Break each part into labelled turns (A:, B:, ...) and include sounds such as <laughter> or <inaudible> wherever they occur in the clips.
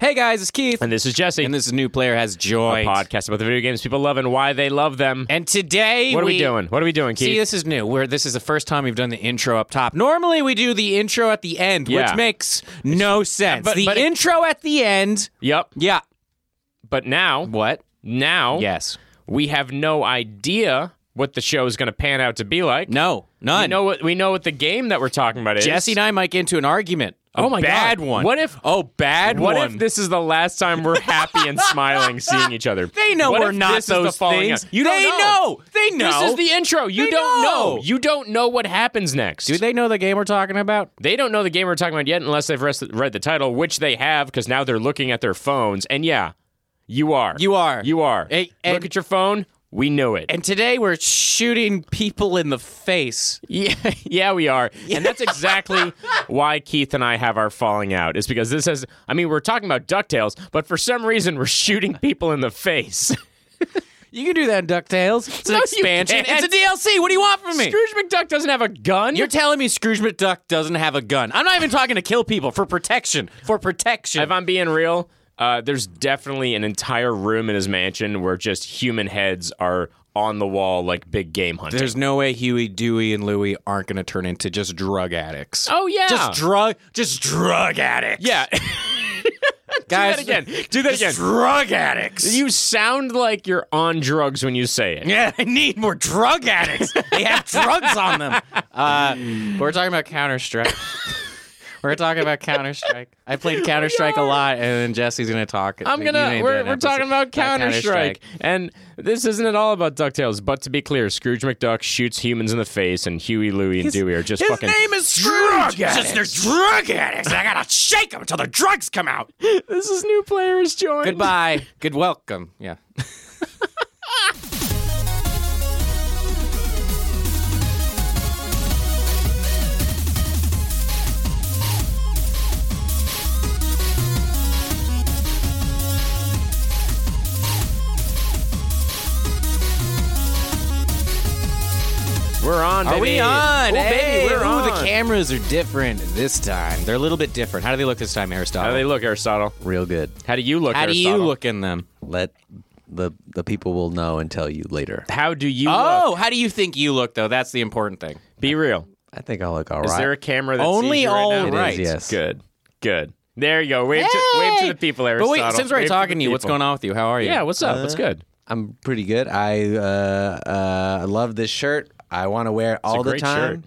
A: Hey guys, it's Keith.
B: And this is Jesse.
A: And this new player has
B: a
A: joy.
B: podcast about the video games people love and why they love them.
A: And today,
B: what are we, doing? What are we doing,
A: See,
B: Keith?
A: this is new. Where this is the first time we've done the intro up top. Normally, we do the intro at the end,
B: Yeah.
A: which makes no sense.
B: but-
A: the
B: but it-
A: intro at the end.
B: yep.
A: Yeah.
B: But now,
A: What?
B: now,
A: Yes.
B: we have no idea what the show is going to pan out to be like.
A: No. None.
B: We know what we know what the game that we're talking about is.
A: Jesse and I might get into an argument. A
B: Oh my
A: bad
B: God.
A: one.
B: What if-
A: Oh, bad
B: What
A: one.
B: if this is the last time we're happy and smiling seeing each other?
A: They know
B: What
A: we're
B: if
A: not
B: this is the
A: those
B: falling
A: things.
B: out? You don't
A: they know. They know.
B: This is the intro. You
A: They
B: don't know.
A: know.
B: You don't know what happens next.
A: Do they know the game we're talking about?
B: They don't know the game we're talking about yet unless they've res- read the title, which they have because now they're looking at their phones. And yeah, you are.
A: You are.
B: You are.
A: Hey,
B: Look
A: and-
B: at your phone. We knew it.
A: And today we're shooting people in the face.
B: yeah, <laughs> yeah, we are. And
A: <laughs>
B: that's exactly why Keith and I have our falling out. Is because this is, I mean, we're talking about DuckTales, but for some reason we're shooting people in
A: <laughs>
B: the face.
A: You can do that in DuckTales. It's an
B: No, you
A: expansion.
B: can't.
A: It's a DLC. What do you want from me?
B: Scrooge McDuck doesn't have a gun.
A: You're telling me Scrooge McDuck doesn't have a gun. I'm not even talking to kill people for protection. For protection.
B: if I'm being real, uh, there's definitely an entire room in his mansion where just human heads are on the wall like big game hunters.
A: There's no way Huey, Dewey, and Louie aren't going to turn into just drug addicts.
B: Oh yeah.
A: Just drug, just drug addicts.
B: yeah. <laughs>
A: guys.
B: Do that again. Do that
A: Just
B: again.
A: drug addicts.
B: You sound like you're on drugs when you say it.
A: yeah, I need more drug addicts. they have drugs on them. Uh, we're talking about Counter Strike. <laughs> we're talking about Counter Strike. I played Counter Strike a lot, and then Jesse's gonna talk.
B: I'm gonna. We're, we're talking about Counter Strike, and this isn't at all about Ducktales. But to be clear, Scrooge McDuck shoots humans in the face, and Huey, Louie, and Dewey are just
A: His
B: fucking.
A: name is Scrooge.
B: Drug
A: Since they're drug addicts, I gotta shake them until their drugs come out.
B: this is new players
A: <laughs>
B: joined.
A: Goodbye. Good welcome. Yeah.
B: We're on. Baby.
A: Are we on?
B: Ooh,
A: Hey,
B: baby, we're
A: ooh,
B: on.
A: the cameras are different this time. They're a little bit different. How do they look this time,
B: How
A: Aristotle?
B: do they look, Aristotle?
C: real good.
B: How do you look?
A: How do you
B: Aristotle?
A: look in them?
C: Let the the people will know and tell you later.
B: How do you look?
A: Oh, how do you think you look though? That's the important thing.
B: Be real.
C: I think I'll look all
B: Is
C: right.
B: there a camera that
A: Only
B: sees you right
A: all
B: now?
A: It is, right.
C: yes.
B: Good. Good. There you go. Wave, to, wave to the people,
A: But
B: Aristotle.
A: wait, since we're
B: Wave
A: talking to you, what's going on with you? How are you?
B: Yeah. What's up? what's good?
C: I'm pretty good. I uh, uh, I love this shirt. I want to wear it all the
B: great
C: time.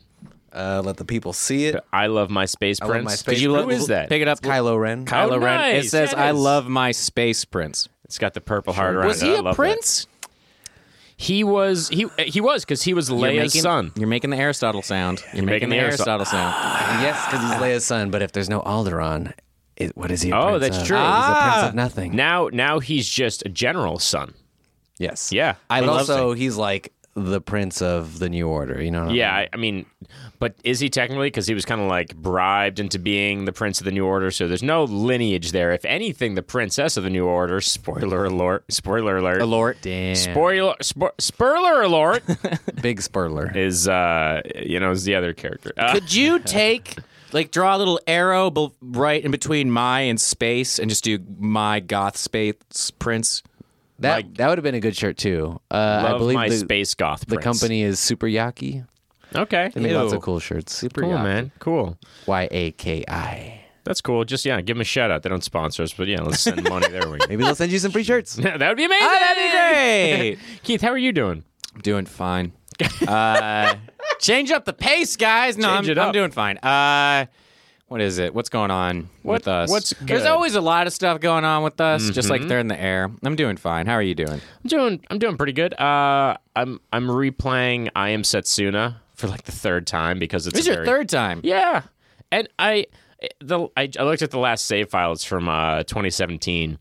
C: Uh, let the people see it.
B: I love my space
C: love
B: prince.
C: my space
B: Could you
C: prince.
B: Who is that?
A: Pick it up,
C: Kylo Ren.
A: Kylo
B: Oh,
A: Ren. It
B: nice.
A: says,
B: That
A: "I
B: is-
A: love my space prince."
B: It's got the purple heart around
A: Was
B: it.
A: he
B: I
A: a
B: love that.
A: prince?
B: He was. He he was because he was
A: You're
B: Leia's
A: making-
B: son.
A: You're making the Aristotle sound. You're, making,
B: making
A: the
B: the Aristotle-
A: Aristotle sound.
B: <gasps>
C: Uh, yes, because he's Leia's son. But if there's no Alderaan, it, what is he? a
B: Ah. Oh,
C: prince
B: that's
C: of?
B: true.
C: He's a
A: Ah.
C: prince of nothing.
B: Now now he's just a general's son.
C: yes.
B: Yeah.
C: I
B: He loves
C: also he's like the prince of the new order. You know. what I
B: Yeah, I, I mean, but is he technically? Because he was kind of like bribed into being the prince of the new order, so there's no lineage there. If anything, the princess of the new order. <laughs> Spoiler alert! Spoiler alert!
A: Lord, damn.
B: Spoiler! Spo- spoiler alert! <laughs>
C: mean? Big spurler.
B: is uh, you know, is the other character. Uh,
A: Could you take like draw a little arrow bel right in between my and space and just do my goth space prince?
C: That that would have been a good shirt too. Uh, I
B: Ah, love
C: believe
B: my
C: the,
B: space goth.
C: the
B: prince.
C: company is Super Yaki.
B: Okay.
C: They make lots
A: Ew.
C: of cool shirts. Super
B: Cool,
C: Yaki.
B: man. Cool.
C: Y A K I.
B: That's cool. Just yeah, give them a shout out. They don't sponsor us, but yeah, let's send money there. We go. <laughs>
C: Maybe they'll send you some free shirts.
B: that would be amazing.
A: that'd be
B: Keith, how are you doing?
A: great. doing fine. <laughs> Uh, change up the pace, guys. No,
B: Change
A: I'm,
B: it
A: I'm
B: up.
A: doing fine. Uh, what is it? What's going on with us?
B: what's
A: There's
B: good? Mm-hmm.
A: always a lot of stuff going on with us, just like they're in the air. I'm doing fine. How are you doing?
B: I'm doing. I'm doing pretty good. Uh, I'm I'm replaying I Am Setsuna for like the third time because it's
A: This is
B: a
A: your
B: very-
A: third time.
B: Yeah, and I the I, I looked at the last save files from uh, 2017,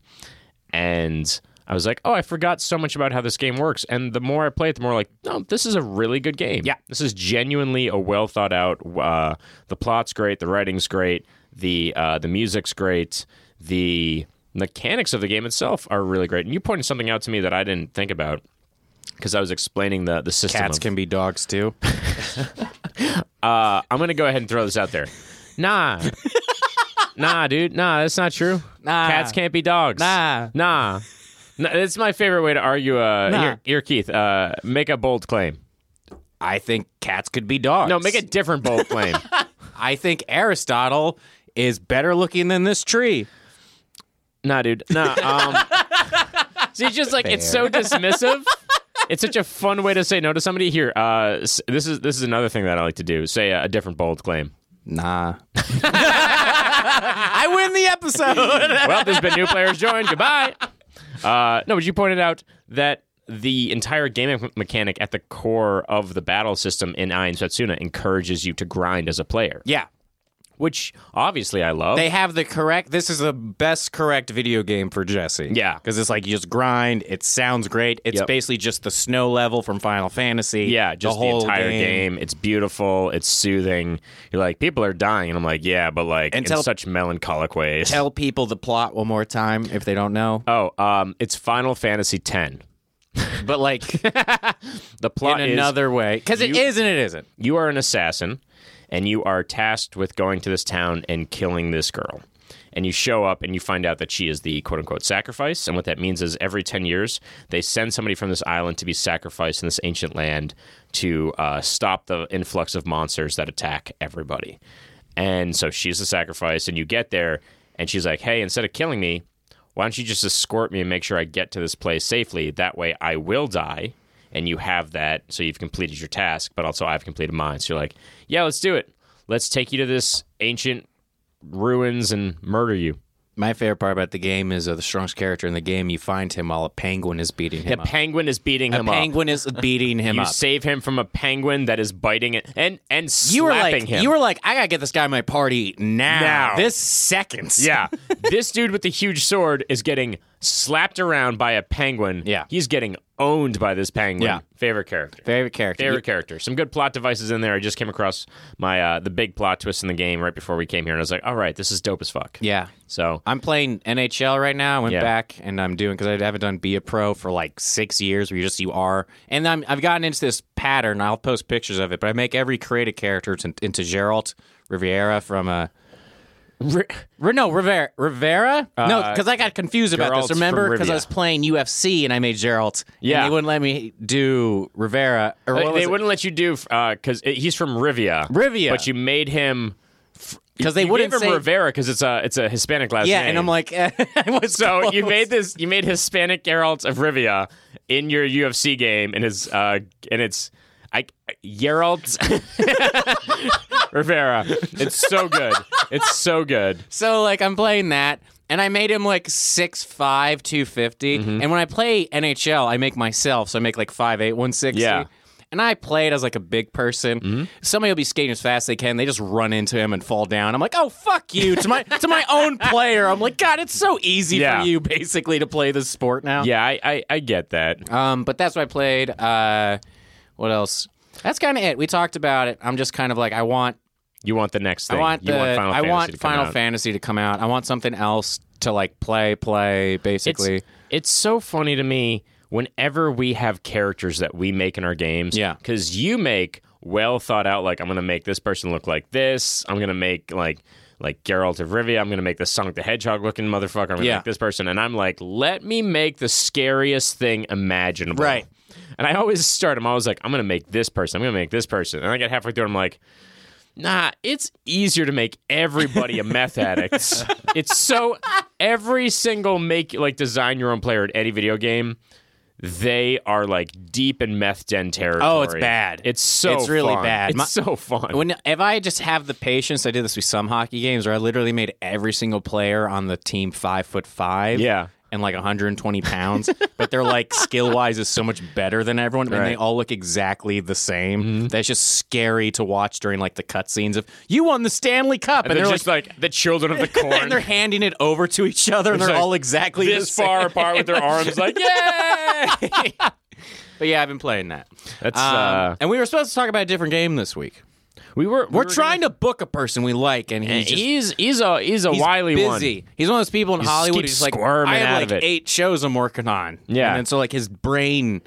B: and I was like, oh, I forgot so much about how this game works. And the more I play it, the more like, no, this is a really good game.
A: Yeah.
B: this is genuinely a well thought out. Uh, the plot's great, the writing's great, the uh, the music's great, the mechanics of the game itself are really great. And you pointed something out to me that I didn't think about. Because I was explaining the the system.
A: Cats
B: of-
A: can be dogs too. <laughs> <laughs>
B: uh, I'm gonna go ahead and throw this out there. Nah. nah, dude. Nah, that's not true.
A: Nah.
B: Cats can't be dogs.
A: Nah.
B: Nah. nah that's my favorite way to argue. Uh,
A: Nah.
B: here, here, Keith, uh, make a bold claim.
A: I think cats could be dogs.
B: No, make a different bold
A: <laughs>
B: claim.
A: I think Aristotle is better looking than this tree.
B: nah, dude. Nah. Um, see, it's just like it's
A: <laughs>
B: so dismissive. It's such a fun way to say no to somebody. Here, uh, s- this is this is another thing that I like to do. Say a, a different bold claim. <laughs>
A: Nah. <laughs> I win the
B: <laughs>
A: episode.
B: well, there's been new players joined. Goodbye. Uh, no, but you pointed out that the entire gaming me- mechanic at the core of the battle system in Ion Setsuna encourages you to grind as a player,
A: yeah.
B: which obviously I love.
A: They have the correct. This is the best correct video game for Jesse.
B: Yeah.
A: because it's like you just grind. It sounds great. It's
B: Yep.
A: basically just the snow level from Final Fantasy.
B: yeah, just the,
A: whole
B: entire game. It's beautiful. It's soothing. You're like, people are dying. And I'm like, yeah, but like
A: And
B: in
A: tell-
B: such melancholic ways.
A: Tell people the plot one more time if they don't know.
B: oh, um, it's Final Fantasy X.
A: <laughs> But like
B: The <laughs> plot
A: in
B: is
A: another way, because it
B: you-
A: is and it isn't.
B: you are an assassin and you are tasked with going to this town and killing this girl. And you show up and you find out that she is the quote unquote sacrifice. And what that means is every 10 years, they send somebody from this island to be sacrificed in this ancient land to uh, stop the influx of monsters that attack everybody. And so she's the sacrifice. And you get there and she's like, hey, instead of killing me, why don't you just escort me and make sure I get to this place safely? That way I will die and you have that. So you've completed your task, but also I've completed mine. So you're like, yeah, let's do it. Let's take you to this ancient ruins and murder you.
A: My favorite part about the game is uh, the strongest character in the game. You find him while a penguin is beating
B: The
A: him. up.
B: penguin is beating
A: A
B: him
A: penguin
B: <laughs>
A: is beating him
B: up. You
A: up.
B: save him from a penguin that is biting it and and slapping
A: you were like,
B: him.
A: you were like, I gotta get this guy my party now,
B: Now.
A: this second.
B: <laughs> yeah, this dude with the huge sword is getting slapped around by a penguin.
A: Yeah.
B: he's getting owned by this penguin.
A: Yeah.
B: favorite character.
A: favorite character.
B: Favorite character. Some good plot devices in there. I just came across my uh, the big plot twist in the game right before we came here, and I was like, all right, this is dope as fuck.
A: yeah,
B: So
A: I'm playing NHL right now. I went
B: Yeah.
A: back and I'm doing because I haven't done be a pro for like six years. Where you just you are, and I'm, I've gotten into this pattern. I'll post pictures of it, but I make every creative character t- into Geralt Riviera from a. Re- no, Rivera. Rivera? no, because I got confused about
B: Geralt
A: this.
B: Uh, from
A: Remember, because I
B: Rivia.
A: was playing UFC and I made Geralt.
B: Yeah.
A: and they wouldn't let me do Rivera. Or
B: They,
A: Oh, what
B: they
A: was it?
B: wouldn't let you do because he's from Rivia.
A: Rivia.
B: but you made him
A: 'Cause they
B: you
A: wouldn't
B: gave him
A: say-
B: Rivera because it's a it's a Hispanic last
A: Yeah,
B: name.
A: and I'm like, <laughs> eh, I was <laughs>
B: so you
A: close.
B: made this you made Hispanic Geralt of Rivia in your UFC game, and his uh and it's I Geralt <laughs> Rivera. It's so good. It's so good.
A: So like I'm playing that and I made him like 6'5", 250.
B: Mm-hmm.
A: And when I play NHL, I make myself, so I make like 5'8", 160.
B: Yeah. Mm-hmm.
A: And I played as like a big person. Somebody will be skating as fast as they can. They just run into him and fall down. I'm like, oh fuck you to my to my
B: <laughs>
A: own player. I'm like, God, it's so easy
B: Yeah.
A: for you basically to play this sport now.
B: Yeah, I I, I get that.
A: Um, but that's what I played. Uh, what else? That's kind of it. We talked about it. I'm just kind of like, I want
B: You want the next thing.
A: I want
B: you
A: the
B: want Final
A: I
B: Fantasy
A: want
B: to come
A: Final
B: out.
A: Fantasy to come out. I want something else to like play, play basically.
B: It's, it's so funny to me whenever we have characters that we make in our games.
A: Yeah.
B: Because you make well thought out, like, I'm going to make this person look like this. I'm going to make, like, like Geralt of Rivia, I'm gonna make this Sonic the Hedgehog looking motherfucker. I'm gonna
A: Yeah.
B: make this person, and I'm like, let me make the scariest thing imaginable.
A: Right.
B: And I always start. I'm always like, I'm gonna make this person. I'm gonna make this person. And I get halfway through, and I'm like, Nah, it's easier to make everybody a
A: <laughs>
B: meth addict. it's so every single make like design your own player at any video game, they are like deep in meth den territory.
A: Oh, it's bad.
B: It's so
A: It's really
B: fun.
A: bad.
B: It's
A: My-
B: so fun.
A: when if I just have the patience, I did this with some hockey games where I literally made every single player on the team five foot five.
B: Yeah.
A: And like 120 pounds, <laughs> but they're like skill wise is so much better than everyone, and they
B: Right. Mm-hmm.
A: all look exactly the same. That's just scary to watch during like the cutscenes of you won the Stanley Cup, and,
B: they're,
A: they're
B: just like, the children of
A: <laughs>
B: the corn.
A: and they're handing it over to each other, and
B: It's
A: they're
B: like,
A: all exactly the
B: this
A: same.
B: far apart with their arms,
A: <laughs>
B: like yeah.
A: But yeah, I've been playing that.
B: That's
A: Um,
B: uh,
A: and we were supposed to talk about a different game this week.
B: we were we
A: We're trying to book a person we like, and he's
B: He's
A: just,
B: he's, a he's a
A: he's
B: wily
A: busy.
B: one.
A: He's one of those people in Hollywood
B: keeps
A: who's like,
B: squirming
A: I have
B: out
A: like
B: of it."
A: eight shows I'm working on.
B: Yeah.
A: and then so like his brain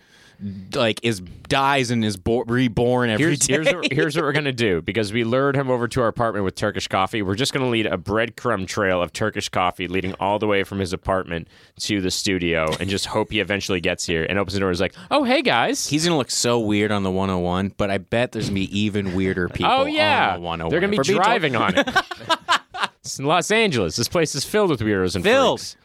A: like is dies and is bo- reborn every
B: Here's, here's, what, here's what we're going to do because we lured him over to our apartment with Turkish coffee. We're just going to lead a breadcrumb trail of Turkish coffee leading all the way from his apartment to the studio and just hope he eventually gets here and opens the door and is like, oh, hey, guys.
A: He's gonna look so weird on the 101, but I bet there's gonna be even weirder people.
B: oh, yeah.
A: on the 101.
B: They're going to
A: If
B: be
A: we're being told-
B: driving
A: <laughs>
B: on it. it's in Los Angeles. This place is filled with weirdos and
A: filled,
B: freaks.
A: filled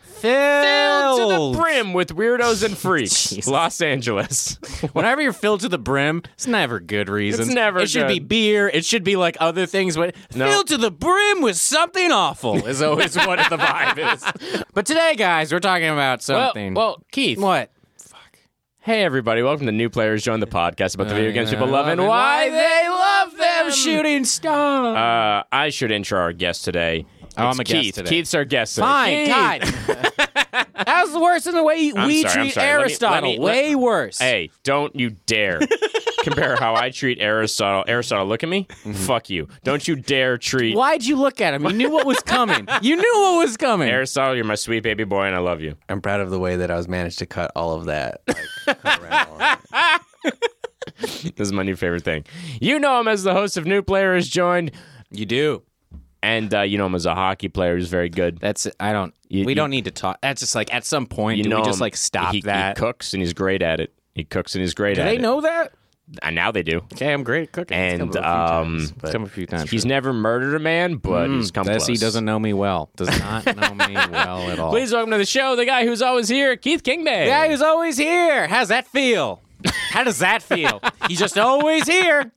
B: Filled to the brim with weirdos
A: <laughs>
B: and freaks. Los Angeles. <laughs>
A: Whenever you're filled to the brim, it's never good reasons.
B: It's never
A: It should be
B: good.
A: beer. It should be like other things. But filled to the brim with something awful is always
B: <laughs>
A: what the vibe is. But today, guys, we're talking about
B: well,
A: <laughs> something.
B: well, Keith.
A: what?
B: Hey, everybody. Welcome to New Players Join the Podcast about the video games people love and
A: Loving
B: why they love them.
A: them shooting stars.
B: Uh, I should intro our guest today.
A: Oh, I'm
B: It's
A: a
B: Keith.
A: guest today.
B: Keith's our guest today.
A: Fine,
B: Keith.
A: God.
B: <laughs>
A: that was worse than the way
B: I'm
A: we
B: sorry, I'm
A: treat
B: sorry. Let me- let
A: Aristotle.
B: me- let-
A: Way worse.
B: Hey, don't you
A: <laughs>
B: dare compare how I treat Aristotle. Aristotle, look at me.
A: Mm-hmm.
B: Fuck you. Don't you dare treat
A: Why'd you look at him? You knew what was
B: <laughs>
A: coming. you knew what was coming.
B: Aristotle. You're my sweet baby boy, and I love you.
C: I'm proud of the way that I was managed to cut all of that. Like, cut around all of it.
B: This is my new favorite thing. You know him as the host of New Players Joined,
A: you do.
B: and uh, you know him as a hockey player who's very good.
A: That's I don't.
B: You-
A: we
B: you-
A: don't need to talk. That's just like at some point,
B: You
A: do
B: know
A: we just
B: him.
A: like stop
B: he,
A: that?
B: He cooks and he's great at it. He cooks and he's great
A: do
B: at
A: they
B: it.
A: know that?
B: And now they do.
A: Okay, I'm great at cooking. It's
B: And,
A: come up a few
B: um,
A: times, it's come a few times.
B: He's never murdered a man, but he's come
A: Says Hmm. he
B: close.
A: doesn't know me well. Does <laughs> not know me well at all.
B: Please welcome to the show the guy who's always here, Keith Kingbay.
A: The guy who's always here. How's that feel? How does that feel? He's just always <laughs> here.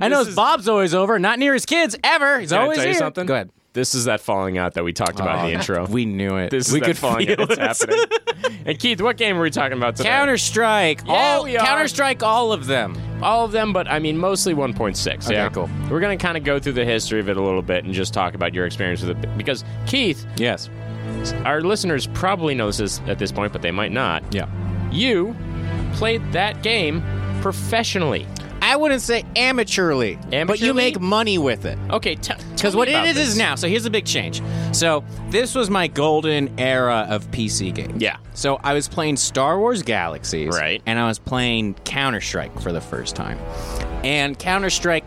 A: I know his Bob's always over, not near his kids ever. He's
B: Can I
A: always
B: tell you
A: here.
B: something?
A: Go ahead.
B: This is that falling out that we talked about in the intro.
A: Ah. We knew it.
B: this is
A: we
B: that
A: could
B: falling
A: feel
B: out
A: <laughs>
B: that's
A: it.
B: happening. <laughs> and Keith, what game are we talking about today?
A: Counter Strike. all
B: we are.
A: Counter Strike. All of them.
B: all of them, but I mean mostly 1.6.
A: Okay,
B: yeah,
A: cool.
B: We're gonna kind of go through the history of it a little bit and just talk about your experience with it because Keith,
A: Yes.
B: our listeners probably know this at this point, but they might not.
A: Yeah.
B: You played that game professionally.
A: I wouldn't say amateurly, but
B: Amateurly?
A: you make money with it.
B: Okay, t-
A: Because what it is is now. So here's the big change. So this was my golden era of PC games.
B: Yeah.
A: So I was playing Star Wars Galaxies.
B: Right.
A: And I was playing Counter Strike for the first time. And Counter Strike,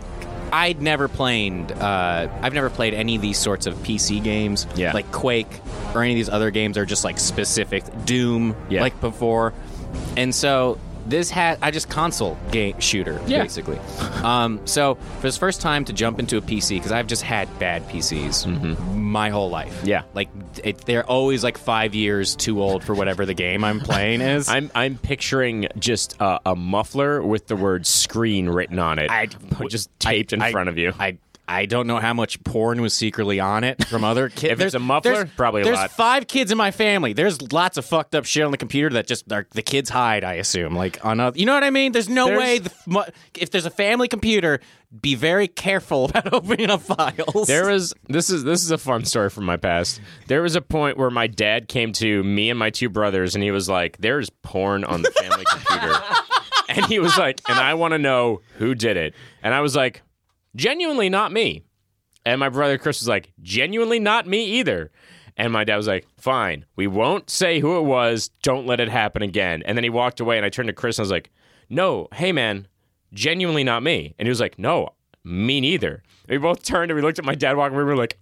A: I'd never played. Uh, I've never played any of these sorts of PC games.
B: Yeah.
A: Like Quake or any of these other games are just like specific Doom.
B: Yeah.
A: Like before, and so this had I just console game shooter
B: Yeah.
A: basically. um, so for this first time to jump into a PC because I've just had bad PCs my whole life.
B: Mm-hmm. Yeah.
A: like it, they're always like five years too old for whatever the game I'm playing
B: <laughs>
A: is.
B: I'm I'm picturing just uh, a muffler with the word "screen" written on it,
A: I-
B: just taped in
A: I-
B: front of you.
A: I I don't know how much porn was secretly on it from other <laughs> kids.
B: it's a muffler, probably a
A: there's
B: lot.
A: five kids in my family. There's lots of fucked up shit on the computer that just are, the kids hide. I assume, like on other, you know what I mean. There's no
B: There's-
A: way. The, mu- if there's a family computer, be very careful <laughs> about opening up files.
B: There was this is this is a fun story from my past. There was a point where my dad came to me and my two brothers, and he was like, "There's porn on the family computer," and he was like, "And I want to know who did it." And I was like, "Genuinely, not me." And my brother Chris was like, "Genuinely, not me either." And my dad was like, "Fine, we won't say who it was. Don't let it happen again." And then he walked away, and I turned to Chris and I was like, "No, hey man, genuinely not me." And he was like, "No, me neither." And we both turned and we looked at my dad walking. We were like,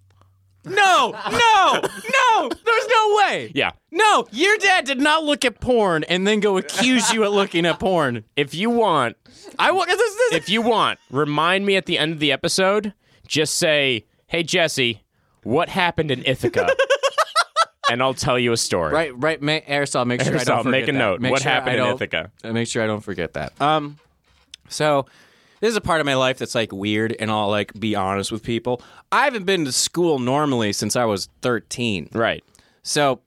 A: <laughs> no, no, no. There's no way.
B: "Yeah,
A: No, your dad did not look at porn and then go accuse you at looking at porn.
B: if you want,
A: I wa- this, this,
B: if you want, remind me at the end of the episode. Just say, "Hey Jesse, what happened in Ithaca?"
A: <laughs>
B: and I'll tell you a
A: <laughs>
B: story.
A: Right, right. Ma- Aristotle, make sure I
B: Aristotle,
A: don't forget
B: make a
A: that.
B: note.
A: Make
B: What
A: sure
B: happened
A: I
B: in
A: don't-
B: Ithaca?
A: uh, Make sure I don't forget that.
C: Uh,
A: Um, so this is a part of my life that's like weird, and I'll like be honest with people. I haven't been to school normally since I was thirteen.
B: Right.
A: So,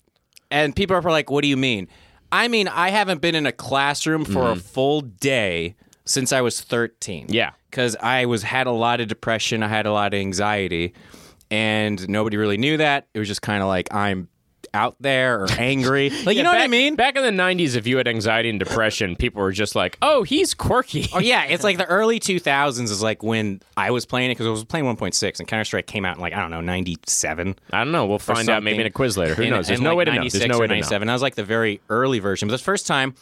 A: and people are like, "What do you mean?" I mean, I haven't been in a classroom for a full day since I was thirteen.
B: Yeah.
A: because I was had a lot of depression, I had a lot of anxiety, and nobody really knew that. It was just kind of like I'm out there or angry. <laughs> Like you know what I
B: Back-
A: mean?
B: Back in the 90s, if you had anxiety and depression, people were just like, oh, he's quirky.
A: Oh yeah, it's like the early 2000s is like when I was playing it because I was playing 1.6 and Counter Strike came out in like I don't know 97.
B: I don't know. We'll
A: or
B: find out maybe
A: something.
B: in a quiz later. Who
A: And-
B: knows? There's
A: and,
B: no
A: like,
B: way to know. There's
A: 96
B: no
A: or
B: way to know.
A: 97. I was like the very early version. But the first time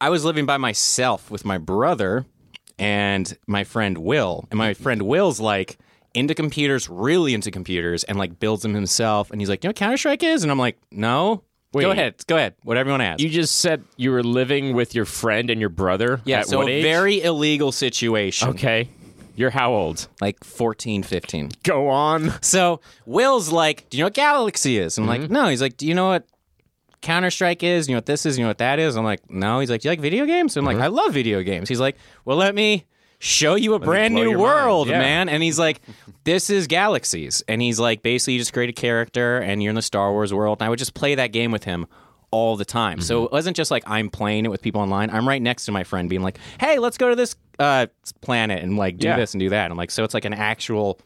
A: I was living by myself with my brother and my friend Will. And my friend Will's like into computers, really into computers, and like builds them himself. And he's like, you know what Counter Strike is? And I'm like, no. Go
B: Wait.
A: ahead. Go ahead. Whatever you want to ask.
B: You just said you were living with your friend and your brother.
A: yeah,
B: At
A: so
B: what
A: a
B: age?
A: very illegal situation.
B: Okay. You're how old?
A: Like 14, 15.
B: Go on.
A: So Will's like, "Do you know what Galaxy is?" I'm
B: Mm-hmm.
A: like, "No." He's like, "Do you know what Counter Strike is? You know what this is? You know what that is?" I'm like, "No." He's like, "Do you like video games?" I'm like,
B: Mm-hmm.
A: "I love video games." He's like, "Well, let me show you a brand
B: blow
A: new
B: your mind."
A: world,
B: Yeah.
A: man." And he's like, "This is Galaxies," and he's like, "Basically, you just create a character, and you're in the Star Wars world." And I would just play that game with him. All the time,
B: Mm-hmm.
A: so it wasn't just like I'm playing it with people online. I'm right next to my friend, being like, "Hey, let's go to this uh, planet and like do
B: Yeah.
A: this and do that." And I'm like, so it's like an actual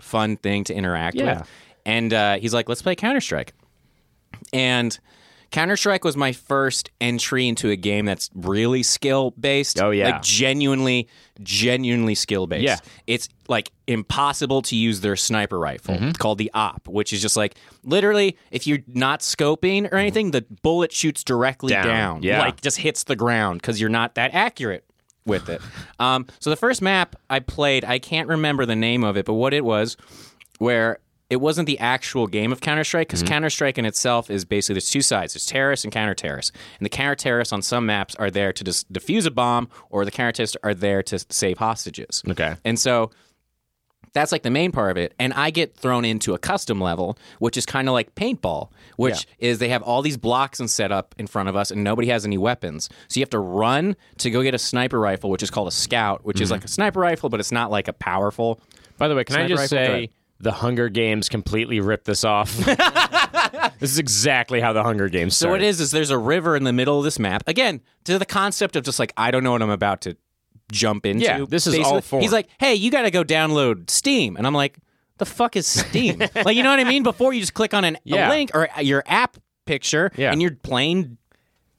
A: fun thing to interact
B: Yeah.
A: with. And uh, he's like, let's play Counter Strike. And Counter Strike was my first entry into a game that's really skill based.
B: Oh, yeah.
A: Like genuinely, genuinely skill based.
B: Yeah.
A: It's like impossible to use their sniper rifle
B: Mm-hmm.
A: It's called the OP, which is just like literally, if you're not scoping or anything, the bullet shoots directly
B: Down.
A: down.
B: Yeah.
A: Like just hits the ground because you're not that accurate with it. Um, so the first map I played, I can't remember the name of it, but what it was, where it wasn't the actual game of Counter Strike, because Counter Strike in itself is basically there's two sides: there's terrorists and counter terrorists, and the counter terrorists on some maps are there to just defuse a bomb, or the counter terrorists are there to save hostages.
B: Okay.
A: And so that's like the main part of it. And I get thrown into a custom level, which is kind of like paintball, which is they have all these blocks and set up in front of us, and nobody has any weapons. So you have to run to go get a sniper rifle, which is called a scout, which is like a sniper rifle, but it's not like a powerful.
B: By the way, can I
A: Sniper
B: just
A: rifle, go
B: say
A: ahead.
B: the Hunger Games completely ripped this
A: <laughs>
B: off? this is exactly how the Hunger Games
A: So
B: started.
A: what it is is there's a river in the middle of this map. Again, to the concept of just like I don't know what I'm about to jump into.
B: Yeah, this is
A: basically.
B: all foreign.
A: He's like, "Hey, you got to go download Steam," and I'm like, "The fuck is Steam?"
B: <laughs>
A: like, you know what I mean? Before you just click on an,
B: Yeah.
A: a link or your app picture,
B: Yeah.
A: and you're playing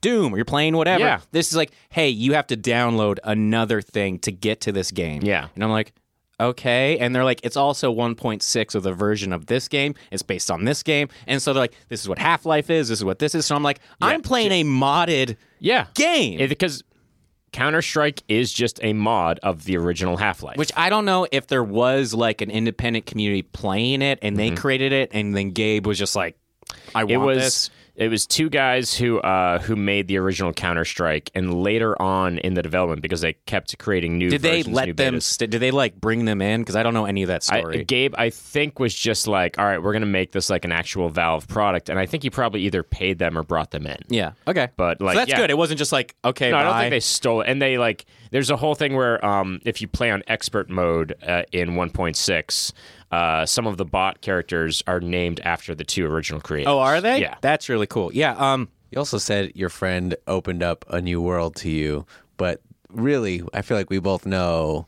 A: Doom or you're playing whatever.
B: Yeah.
A: This is like, "Hey, you have to download another thing to get to this game."
B: Yeah.
A: and I'm like. Okay, and they're like, it's also 1.6 of the version of this game. It's based on this game, and so they're like, this is what Half Life is. This is what this is. So I'm like, I'm playing a modded
B: yeah.
A: game.
B: It- because Counter Strike is just a mod of the original Half Life.
A: Which I don't know if there was like an independent community playing it and they created it and then Gabe was just like I want
B: Mm-hmm. it was
A: this.
B: it was two guys who uh, who made the original Counter Strike, and later on in the development because they kept creating new.
A: Did they
B: versions, new
A: let them
B: betas.
A: st- did they like bring them in cuz I don't know any of that
B: I-
A: story.
B: Gabe, I think, was just like, all right, we're going to make this like an actual Valve product. And I think he probably either paid them or brought them in.
A: yeah. Okay.
B: But, like,
A: so that's
B: yeah.
A: good. It wasn't just like okay,
B: No, I
A: bye.
B: don't think they stole it. And they like, there's a whole thing where um, if you play on expert mode uh, in 1.6, uh, some of the bot characters are named after the two original creators.
A: Oh, are they?
B: Yeah.
A: That's really cool. Yeah, um
C: You also said your friend opened up a new world to you, but really, I feel like we both know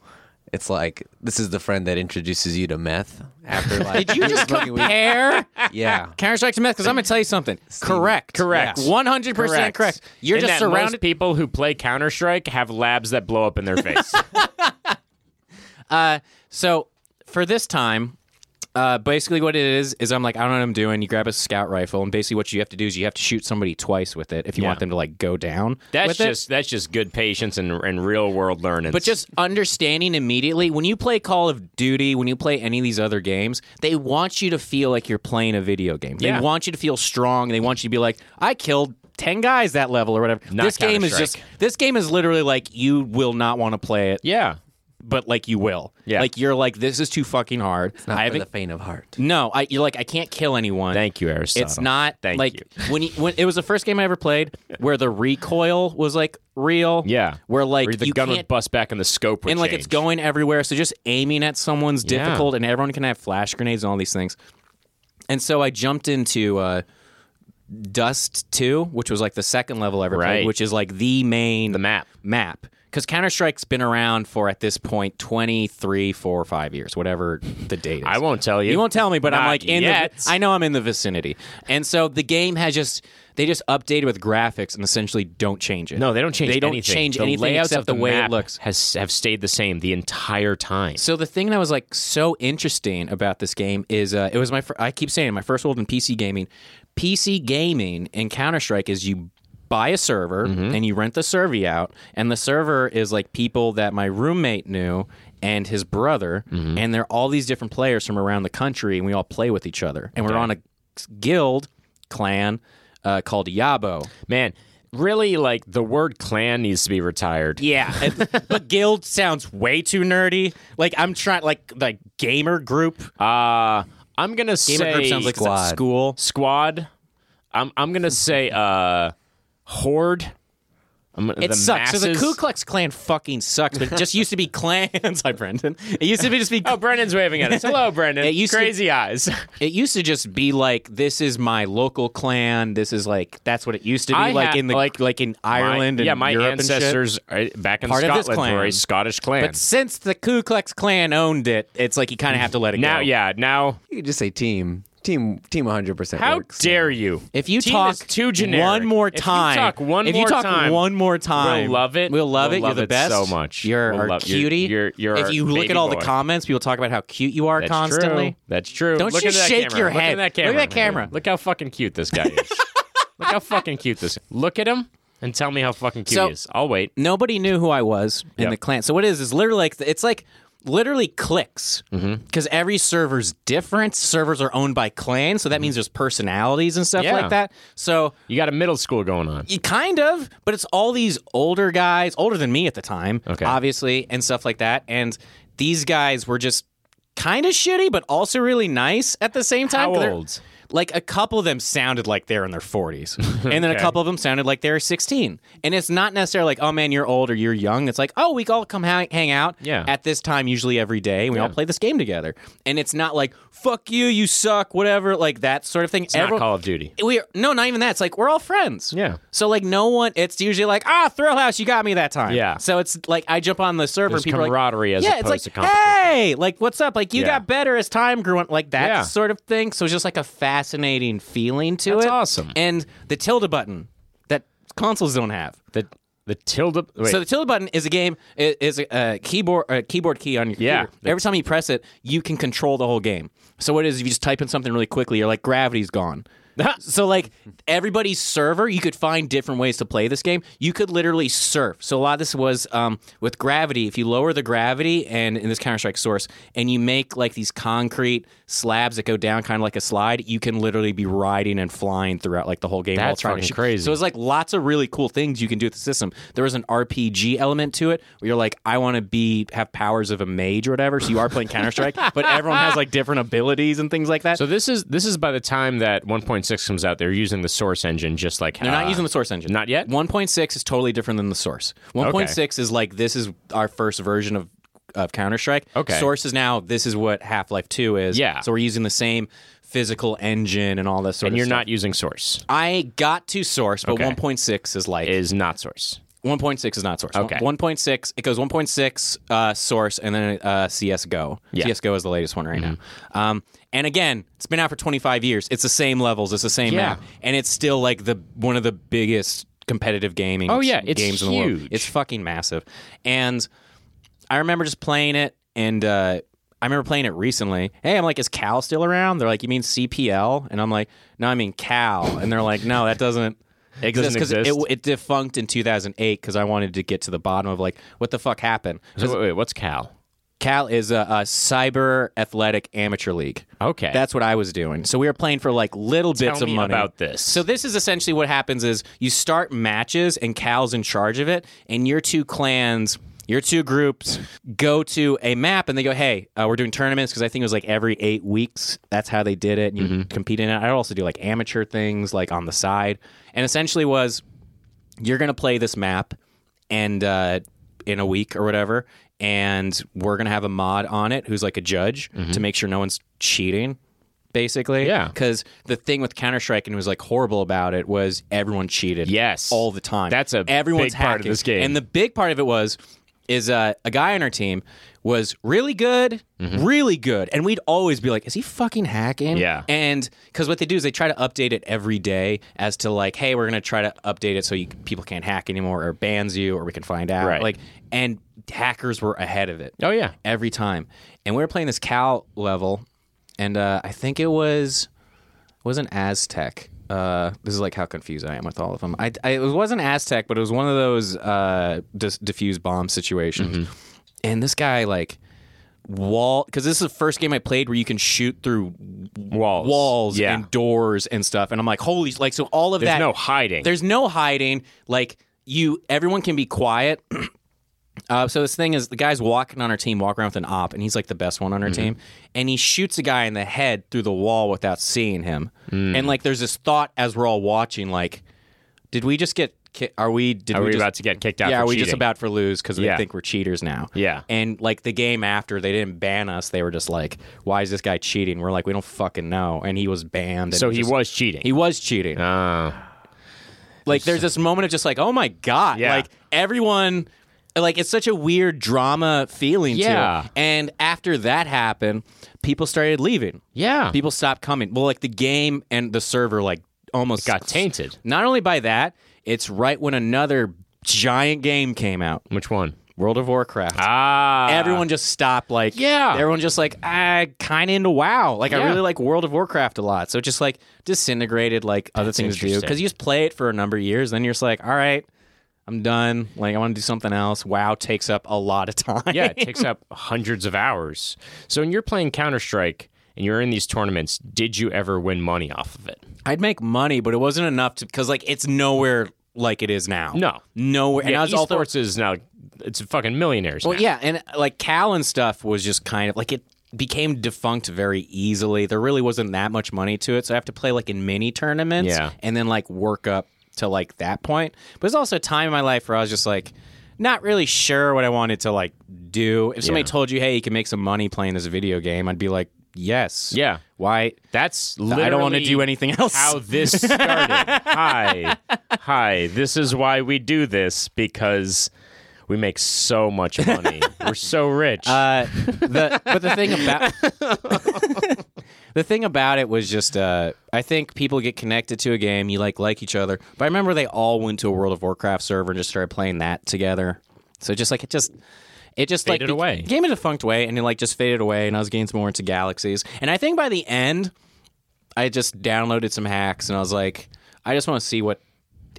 C: it's like this is the friend that introduces you to meth
A: <laughs>
C: after like
A: did you just
C: smoking weed.
A: compare
C: <laughs> Yeah.
A: Counter Strike to meth? Because I'm gonna tell you something. Correct.
B: Correct.
A: One hundred percent correct. You're
B: In
A: just
B: that
A: surrounded.
B: Most people who play Counter Strike have labs that blow up in
A: <laughs>
B: their face.
A: So for this time, uh, basically what it is is I'm like I don't know what I'm doing. You grab a scout rifle, and basically what you have to do is you have to shoot somebody twice with it if you want them to like go down.
B: That's
A: with it.
B: just that's just good patience and, and real world learning.
A: But just understanding immediately when you play Call of Duty, when you play any of these other games, they want you to feel like you're playing a video game. They
B: Yeah.
A: want you to feel strong. They want you to be like, I killed ten guys that level or whatever.
B: Not
A: this game is just
B: Counter-Strike.
A: this game is literally like you will not want to play it,
B: yeah.
A: but like you will.
B: Yeah.
A: Like you're like this is too fucking hard.
C: Not
A: I
C: for
A: haven't
C: the faint of heart.
A: No, I, you're like I can't kill anyone.
B: Thank you, Aristotle.
A: it's not
B: Thank
A: like
B: you.
A: when you, when it was the first game I ever played where the recoil was like real.
B: Yeah.
A: where like
B: Or the
A: you
B: gun
A: can't
B: would bust back and the scope would
A: and like it's
B: change.
A: going everywhere. So just aiming at someone's
B: Yeah.
A: difficult, and everyone can have flash grenades and all these things. And so I jumped into uh, Dust Two, which was like the second level I ever
B: Right.
A: played, which is like the main
B: the map.
A: map. because Counter Strike's been around for at this point 23, 4, 5 years, whatever the date is.
B: I won't tell you.
A: You won't tell me, but I'm
B: Not
A: like in
B: yet.
A: the I know I'm in the vicinity. And so the game has just they just updated with graphics and essentially don't change it.
B: No, they don't change.
A: They don't
B: anything.
A: change
B: the
A: anything
B: layouts
A: except
B: of
A: the, way
B: map
A: it looks.
B: has have stayed the same the entire time.
A: So the thing that was like so interesting about this game is uh, it was my fir- I keep saying it, my first world in PC gaming. PC gaming in Counter Strike is you buy a server and you rent the server out, and the server is like people that my roommate knew and his brother, and they're all these different players from around the country, and we all play with each other, and we're on a guild clan uh, called Yabo.
B: Man, really, like the word clan needs to be retired.
A: Yeah, and- <laughs> but guild sounds way too nerdy. Like I'm trying like like gamer group.
B: <laughs> Uh, I'm gonna
A: Gamer
B: say
A: group sounds like it's
C: Squad.
A: at school.
B: squad. I'm I'm gonna say uh, horde. I'm,
A: It sucks. So the Ku Klux Klan fucking sucks, but it just used to be clans. <laughs> Hi, Brendan. It used to be just be.
B: Oh, Brendan's waving at us. Hello, Brendan.
A: <laughs> It used to-
B: Crazy eyes.
A: It used to just be like this is my local clan. This is like that's what it used to be
B: I
A: like
B: ha-
A: in the
B: like-
A: like, in Ireland
B: My-
A: and
B: yeah, my
A: Europe and shit.
B: ancestors uh, back in
A: Part of this
B: Scotland were a
A: clan.
B: Scottish clan.
A: But since the Ku Klux Klan owned it, it's like you kind of have to let it
B: now,
A: go.
B: yeah, now
C: You could just say team. Team team 100%
B: how
C: works.
B: dare you?
A: If you
B: Team
A: talk
B: is too generic.
A: one more
B: If you
A: time,
B: talk one
A: if you
B: more
A: talk
B: time,
A: one more time,
B: we'll love it.
A: We'll love
B: We'll
A: it.
B: love
A: you're the
B: it
A: best
B: so much.
A: You're
B: We'll
A: our
B: love- you're-
A: cutie.
B: you're- you're
A: if
B: our
A: you look
B: baby
A: at all
B: boy.
A: the comments, people talk about how cute you are
B: That's
A: constantly.
B: True. That's true.
A: Don't
B: Look
A: you
B: into that
A: shake
B: camera.
A: your
B: Look
A: head.
B: into that
A: Look at
B: camera.
A: that camera.
B: Look how fucking cute this
A: <laughs>
B: guy is. Look how fucking cute this. Look at him and tell me how fucking cute
A: So-
B: he is. I'll wait.
A: nobody knew who I was in
B: Yep.
A: the clan. So what it is is literally like it's like literally clicks
B: Mm-hmm.
A: because every server's different. Servers are owned by clans, so that means there's personalities and stuff
B: Mm-hmm. Yeah.
A: like that. So
B: You got a middle school going on.
A: you kind of, but it's all these older guys, older than me at the time,
B: Okay.
A: obviously, and stuff like that. And these guys were just kind of shitty, but also really nice at the same time.
B: How
A: 'Cause they're-
B: old?
A: Like a couple of them sounded like they're in their
B: <laughs>
A: 40s, and then a
B: Okay.
A: couple of them sounded like they were 16. And it's not necessarily like, oh man, you're old or you're young. It's like, oh, we all come hang, hang out
B: Yeah.
A: at this time, usually every day, and we all play this game together. And it's not like, fuck you, you suck, whatever, like that sort of thing.
B: It's not Call of Duty.
A: We are, no, not even that. It's like we're all friends.
B: Yeah.
A: So like no one. It's usually like ah, Thrill House, you got me that time.
B: Yeah.
A: So it's like I jump on the server,
B: There's
A: and people are like,
B: camaraderie as
A: yeah,
B: opposed
A: it's
B: to
A: like
B: competition.
A: hey, like what's up? Like you
B: Yeah.
A: got better as time grew on, like that
B: Yeah.
A: sort of thing. So it's just like a fascinating feeling to
B: That's
A: it.
B: awesome.
A: And the tilde button that consoles don't have.
B: The the tilde. Wait.
A: So the tilde button is a game i- is a uh, keyboard a keyboard key on your
B: Yeah.
A: computer. Every time you press it, you can control the whole game. So what it is if you just type in something really quickly, you're like gravity's
B: <laughs>
A: gone. so like everybody's server, you could find different ways to play this game. You could literally surf. So a lot of this was um, with gravity. If you lower the gravity and in this Counter Strike source, and you make like these concrete slabs that go down kind of like a slide, you can literally be riding and flying throughout like the whole game. while
B: That's
A: trying to
B: fucking
A: shoot.
B: crazy.
A: So it's like lots of really cool things you can do with the system. There was an RPG element to it where you're like, I want to be have powers of a mage or whatever. So you are playing Counter <laughs> Strike, but everyone has like different abilities and things like that.
B: So this is this is by the time that 1.6 comes out, they're using the source engine, just like
A: They're
B: uh,
A: not using the source engine.
B: not yet?
A: 1.6 is totally different than the source. 1.6 is like this is our first version of of Counter Strike.
B: Okay.
A: Source is now this is what Half Life Two is.
B: Yeah.
A: So we're using the same physical engine and all that sort
B: And
A: of
B: you're
A: stuff.
B: not using source.
A: I got to source, but
B: Okay.
A: 1.6 is like
B: Is not source.
A: 1.6 is not source.
B: Okay.
A: 1.6, it goes 1.6 uh, source and then uh, CSGO. CSGO is the latest one right
B: Mm-hmm.
A: now. Um, and again, it's been out for 25 years. It's the same levels, it's the same
B: Yeah.
A: map. And it's still like the one of the biggest competitive gaming
B: Oh, yeah, it's
A: games in the
B: huge.
A: world. It's fucking massive. And I remember just playing it and uh, I remember playing it recently. Hey, I'm like, is Cal still around? They're like, you mean CPL? And I'm like, no, I mean Cal. And they're like, no, that doesn't exist
B: doesn't
A: because it,
B: exist.
A: it defunct in 2008 because I wanted to get to the bottom of like what the fuck happened.
B: So wait, wait, what's Cal?
A: Cal is a, a cyber athletic amateur league.
B: Okay.
A: That's what I was doing. So we were playing for like little bits of
B: Oh. me
A: money.
B: about this.
A: So this is essentially what happens is you start matches and Cal's in charge of it, and your two clans, your two groups go to a map and they go, hey, uh, we're doing tournaments because I think it was like every eight weeks. That's how they did it. And you
B: Mm-hmm.
A: compete in it. I also do like amateur things like on the side. And essentially was you're going to play this map and uh, in a week or whatever and we're going to have a mod on it who's like a judge to make sure no one's cheating basically.
B: Mm-hmm. Yeah.
A: Because the thing with Counter Strike and was like horrible about it was everyone cheated.
B: Yes.
A: All the time.
B: That's a
A: everyone's
B: big part of
A: hacking.
B: this game.
A: And the big part of it was is uh, a guy on our team was really good, really good, and we'd always be like, "Is he fucking hacking?"
B: Mm-hmm. Yeah.
A: And because what they do is they try to update it every day as to like, "Hey, we're gonna try to update it so you, people can't hack anymore, or bans you, or we can find out."
B: Right.
A: Like, and hackers were ahead of it
B: Oh yeah.
A: every time. And we were playing this Cal level, and uh, I think it was it wasn't Aztec. Uh, this is like how confused I am with all of them. I, I- it wasn't Aztec, but it was one of those uh, dis- diffuse bomb situations. And this guy like wall because this is the first game I played where you can shoot through
B: Walls.
A: walls
B: Yeah.
A: and doors and stuff. And I'm like, holy! Like so, all of
B: There's
A: that
B: no hiding.
A: there's no hiding. Like you, everyone can be quiet. <clears throat> Uh, so this thing is the guy's walking on our team, walking around with an op, and he's like the best one on
B: Mm-hmm.
A: our team. And he shoots a guy in the head through the wall without seeing him.
B: Mm.
A: And like, there's this thought as we're all watching, like, did we just get? Ki- are we? Did
B: Are we,
A: just,
B: about to get kicked out?
A: yeah,
B: for
A: are we
B: cheating?
A: just about for lose because
B: Yeah.
A: they think we're cheaters now?
B: Yeah.
A: And like the game after, they didn't ban us. They were just like, why is this guy cheating? We're like, we don't fucking know. And he was banned. and
B: So
A: it
B: he
A: just-
B: was cheating.
A: he was cheating.
B: Ah.
A: Like there's this moment of just like, oh my god,
B: Yeah.
A: like everyone, like it's such a weird drama feeling.
B: Yeah.
A: To it. And after that happened, people started leaving.
B: yeah.
A: People stopped coming. Well, like the game and the server like almost
B: got tainted.
A: Not only by that, it's right when another giant game came out,
B: Which one?
A: World of Warcraft.
B: Ah.
A: Everyone just stopped like
B: Yeah.
A: Everyone just like I kind of into WoW. Like I
B: Yeah.
A: really like World of Warcraft a lot. So it just like disintegrated like other things do
B: interesting.
A: because you just play it for a number of years, then you're just like, all right, I'm done. Like I want to do something else. WoW takes up a lot of <laughs> time.
B: Yeah, it takes up hundreds of hours. So when you're playing Counter Strike and you're in these tournaments, did you ever win money off of it?
A: I'd make money, but it wasn't enough to because like it's nowhere like it is now.
B: No.
A: nowhere. and I was all for
B: esports is now it's fucking millionaires.
A: Well,
B: now.
A: yeah, and uh, like Cal and stuff was just kind of like it became defunct very easily. There really wasn't that much money to it, so I have to play like in mini tournaments,
B: Yeah.
A: and then like work up to like that point. But it's also a time in my life where I was just like not really sure what I wanted to like do. If somebody told you, "Hey, you can make some money playing this video game," I'd be like, "Yes,
B: Yeah.
A: Why?
B: That's
A: I don't want to
B: literally
A: do anything else."
B: How
A: <laughs>
B: this started. hi. Hi. This is why we do this because we make so much
A: <laughs>
B: money. We're so rich.
A: Uh, the, but the thing about <laughs> the thing about it was just uh, I think people get connected to a game you like like each other. But I remember they all went to a World of Warcraft server and just started playing that together. So just like it just it just
B: Faded
A: like
B: away.
A: game in a defunct way, and it like just faded away. And I was getting some more into galaxies, and I think by the end, I just downloaded some hacks, and I was like, I just want to see what.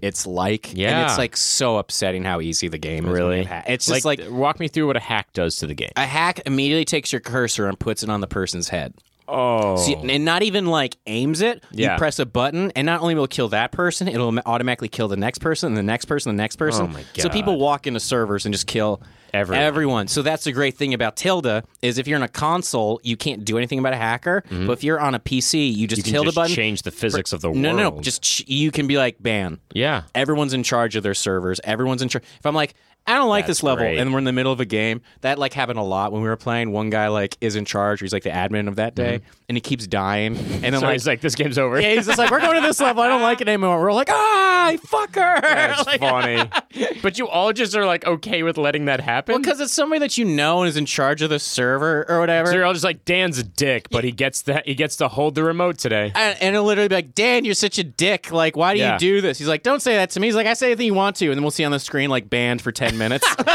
A: It's like,
B: Yeah.
A: and it's like so upsetting how easy the game is. when
B: Really?
A: you ha- it's just like
B: walk me through what a hack does to the game.
A: a hack immediately takes your cursor and puts it on the person's head.
B: Oh.
A: See, and not even like aims it.
B: Yeah.
A: You press a button, and not only will it kill that person, it'll ma- automatically kill the next person, and the next person, the next person.
B: Oh my
A: So
B: God.
A: people walk into servers and just kill
B: Everyone.
A: So that's the great thing about Tilda is if you're on a console, you can't do anything about a hacker. But if you're on a PC, you just
B: Mm-hmm. you can
A: Tilda
B: just
A: button.
B: change the physics of the
A: no,
B: world.
A: no, no, just ch- you can be like ban
B: yeah.
A: everyone's in charge of their servers. Everyone's in charge. If I'm like, I don't like this level,
B: great.
A: and we're in the middle of a game, that like happened a lot when we were playing. One guy like is in charge, or he's like the admin of that day, and he keeps dying, and then
B: Mm-hmm. So
A: like.
B: he's like, this game's over. <laughs>
A: yeah, he's just like, we're going to this level. I don't like it anymore. We're all like, ah,
B: <laughs>
A: fucker. <laughs>
B: That's funny. <laughs> But you all just are like okay with letting that happen.
A: Because it's somebody that you know and is in charge of the server or whatever.
B: so you're all just like Dan's a dick, but he gets that he gets to hold the remote today.
A: And, and it'll literally be like, Dan, you're such a dick. Like, why do
B: Yeah.
A: you do this? He's like, don't say that to me. He's like, I say anything you want to. And then we'll see on the screen, like, banned for 10 minutes.
B: <laughs>
A: and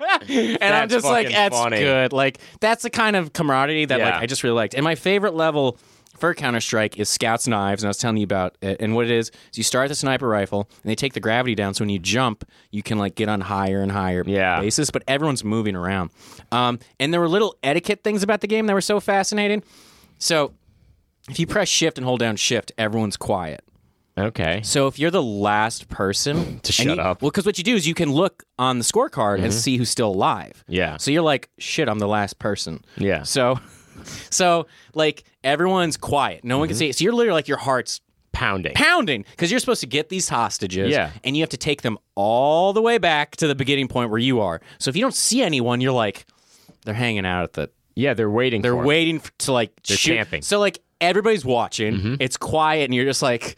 A: I'm
B: That's
A: just like,
B: fucking
A: that's
B: funny.
A: good. Like, that's the kind of camaraderie that,
B: Yeah.
A: like, I just really liked. And my favorite level for Counter Strike is Scouts Knives. And I was telling you about it. And what it is, is you start with a sniper rifle and they take the gravity down. So when you jump, you can, like, get on higher and higher
B: Yeah.
A: basis, but everyone's moving around. Um, and there were little etiquette things about the game that were so fascinating. So if you press shift and hold down shift, everyone's quiet.
B: Okay.
A: So if you're the last person to
B: shut up. Mm-hmm.
A: well, because what you do is you can look on the scorecard and see who's still alive.
B: Yeah.
A: So you're like, shit, I'm the last person.
B: Yeah.
A: So, <laughs> so like everyone's quiet. No one
B: Mm-hmm.
A: can see it. So you're literally like your heart's
B: Pounding.
A: pounding because you're supposed to get these hostages
B: Yeah.
A: and you have to take them all the way back to the beginning point where you are. So if you don't see anyone, you're like, they're hanging out at the
B: Yeah, they're waiting.
A: they're
B: for him.
A: waiting f to like
B: They're
A: shoot.
B: camping. Mm-hmm.
A: So like everybody's watching. It's quiet, and you're just like,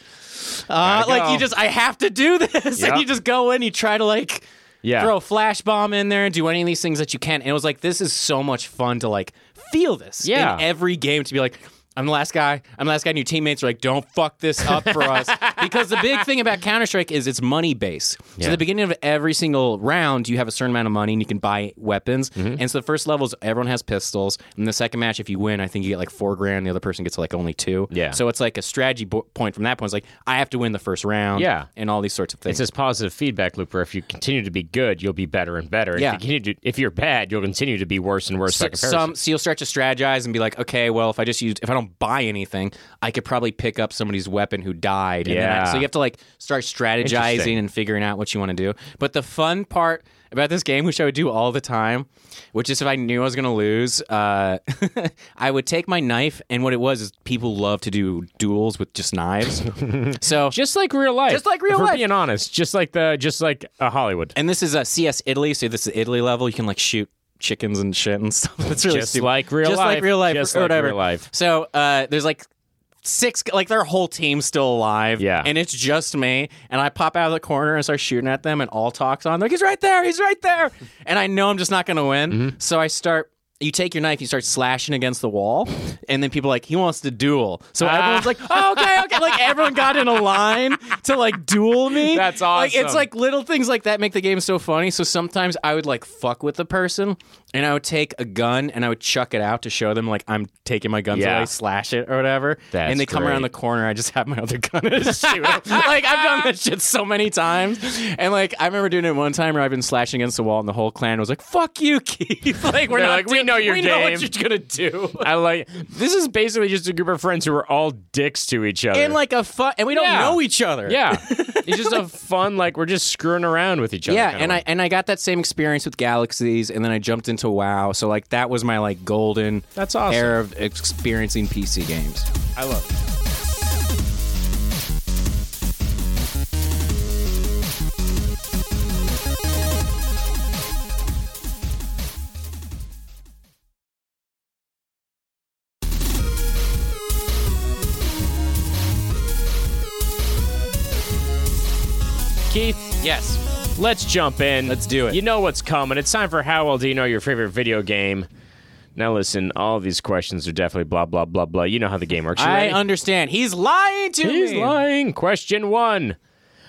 A: uh,
B: Gotta
A: like
B: go.
A: you just I have to do this, <laughs>
B: Yep.
A: and you just go in, you try to like.
B: Yeah.
A: Throw a flash bomb in there and do any of these things that you can. And it was like, this is so much fun to like feel this
B: Yeah.
A: in every game to be like, I'm the last guy. I'm the last guy. And your teammates are like, don't fuck this up for
B: <laughs>
A: us. because the big thing about Counter Strike is it's money based. So at the beginning of every single round, you have a certain amount of money and you can buy weapons.
B: Mm-hmm.
A: And so the first level is everyone has pistols. And the second match, if you win, I think you get like four grand. The other person gets like only two.
B: Yeah.
A: So it's like a strategy bo- point from that point. It's like, I have to win the first round.
B: Yeah.
A: And all these sorts of things.
B: It's this positive feedback loop where if you continue to be good, you'll be better and better.
A: Yeah.
B: If, you continue to, if you're bad, you'll continue to be worse and worse. by
A: So-
B: comparison.
A: some so you'll start to strategize and be like, okay, well, if I just use, if I don't buy anything, I could probably pick up somebody's weapon who died. And then I-
B: Yeah.
A: so you have to like start strategizing
B: Interesting.
A: and figuring out what you want to do. But the fun part about this game, which I would do all the time, which is if I knew I was gonna lose, uh, <laughs> I would take my knife and what it was is people love to do duels with just
B: <laughs>
A: knives. so
B: just like real life.
A: Just like real
B: if
A: life.
B: We're being honest. Just like the just like uh, Hollywood.
A: and this is a CS Italy, so this is Italy level. You can like shoot chickens and shit and stuff. <laughs> That's really
B: Just
A: stupid.
B: like real
A: just
B: life.
A: like real life,
B: Just
A: or
B: like
A: whatever.
B: real life.
A: So uh, there's like six, like their whole team's still alive.
B: Yeah.
A: and it's just me, and I pop out of the corner and start shooting at them, and all talks on. Like he's right there, he's right
B: <laughs>
A: there, and I know I'm just not gonna win.
B: Mm-hmm.
A: So I start. You take your knife, you start slashing against the wall, and then people are like he wants to duel. So
B: Ah.
A: everyone's like, oh, okay, okay, like everyone got in a line to like duel me.
B: <laughs> That's
A: Like, it's
B: awesome.
A: like like little things like that make the game so funny. So sometimes I would like fuck with the person, and I would take a gun and I would chuck it out to show them like I'm taking my guns
B: Yeah.
A: away, slash it or whatever.
B: That's
A: and they come around the
B: great.
A: corner. I just have my other gun and <laughs>
B: <laughs>
A: just shoot 'em. like I've done that shit so many times. And like I remember doing it one time where I've been slashing against the wall, and the whole clan was like, "Fuck you, Keith!" <laughs> like we're
B: They're
A: not
B: like, "We
A: do-
B: know your
A: we know
B: game."
A: what you're gonna do.
B: I like this is basically just a group of friends who are all dicks to each other.
A: And like a fun, and we don't
B: Yeah.
A: know each other. <laughs>
B: yeah, it's just a fun like we're just screwing around with each other.
A: Yeah,
B: kinda
A: and I
B: way.
A: and I got that same experience with Galaxies, and then I jumped into WoW. So like that was my like golden
B: That's awesome.
A: era of experiencing PC games.
B: I love. It. Keith,
A: Yes,
B: let's jump in.
A: Let's do it.
B: You know what's coming. It's time for how well do you know your favorite video game? Now listen, all these questions are definitely blah blah blah blah. You know how the game works. You
A: I
B: ready?
A: understand. He's lying to
B: He's
A: me.
B: lying. Question one.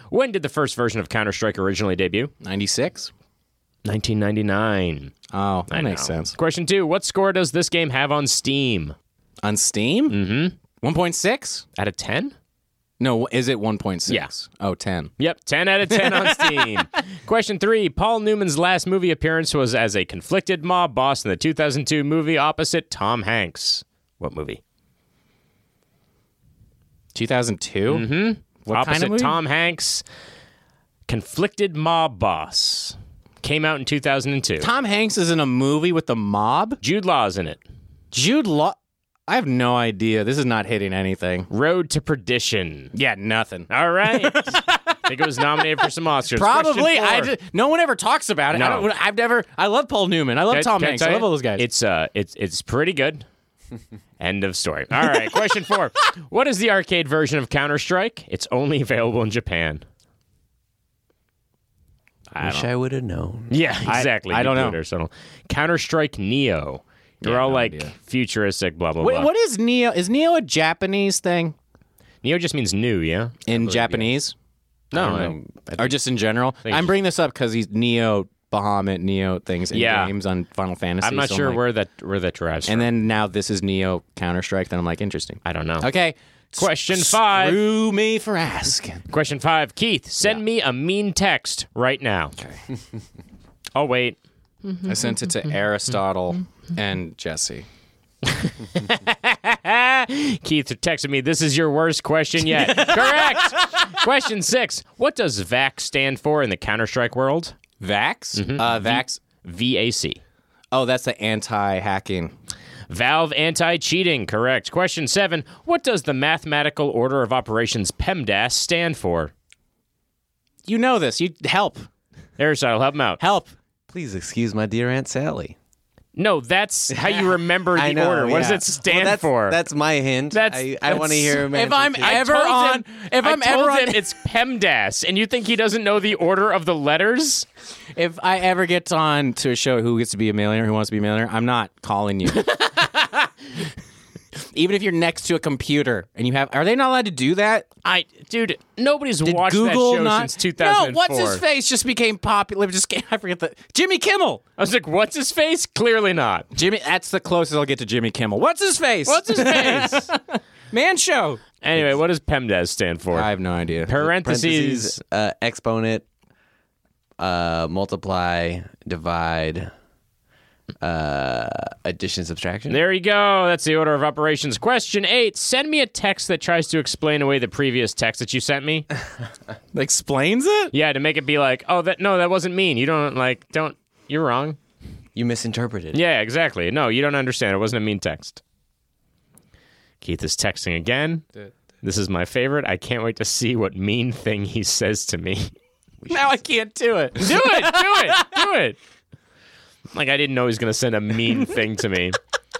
B: When did the first version of Counter Strike originally debut?
A: Ninety six.
B: 1999.
A: Oh, that
B: I
A: makes
B: know.
A: sense.
B: Question two. What score does this game have on Steam?
A: On Steam, mm-hmm. one point six.
B: Out of 10?
A: No, is it one point
B: Yeah.
A: six? Oh, 10.
B: Yep, 10 out of 10 on
A: <laughs>
B: Steam. Question three Paul Newman's last movie appearance was as a conflicted mob boss in the 2002 movie opposite Tom Hanks. What movie?
A: 2002? Mm-hmm. What
B: opposite
A: kind of movie?
B: Tom Hanks, conflicted mob boss. Came out in 2002.
A: Tom Hanks is in a movie with the mob.
B: Jude Law's in it.
A: Jude Law. I have no idea. This is not hitting anything.
B: Road to Perdition.
A: Yeah, nothing.
B: All <laughs> right. I think it was nominated for some Oscars.
A: Probably.
B: Question four.
A: I ju- no one ever talks about it. I
B: No.
A: don't, I've never. I love Paul Newman. I love
B: Can I-
A: Tom
B: can I
A: Hanks.
B: tell
A: I
B: you?
A: love all those guys.
B: It's uh, it's it's pretty good. <laughs> End of story. All right. Question four. What is the arcade version of Counter Strike? It's only available in Japan.
C: I wish I would have known.
B: Yeah, exactly.
A: I
B: You
A: don't
B: blew
A: know.
B: it or something. Counter Strike Neo. They're all like futuristic. Blah blah
A: Wait,
B: blah.
A: what is Neo? Is Neo a Japanese thing
B: Neo just means new. Yeah.
A: in Japanese,
B: No.
A: or just in general? I'm bringing this up because he's Neo Bahamut Neo things in
B: Yeah.
A: games on Final Fantasy.
B: I'm not
A: so
B: sure
A: like-
B: where that where that derives
A: And
B: from.
A: then now this is Neo Counter Strike. Then I'm like, interesting.
B: I don't know.
A: Okay.
B: Question
A: S-
B: five.
A: Screw me for asking.
B: Question five, Keith, send me a mean text right now. <laughs> oh wait,
A: I sent it to Aristotle and Jesse.
B: Keith texted me. This is your worst question yet.
C: <laughs>
B: Correct. Question six. What does VAC stand for in the Counter Strike world?
A: Vax. Uh, Vax.
B: VAC.
A: Oh, that's the anti-hacking.
B: Valve anti cheating. Correct. Question seven. What does the mathematical order of operations E PEMDAS stand for?
A: You know this. You help.
B: Aristotle, help him out.
A: Help.
C: Please excuse my dear Aunt Sally.
B: No, that's how you remember the
C: <laughs> I know,
B: order. What does
C: yeah.
B: it stand
C: Well, that's,
B: for?
C: That's my hint.
B: That's-
C: I, I
B: that's-
C: want to hear.
A: If I'm
C: Manfred's-
A: ever
B: told
A: on,
B: him-
A: if
B: I
A: I'm ever
B: told
A: on,
B: him it's PEMDAS, and you think he doesn't know the order of the letters?
A: if I ever get on to a show, who gets to be a millionaire, who wants to be a millionaire, I'm not calling <laughs> you. Even if you're next to a computer and you have, are they not allowed to do that?
B: I, dude, nobody's
A: Did
B: watched
A: Google
B: that show
A: not?
B: since 2004.
A: No, what's his face just became popular. Just <laughs> I forget the Jimmy Kimmel.
B: I was like, what's his face? Clearly not.
A: Jimmy, that's the closest I'll get to Jimmy Kimmel. What's his face?
B: What's his face?
A: <laughs> man show?
B: <laughs> anyway, what does PEMDAS stand for?
A: I have no idea.
B: parentheses.
C: parentheses, uh, exponent, uh, multiply, divide, uh, addition, subtraction.
B: There you go. That's the order of operations. Question eight. Send me a text that tries to explain away the previous text that you
A: <laughs>
B: sent me.
A: Explains it.
B: yeah, to make it be like, oh, that no, that wasn't mean. You don't like, don't. You're wrong.
C: you misinterpreted.
B: Yeah, exactly. No, you don't understand. It wasn't a mean text. Keith is texting again. This is my favorite. I can't wait to see what mean thing he says to me.
A: Now I can't do it.
B: <laughs> do it, do it, do it. Like I didn't know he was gonna send a mean thing to me.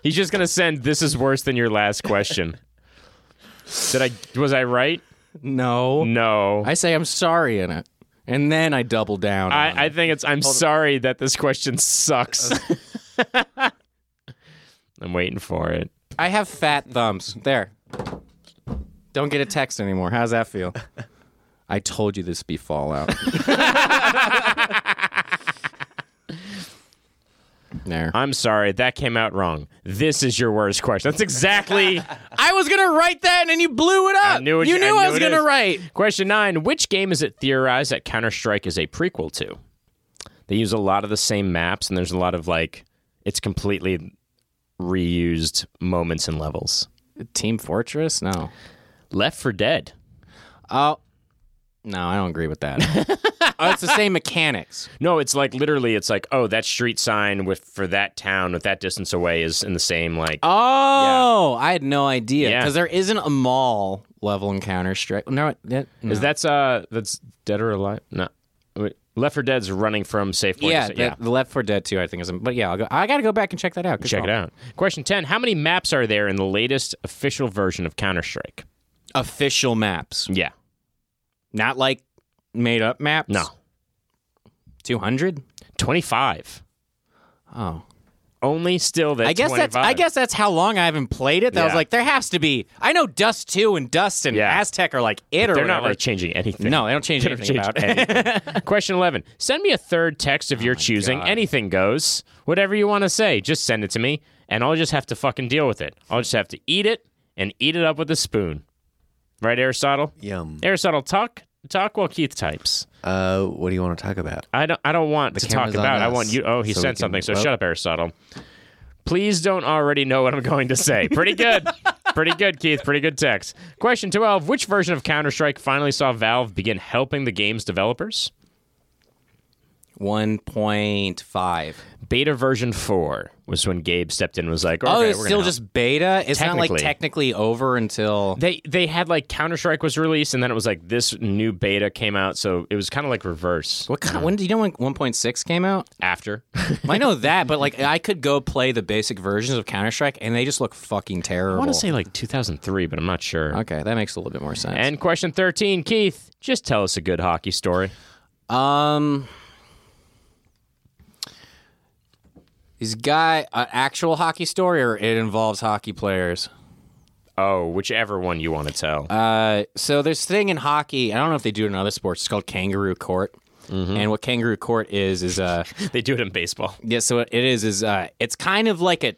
B: He's just gonna send this is worse than your last question. Did I was I right?
A: <laughs> No.
B: No.
A: I say I'm sorry in it, and then I double down. on
B: I,
A: it.
B: I think it's I'm sorry that this question <laughs> sucks. I'm waiting for it.
A: I have fat thumbs. There. Don't get a text anymore. How's that feel? <laughs> I told you this would be Fallout. <laughs> there.
B: I'm sorry, that came out wrong. This is your worst question. That's exactly
A: I was gonna write that, and then you blew it up.
B: knew what
A: you
B: you- I
A: knew
B: knew
A: I, was
B: it
A: gonna
B: is.
A: write.
B: Question nine Which game is it theorized that Counter Strike is a prequel to? They use a lot of the same maps, and there's a lot of like, it's completely reused moments and levels.
A: Team Fortress? No.
B: Left for Dead.
A: Oh. No, I don't agree with <laughs> that. oh, it's the same mechanics.
B: No, it's like literally, it's like, oh, that street sign with for that town with that distance away is in the same like.
A: Oh, I had no idea
B: Yeah.
A: because there isn't a mall level in Counter Strike. No, that, no.
B: Is that's uh that's Dead or Alive? No, Wait, Left for Dead's running from safe point.
A: yeah,
B: to,
A: the, the Left 4 Dead 2, I think is. But yeah, I'll go, I got to go back and check that out. Good
B: Check
A: call.
B: it out. Question ten: How many maps are there in the latest official version of Counter Strike?
A: Official maps,
B: Yeah,
A: not like made up maps.
B: no,
A: two hundred.
B: twenty-five.
A: Oh,
B: only still that
A: I guess
B: 25.
A: that's I guess that's how long I haven't played it. That I was
B: Yeah.
A: like, there has to be. I know Dust Two and Dust and
B: Yeah.
A: Aztec are like it or
B: they're not
A: whatever.
B: like changing anything. <laughs>
A: no, they don't change
B: They don't
A: anything Oh
B: change
A: about it.
B: anything. <laughs> Question 11. Send me a third text of your choosing. Anything goes. Whatever you want to say, just send it to me and I'll just have to fucking deal with it. I'll just have to eat it and eat it up with a spoon. Right, Aristotle?
C: Yum.
B: Aristotle, talk talk while Keith types.
C: Uh, what do you want to talk about?
B: I don't I don't want to talk
C: camera's on
B: about. it. I
C: us,
B: want you Oh, he
C: so we
B: sent
C: can-
B: something. So
C: well-
B: shut up, Aristotle. Please don't already know what I'm going to say. Pretty good. Pretty good, Keith. Pretty good text. Question 12. Which version of Counter-Strike finally saw Valve begin helping the game's developers?
A: One point five.
B: Beta version 4 was when Gabe stepped in and was like, okay,
A: Oh, it's
B: we're gonna
A: still
B: help.
A: just beta. It's not like
B: Technically.
A: technically over until
B: They they had like Counter-Strike was released and then it was like this new beta came out, so it was kind of like reverse
A: what? Kind, when do you know when one point six came out?
B: after.
A: I
B: <laughs>
A: know that, but like I could go play the basic versions of Counter Strike, and they just look fucking terrible.
B: I want to say like 2003, but I'm not sure.
A: okay, that makes a little bit more sense.
B: And question 13, Keith, just tell us a good hockey story.
A: Um, is guy an actual hockey story or it involves hockey players?
B: Oh, whichever one you want to tell.
A: Uh, so there's this thing in hockey. I don't know if they do it in other sports. It's called kangaroo court.
B: Mm-hmm.
A: And what kangaroo court is is uh
B: <laughs> they do it in baseball.
A: yeah so what it is is uh it's kind of like a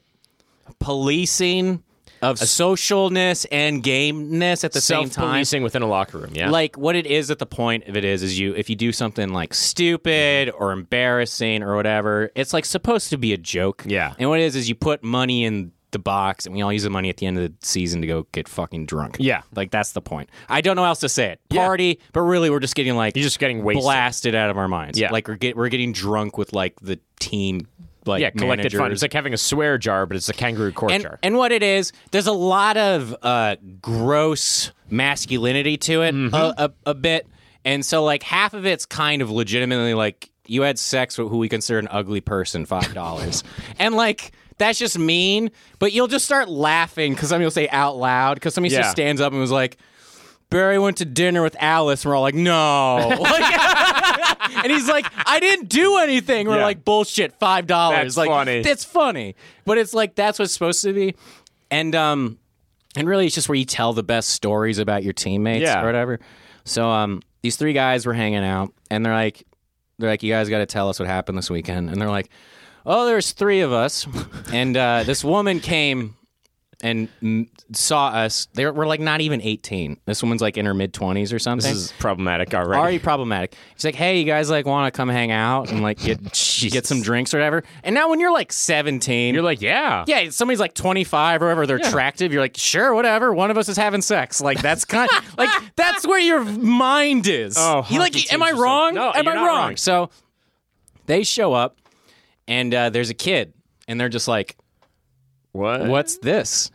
A: policing of socialness and gameness at the same time.
B: Self-policing within a locker room, yeah.
A: like what it is at the point of it is is you if you do something like stupid or embarrassing or whatever it's like supposed to be a joke
B: Yeah.
A: and what it is is you put money in the box and we all use the money at the end of the season to go get fucking drunk
B: Yeah.
A: like that's the point i don't know how else to say it party but really we're just getting like
B: You're just getting wasted.
A: blasted out of our minds
B: Yeah.
A: like we're, get, we're getting drunk with like the team like
B: yeah, collected fun.
A: managers.
B: It's like having a swear jar, but it's a kangaroo court
A: And,
B: jar.
A: and what it is, there's a lot of uh, gross
B: Mm-hmm.
A: masculinity to it, a, a, a bit. And so, like, half of it's kind of legitimately like you had sex with who we consider an ugly person five
B: <laughs>
A: dollars and like that's just mean but you'll just start laughing because somebody will say out loud because somebody
B: Yeah.
A: just stands up and was like Barry went to dinner with Alice, and we're all like, no. <laughs>
B: <laughs>
A: Like- and he's like, I didn't do anything. We're
B: Yeah.
A: like, bullshit, five dollars.
B: That's
A: Like,
B: funny.
A: That's funny, but it's like that's what's supposed to be, and um, and really, it's just where you tell the best stories about your teammates
B: Yeah.
A: or whatever. So um, these three guys were hanging out, and they're like, they're like, you guys got to tell us what happened this weekend, and they're like, oh, there's three of us, and uh, this woman came and mm, saw us. They were like not even 18. This woman's like in her mid 20s or something.
B: This is problematic already.
A: already problematic. She's like, "Hey, you guys like want to come hang out and like
B: <laughs>
A: get get some drinks or whatever." And now when you're like 17,
B: You're like, yeah.
A: yeah, somebody's like 25 or whatever, they're attractive. You're like, sure, whatever. One of us is having sex. Like that's kind
B: <laughs>
A: like that's where your mind is.
B: Oh,
A: you like,
B: honky
A: am I
B: tonk yourself.
A: wrong?
B: No,
A: am
B: you're
A: I
B: not
A: wrong?
B: wrong.
A: So they show up, and uh, there's a kid, and they're just like,
B: What?
A: "What's
B: <laughs>
A: this?"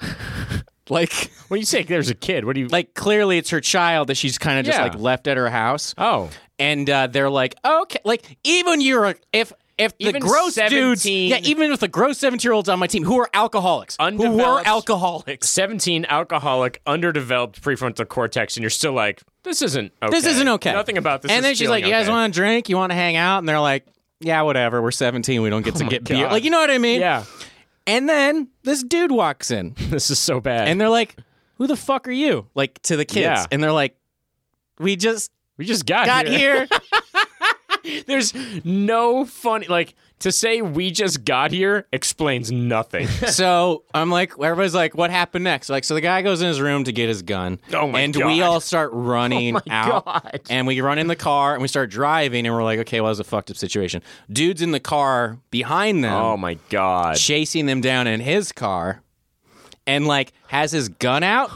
A: like.
B: When you say there's a kid, what do you
A: like clearly it's her child that she's kind of just
B: Yeah.
A: like left at her house
B: Oh,
A: and uh, they're like okay like even you're a- if if the
B: Even
A: gross
B: 17
A: dudes yeah even with the gross 17 year olds on my team who are alcoholics who were
B: Undeveloped-
A: alcoholics
B: 17 alcoholic underdeveloped prefrontal cortex and you're still like this isn't okay.
A: this isn't okay
B: Nothing about this
A: and
B: is
A: then she's
B: feeling
A: like you guys
B: okay.
A: want to drink you want to hang out and they're like yeah whatever we're 17 we don't get to
B: Oh my
A: get beer
B: God.
A: like you know what I mean
B: Yeah. <laughs>
A: and then this dude walks in
B: This is so bad.
A: and they're like who the fuck are you like to the kids
B: Yeah.
A: and they're like we just
B: we just got,
A: got
B: <laughs>
A: here
B: There's no funny like to say we just got here
A: <laughs>
B: explains nothing.
A: so I'm like, everybody's like, what happened next? Like, so the guy goes in his room to get his gun.
B: Oh my
A: and
B: God. Oh
A: we all start
B: <laughs>
A: running <laughs> out.
B: God.
A: And we run in the car and we start driving and we're like, okay, well, that was a fucked up situation. Dude's in the car behind them,
B: oh my god.
A: chasing them down in his car and like has his gun
B: <laughs>
A: out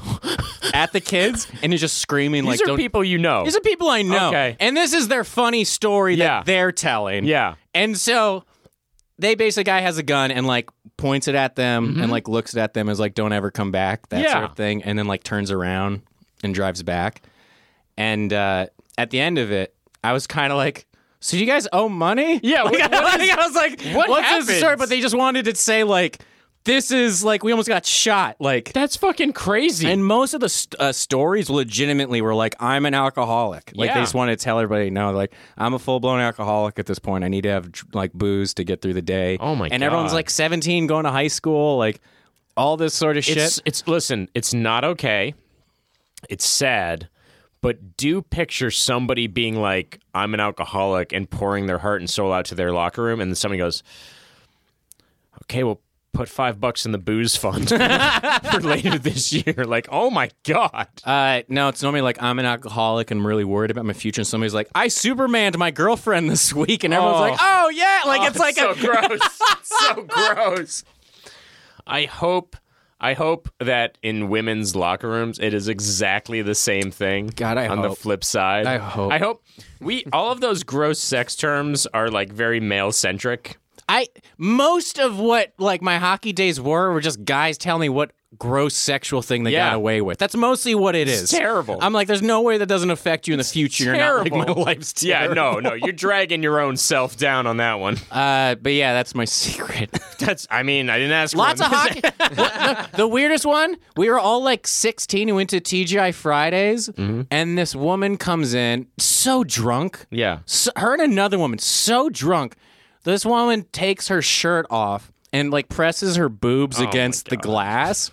A: at the kids and is just screaming,
B: These
A: like,
B: are
A: don't.
B: people you know.
A: These are people I know.
B: Okay.
A: And this is their funny story
B: Yeah.
A: that they're telling.
B: yeah.
A: And so they basically guy has a gun and like points it at them and like looks it at them as like don't ever come back that
B: Mm-hmm. Yeah.
A: sort of thing and then like turns around and drives back. And uh, at the end of it, I was kind of like, so you guys owe money?
B: <laughs> Yeah,
A: Like,
B: what- what
A: like, I was like,
B: what
A: what's
B: happened?
A: this story? But they just wanted to say like, this is like we almost got shot. Like
B: That's fucking crazy.
A: and most of the st- uh, stories legitimately were like, I'm an alcoholic. Like,
B: Yeah.
A: they just wanted to tell everybody, no, like, I'm a full blown alcoholic at this point. I need to have, dr- like, booze to get through the day.
B: Oh, my
A: And everyone's
B: God.
A: like 17 going to high school, like, all this sort of shit.
B: It's, it's listen, it's not okay. It's sad, but do picture somebody being like, "I'm an alcoholic," and pouring their heart and soul out to their locker room, and then somebody goes, "Okay, well, put five bucks in the booze fund <laughs> for later this year." Like, oh my god,
A: uh, no, it's normally like, I'm an alcoholic and I'm really worried about my future. And somebody's like, I supermaned my girlfriend this week. And everyone's
B: Oh.
A: like, oh, yeah. Like, it's
B: it's
A: like
B: so
A: a. <laughs>
B: gross, so gross. I hope. I hope that in women's locker rooms, it is exactly the same thing.
A: God, I
B: on the
A: hope.
B: flip side,
A: I hope.
B: I hope we all of those gross sex terms are like very male centric.
A: I most of what like my hockey days were were just guys telling me what gross sexual thing they
B: Yeah.
A: got away with. That's mostly what it is.
B: terrible.
A: I'm like, there's no way that doesn't affect you in the future. You're not like my
B: terrible.
A: life's
B: Yeah,
A: terrible. <laughs>
B: no, no, you're dragging your own self down on that one.
A: Uh, but yeah, that's my <laughs> secret.
B: <laughs> That's. I mean, I didn't ask. for
A: Lots of
B: him.
A: hockey. What- <laughs> the, the weirdest one, we were all like 16 and went to TGI Fridays,
B: Mm-hmm.
A: and this woman comes in so drunk.
B: <laughs> yeah.
A: so, her and another woman so drunk this woman takes her shirt off and like presses her
B: Oh
A: boobs against the glass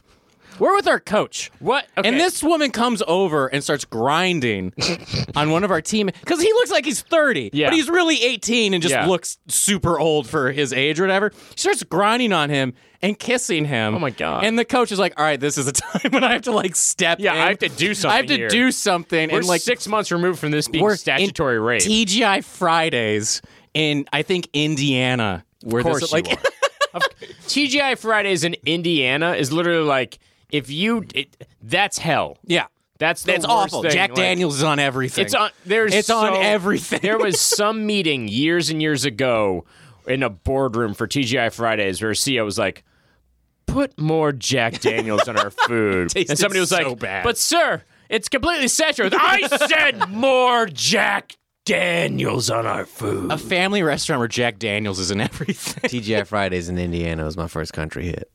A: we're with our coach
B: What? Okay.
A: and this woman comes over and starts grinding
B: <laughs>
A: on one of our team because he looks like he's 30
B: Yeah.
A: but he's really 18 and just
B: Yeah.
A: looks super old for his age or whatever she starts grinding on him and kissing him oh
B: my God.
A: and the <laughs> coach is like all right this is a time when i have to like step
B: Yeah,
A: in.
B: I have to do something.
A: i have to
B: here.
A: do something
B: We're
A: and like
B: six months removed from this being
A: we're in
B: statutory rape.
A: TGI Fridays in I think Indiana. Where
B: course
A: this,
B: you
A: like,
B: <laughs> TGI Fridays in Indiana is literally like if you it, that's hell.
A: <laughs> yeah,
B: That's the
A: it's
B: worst
A: awful.
B: thing.
A: Jack
B: Like,
A: Daniels is on everything.
B: It's on. There's
A: It's on
B: so-
A: everything.
B: there
A: <laughs>
B: was some meeting years and years ago in a boardroom for TGI Fridays where a CEO was like. Put more
A: <laughs>
B: Jack Daniels on our food, and
A: Tasted
B: somebody was
A: so
B: like,
A: bad. <laughs>
B: "But sir, it's completely saturated." I said more Jack Daniels on our food.
A: A family restaurant where Jack Daniels is in everything. <laughs>
C: TGI Fridays in Indiana was my first country hit.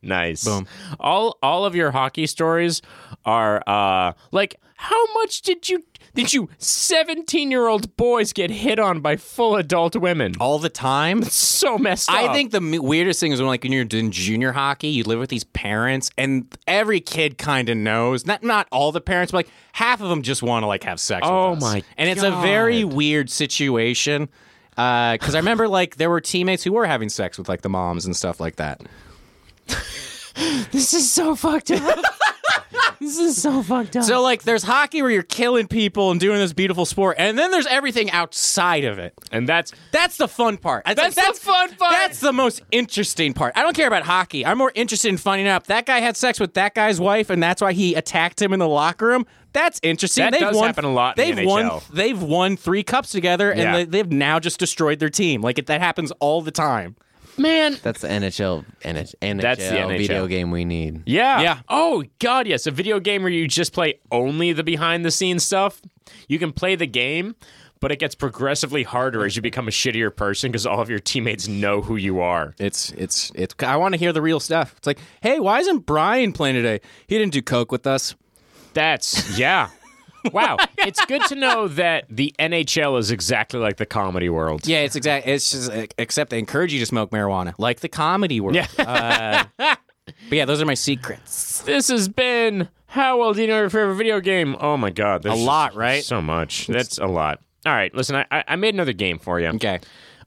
B: Nice. Boom. All all of your hockey stories are uh like how much did you did you 17-year-old boys get hit on by full adult women?
A: All the time.
B: So messed up.
A: I think the m- weirdest thing is when, like, when you're in junior hockey, you live with these parents, and every kid kind of knows. Not not all the parents, but like half of them just want to like have sex.
B: Oh,
A: with us.
B: my
A: And it's a very weird situation because I remember like there were teammates who were having sex with like the moms and stuff like that.
B: this is so fucked <laughs> up. this is so fucked up.
A: So like, there's hockey where you're killing people and doing this beautiful sport, and then there's everything outside of it.
B: and that's
A: That's the fun part. That's,
B: the fun part.
A: That's the most interesting part. I don't care about hockey. I'm more interested in finding out if that guy had sex with that guy's wife, and that's why he attacked him in the locker room. That's interesting.
B: That
A: they've
B: does
A: won,
B: happen a lot in the
A: They've won.
B: NHL.
A: They've won three cups together, and
B: Yeah.
A: they, they've now just destroyed their team. Like it, that happens all the time.
B: man.
C: That's the NHL, NH- NHL,
B: That's the NHL.
C: video game we need.
B: Yeah.
A: Yeah.
B: Oh god, yes. A video game where you just play only the behind the scenes stuff. You can play the game, but it gets progressively harder as you become a shittier person because all of your teammates know who you are.
A: It's it's it's. I want to hear the real stuff. It's like, hey, why isn't Brian playing today? He didn't do coke with us.
B: That's <laughs> yeah. Wow. it's good to know that the NHL is exactly like the comedy world.
A: Yeah, it's exact. It's just e, except they encourage you to smoke marijuana, like the comedy world. Yeah. <laughs> but yeah, those are my secrets.
B: This has been How Well Do You Know Your Favorite Video Game? Oh my god. A
A: lot, right?
B: So much. That's a lot. All right, listen, I- I, I made another game for you.
A: Okay.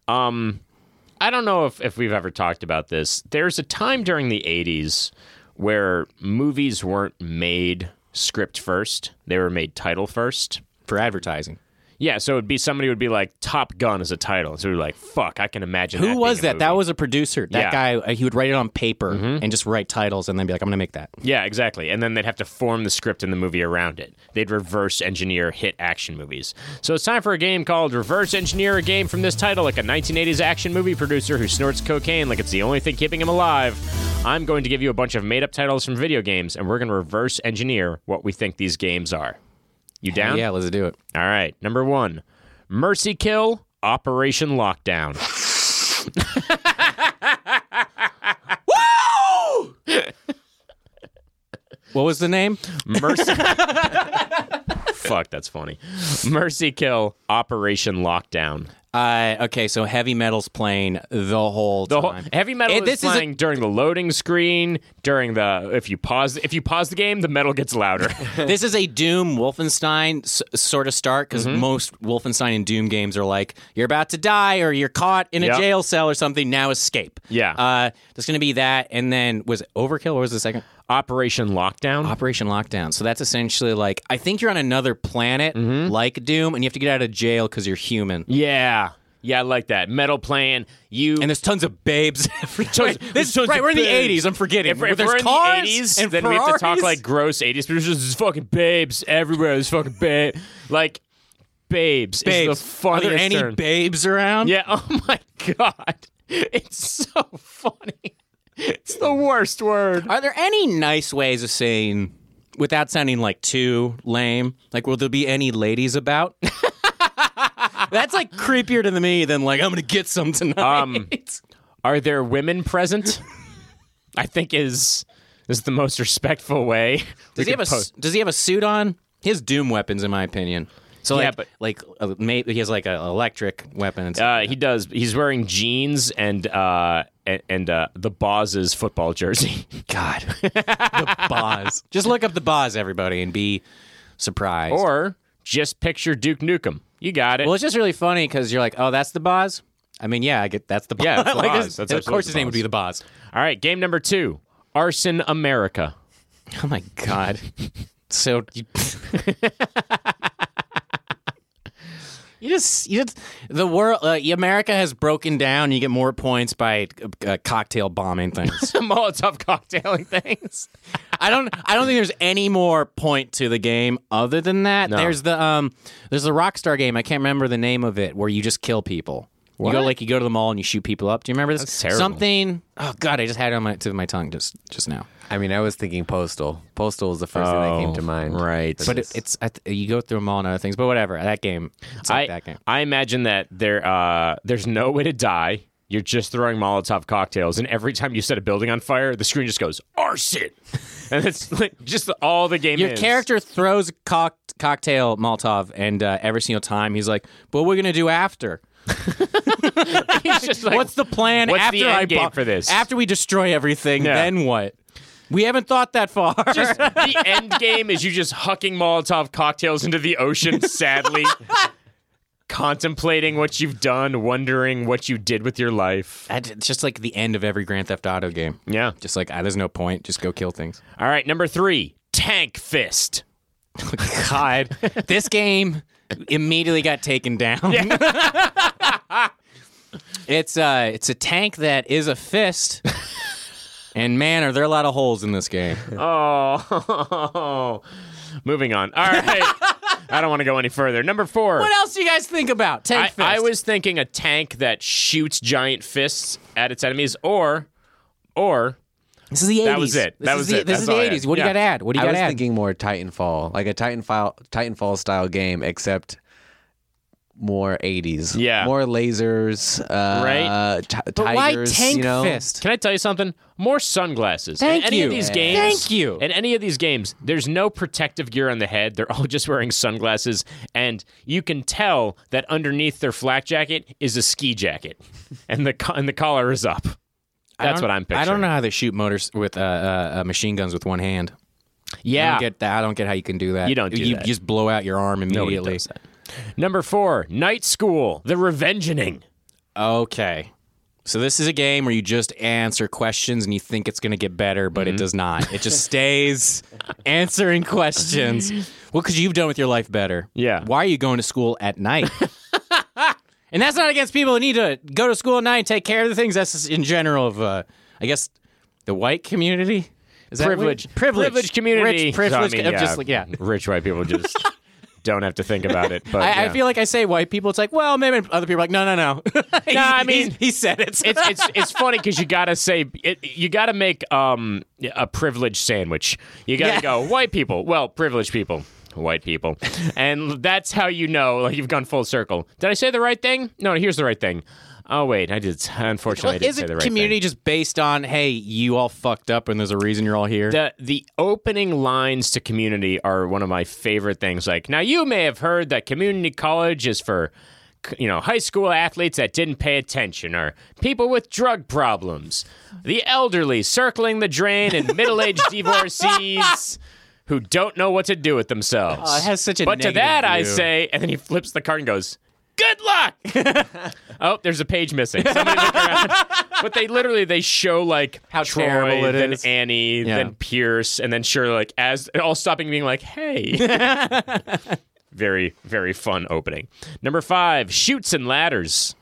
B: I don't know if, if we've ever talked about this. There's a time during the 80s where movies weren't made script first, they were made title first.
A: For advertising.
B: Yeah, so it'd be somebody would be like Top Gun as a title. So we're like, fuck, I can imagine
A: Who was that? That
B: was.
A: was a Mm-hmm. producer. That
B: Yeah.
A: guy, uh, he would write it on paper and just write titles and then be like, I'm going to make that.
B: Yeah, exactly. And then they'd have to form the script and the movie around it. They'd reverse engineer hit action movies. So it's time for a game called Reverse Engineer a Game from this title, like a 1980s action movie producer who snorts cocaine like it's the only thing keeping him alive. I'm going to give you a bunch of made up titles from video games, and we're going to reverse engineer what we think these games are. You down?
A: Yeah, let's do it.
B: All right. Number one Mercy Kill, Operation Lockdown.
A: What was the name?
B: Mercy.
A: <laughs>
B: Fuck, that's funny. Mercy Kill, Operation Lockdown.
A: Uh, okay, so Heavy Metal's playing the whole
B: The whole,
A: time.
B: Oh, heavy metal
A: It-
B: is
A: this is a-
B: playing during the loading screen. During the if you pause if you pause the game, the metal
A: <laughs>
B: gets louder.
A: this is a Doom Wolfenstein s- sort of start because
B: Mm-hmm.
A: most Wolfenstein and Doom games are like you're about to die or you're caught in a
B: Yep.
A: jail cell or something. Now escape.
B: Yeah.
A: uh, there's going to be that, and then was it Overkill? What was the second
B: Operation Lockdown.
A: Operation Lockdown? So that's essentially like I think you're on another planet
B: Mm-hmm.
A: like Doom, and you have to get out of jail because you're human.
B: yeah, yeah, I like that metal playing. You
A: And there's tons of babes. <laughs> everywhere.
B: Tons-
A: this is
B: tons
A: right.
B: of
A: We're in the
B: babes.
A: '80s. I'm forgetting.
B: if, if
A: there's
B: we're in
A: cars
B: the 80s,
A: and
B: then we have to talk
A: Ferraris.
B: like gross 80s producers. There's fucking babes everywhere. There's fucking babe, like babes.
A: babes.
B: Is the
A: Are
B: funniest
A: there any
B: term.
A: babes around?
B: Yeah. <laughs> Oh my god, it's so funny. It's the worst word.
A: Are there any nice ways of saying without sounding like too lame? Like, will there be any ladies about? <laughs> That's like creepier to me than like I'm gonna get some tonight. <laughs>
B: Um, Are there women present? I think is is the most respectful way. we
A: does he have
B: could
A: a s-
B: post-
A: Does he have a suit on? He has doom weapons, in my opinion. So
B: Yeah,
A: like,
B: but-
A: like uh, maybe he has like an electric weapon.
B: <laughs>
A: And stuff.
B: Uh, he does. He's wearing jeans and uh, and, and uh, the Boz's football jersey.
A: God, the Boz. Just look up the Boz, everybody, and be surprised.
B: <laughs> or just picture Duke Nukem. You got it.
A: Well, it's just really funny because you're like, oh, that's the Boz. I mean, yeah, I get that's the Boz. <laughs>
B: Yeah, it's the
A: Like,
B: Boz.
A: this-
B: That's
A: of
B: absolutely
A: course,
B: the
A: his name would
B: Boz.
A: be the Boz.
B: All right, game number two: Arson America.
A: Oh my
B: <laughs>
A: god. So you, <laughs> you just you just, the world uh, America has broken down. You get more points by uh, cocktail bombing
B: <laughs>
A: things.
B: Molotov cocktailing things.
A: I don't I don't think there's any more point to the game other than that. There's the um there's the Rockstar game. I can't remember the name of it where you just kill people. You go like you go to the mall and you shoot people up. Do you remember this?
B: That's terrible.
A: Something. Oh god, I just had it on my tip of my tongue just just now.
C: I mean, I was thinking Postal. Postal was the first thing that came to mind.
B: Oh, Right.
A: But it, it's I th- you go through them all and other things. But whatever, that game. It's like
B: I,
A: that game.
B: I imagine that there uh, there's no way to die. You're just throwing Molotov cocktails, and every time you set a building on fire, the screen just goes arson, <laughs> and it's like just the, all the game.
A: Your
B: is. <laughs>
A: character throws a cock- cocktail Molotov, and uh, every single time he's like, "But what are we gonna do after?
B: He's just like,
A: what's the plan
B: what's
A: after
B: the end
A: I
B: game
A: bo-
B: for this?
A: After we destroy everything,
B: Yeah.
A: then what? We haven't thought that far.
B: just <laughs> the end game is you just hucking Molotov cocktails into the ocean, sadly, <laughs> contemplating what you've done, wondering what you did with your life.
A: I d- it's just like the end of every Grand Theft Auto game.
B: Yeah.
A: Just like ah, there's no point. Just go kill things.
B: All right, number three, Tank Fist.
A: God, this game immediately got taken down. <laughs> it's uh, it's a tank that is a fist, and man, are there a lot of holes in this game.
B: Oh, <laughs> moving on. All right. I don't want to go any further. Number four.
A: What else do you guys think about tank
B: I,
A: fist?
B: I was thinking a tank that shoots giant fists at its enemies, or, or
A: This is the 80s.
B: That was it.
A: This
B: That
A: is
B: was
A: the,
B: it.
A: This
B: That's
A: is
B: all
A: the
B: I had.
A: 80s. What do you
B: Yeah.
A: got to add? What do you
C: I
A: got
C: was
A: to add?
C: thinking more Titanfall, like a Titanfall Titanfall style game, except more 80s.
B: Yeah.
C: More lasers. Uh,
B: Right.
C: T-
A: but
C: tigers,
A: why tank
C: you know?
A: fist?
B: Can I tell you something? More sunglasses.
A: Thank
B: in any
A: you.
B: of these
A: Yeah.
B: games.
A: Thank you.
B: In any of these games, there's no protective gear on the head. They're all <laughs> just wearing sunglasses, and you can tell that underneath their flak jacket is a ski jacket, and the co- and the collar is up.
A: I
B: That's
A: don't-
B: what I'm picturing.
A: I don't know how they shoot motors with uh, uh, uh, machine guns with one hand. I
B: Yeah.
A: don't get that. I don't get how you can do that.
B: You don't do
A: You
B: that.
A: just blow out your arm
B: Nobody
A: immediately.
B: does that. Number four, Night School, The Revengeing.
A: Okay. So this is a game where you just answer questions and you think it's going to get better, but
B: Mm-hmm.
A: it does not. It
B: <laughs>
A: just stays answering questions. Well, because you've done with your life better.
B: Yeah.
A: Why are you going to school at
B: <laughs>
A: night? and that's not against people who need to go to school at night and take care of the things. That's just in general of, uh, I guess, the white community. Is that what-
B: Privilege.
A: privilege,
B: community.
A: rich, privilege.
B: So, I mean, Mm-hmm.
A: I'm just like yeah.
B: Rich white people <laughs> just don't have to think about it. But
A: I, I
B: yeah.
A: feel like I say white people. It's like, well, maybe other people are like, no, no, <laughs> no. no,
B: I mean-
A: he, said it.
B: it's it's it's funny because you gotta say it, you gotta make um a privileged sandwich. You gotta
A: Yeah.
B: go white people, well privileged people, white people, and that's how you know like you've gone full circle. Did I say the right thing? No, here's the right thing. Oh wait, I did. Unfortunately, I
A: Well,
B: did
A: isn't
B: say the right
A: community
B: thing.
A: just based on hey, you all fucked up and there's a reason you're all here?
B: The the opening lines to community are one of my favorite things. Like now, you may have heard that community college is for. You know, high school athletes that didn't pay attention, or people with drug problems, the elderly circling the drain, and middle aged
A: <laughs>
B: divorcees who don't know what to do with themselves.
A: Oh, it has such a
B: but to
A: negative
B: that, I
A: view.
B: say, and then he flips the card and goes, "Good luck."
A: <laughs>
B: oh, there's a page missing. Somebody look around. But they literally they show like
A: How
B: Troy,
A: terrible it
B: then
A: is.
B: Annie,
A: Yeah.
B: then Pierce, and then sure, like as it all stopping being
A: <laughs>
B: like, hey. very, very fun opening. Number five, shoots and ladders.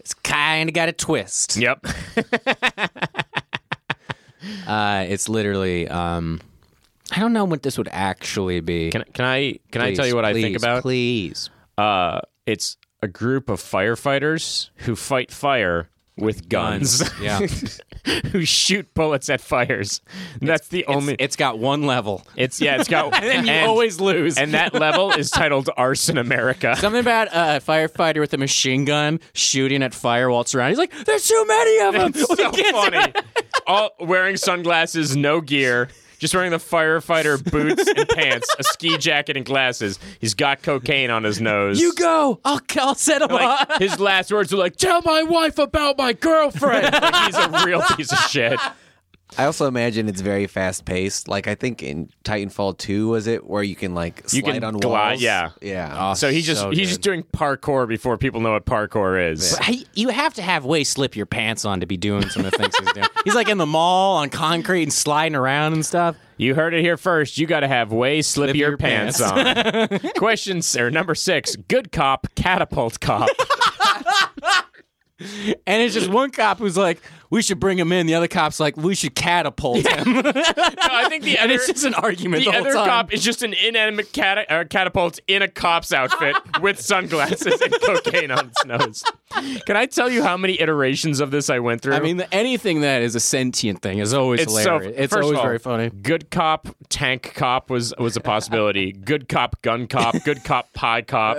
A: It's kind of got a twist.
B: Yep.
A: Uh, it's literally, um, I don't know what this would actually be.
B: Can, can I can I tell
A: Please,
B: you what I think
A: please,
B: about?
A: Please.
B: Uh, it's a group of firefighters who fight fire with guns,
A: yeah.
B: <laughs> who shoot bullets at fires. That's the only. It's,
A: it's got one level.
B: yeah. It's got
A: <laughs> And you always lose.
B: and that level is titled Arson America.
A: Something about a firefighter with a machine gun shooting at fire while it's around. He's like, there's too many of them.
B: It's so funny. <laughs> All wearing sunglasses, no gear, just wearing the firefighter boots and pants, a ski jacket and glasses. He's got cocaine on his nose.
A: You go. I'll, I'll set him
B: Like,
A: up.
B: his last words were like, "Tell my wife about my girlfriend." Like, he's a real piece of shit.
C: I also imagine it's very fast paced. Like I think in Titanfall 2 was it where you can like slide
B: can
C: on
B: glide,
C: walls.
B: yeah.
C: Yeah.
B: So he just
A: So
B: he's just doing parkour before people know what parkour is.
A: I, you have to have way slip your pants on to be doing some of the things he's doing. <laughs> He's like in the mall on concrete and sliding around and stuff.
B: You heard it here first. You got to have way slip, your,
A: your <laughs> <laughs>
B: pants, on. Questions or number six: Good cop, catapult cop.
A: And it's just one cop who's like, "We should bring him in." The other cop's like, "We should catapult him."
B: I think the
A: and <laughs>
B: other,
A: it's just an argument the,
B: the
A: whole
B: other
A: time.
B: cop is just an inanimate cat- uh, catapult in a cop's outfit with sunglasses and cocaine on its nose. Can I tell you how many iterations of this I went through?
A: I mean, the, anything that is a sentient thing is always
B: It's so-
A: hilarious. it's
B: first of
A: always
B: all,
A: very funny.
B: Good cop, tank cop was was a possibility. good cop, gun cop. Good cop, pie cop.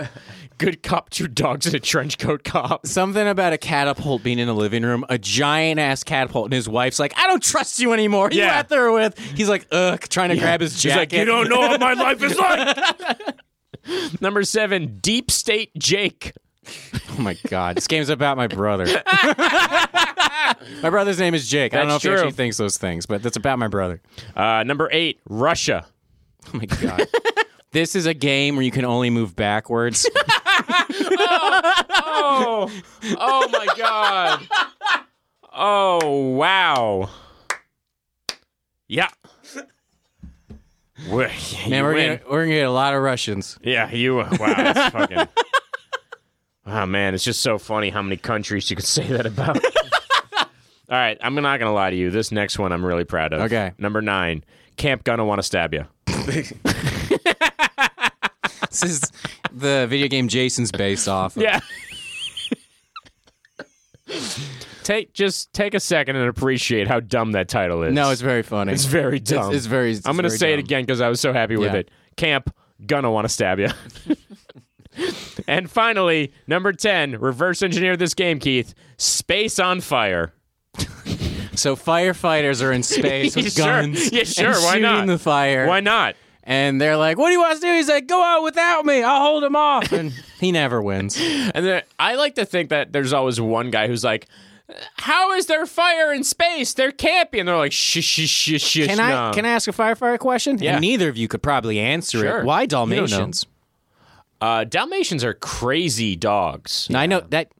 B: Good cop, two dogs in a trench coat cop.
A: Something about a catapult being in the living room, a giant ass catapult, and his wife's like, "I don't trust you anymore." You
B: Yeah.
A: out there with? He's like, "Ugh," trying to grab his
B: He's
A: jacket.
B: like, you don't know what my life is like.
A: <laughs>
B: Number seven, Deep State Jake.
A: Oh <laughs> my god, this game's about my brother. <laughs> my brother's name is Jake. I don't know if
B: That's
A: he
B: true.
A: actually thinks those things, but that's about my brother. <laughs>
B: Uh, number eight, Russia.
A: Oh my god. This is a game where you can only move
B: <laughs>
A: backwards.
B: Oh, oh my god. Oh wow. Yeah.
A: Man,
B: Wait, you
A: we're
B: win.
A: gonna, we're gonna get a lot of Russians.
B: Yeah, you. Wow, that's fucking. <laughs> Oh man, it's just so funny how many countries you could say that about. <laughs> All right, I'm not gonna lie to you. This next one, I'm really proud of.
A: Okay.
B: number nine, Camp Gonna Wanna Stab You.
A: This is the video game Jason's based off. Of.
B: Yeah. <laughs> take just take a second and appreciate how dumb that title is.
A: No, it's very funny.
B: it's very dumb.
A: It's, it's very.
B: I'm gonna
A: it's very
B: say it
A: dumb.
B: again because I was so happy with
A: Yeah.
B: it. Camp Gonna Wanna Stab You. <laughs> and finally, number ten, reverse engineer this game, Keith. Space on fire.
A: So firefighters
B: <laughs>
A: are in space with
B: Sure.
A: guns.
B: Yeah, sure,
A: and
B: why
A: shooting
B: not?
A: the fire.
B: Why not?
A: And they're like, "What do you want us to do?" He's like, "Go out without me. I'll hold him off." And he never wins.
B: <laughs> And then I like to think that there's always one guy who's like, "How is there fire in space? There can't be." And they're like, "Shh, shh, shh, shh."
A: Can I can I ask a firefighter question?
B: Yeah.
A: And neither of you could probably answer
B: Sure.
A: it. Why
B: You don't know.
A: Dalmatians?
B: Uh, Dalmatians are crazy dogs.
A: Now, I know that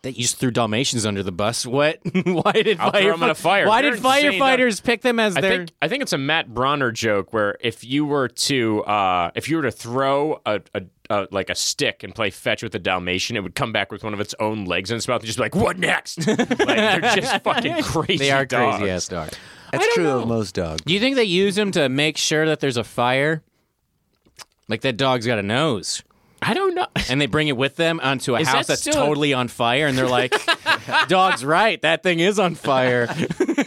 A: that you just threw Dalmatians under the bus. What? <laughs> why did
B: I'll throw 'em in a fire.
A: Why
B: They're
A: did
B: insane, dog.
A: firefighters pick them as
B: I
A: their?
B: think I think it's a Matt Bronner joke where if you were to uh, if you were to throw a, a, a like a stick and play fetch with a Dalmatian, it would come back with one of its own legs in its mouth and just be like, "What next?" <laughs> like they're just fucking crazy.
A: they are
B: dogs.
A: crazy ass dogs.
C: That's true of most dogs.
A: Do you think they use them to make sure that there's a fire? Like that dog's got a nose,
B: I don't know.
A: and they bring it with them onto a
B: Is
A: house
B: that
A: that's
B: still-
A: totally on fire, and they're
B: <laughs>
A: like, "Dog's right, that thing is on fire.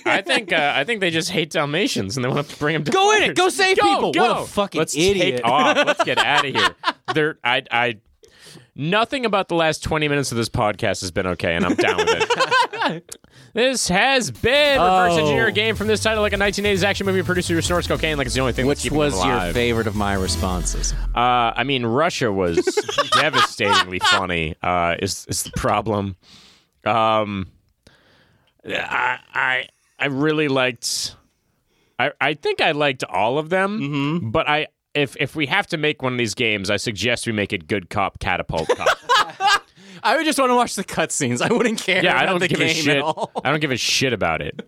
B: I think uh, I think they just hate Dalmatians and they want to bring them. To
A: Go in it. Go
B: fires.
A: save
B: Go,
A: people.
B: Go.
A: What a fucking
B: Let's
A: idiot.
B: Take off.
A: <laughs>
B: Let's get out of here. There, I, I, nothing about the last twenty minutes of this podcast has been okay, and I'm down with it.
A: <laughs>
B: This has been reverse
A: Oh.
B: engineer a game from this title like a 1980s action movie producer who snorts cocaine like it's the only thing that's
A: Which
B: keeping
A: was
B: him
A: your
B: alive.
A: favorite of my responses?
B: Uh, I mean,
A: <laughs>
B: Russia was devastatingly funny. Uh, is is the problem? Um, I I I really liked. I I think I liked all of them,
A: Mm-hmm.
B: but I. If, if we have to make one of these games, I suggest we make it good cop catapult
A: <laughs>
B: cop.
A: I would just want to watch the cutscenes. I wouldn't care.
B: Yeah, I
A: about
B: don't
A: the
B: give a
A: game
B: shit.
A: at all.
B: I don't give a shit about it.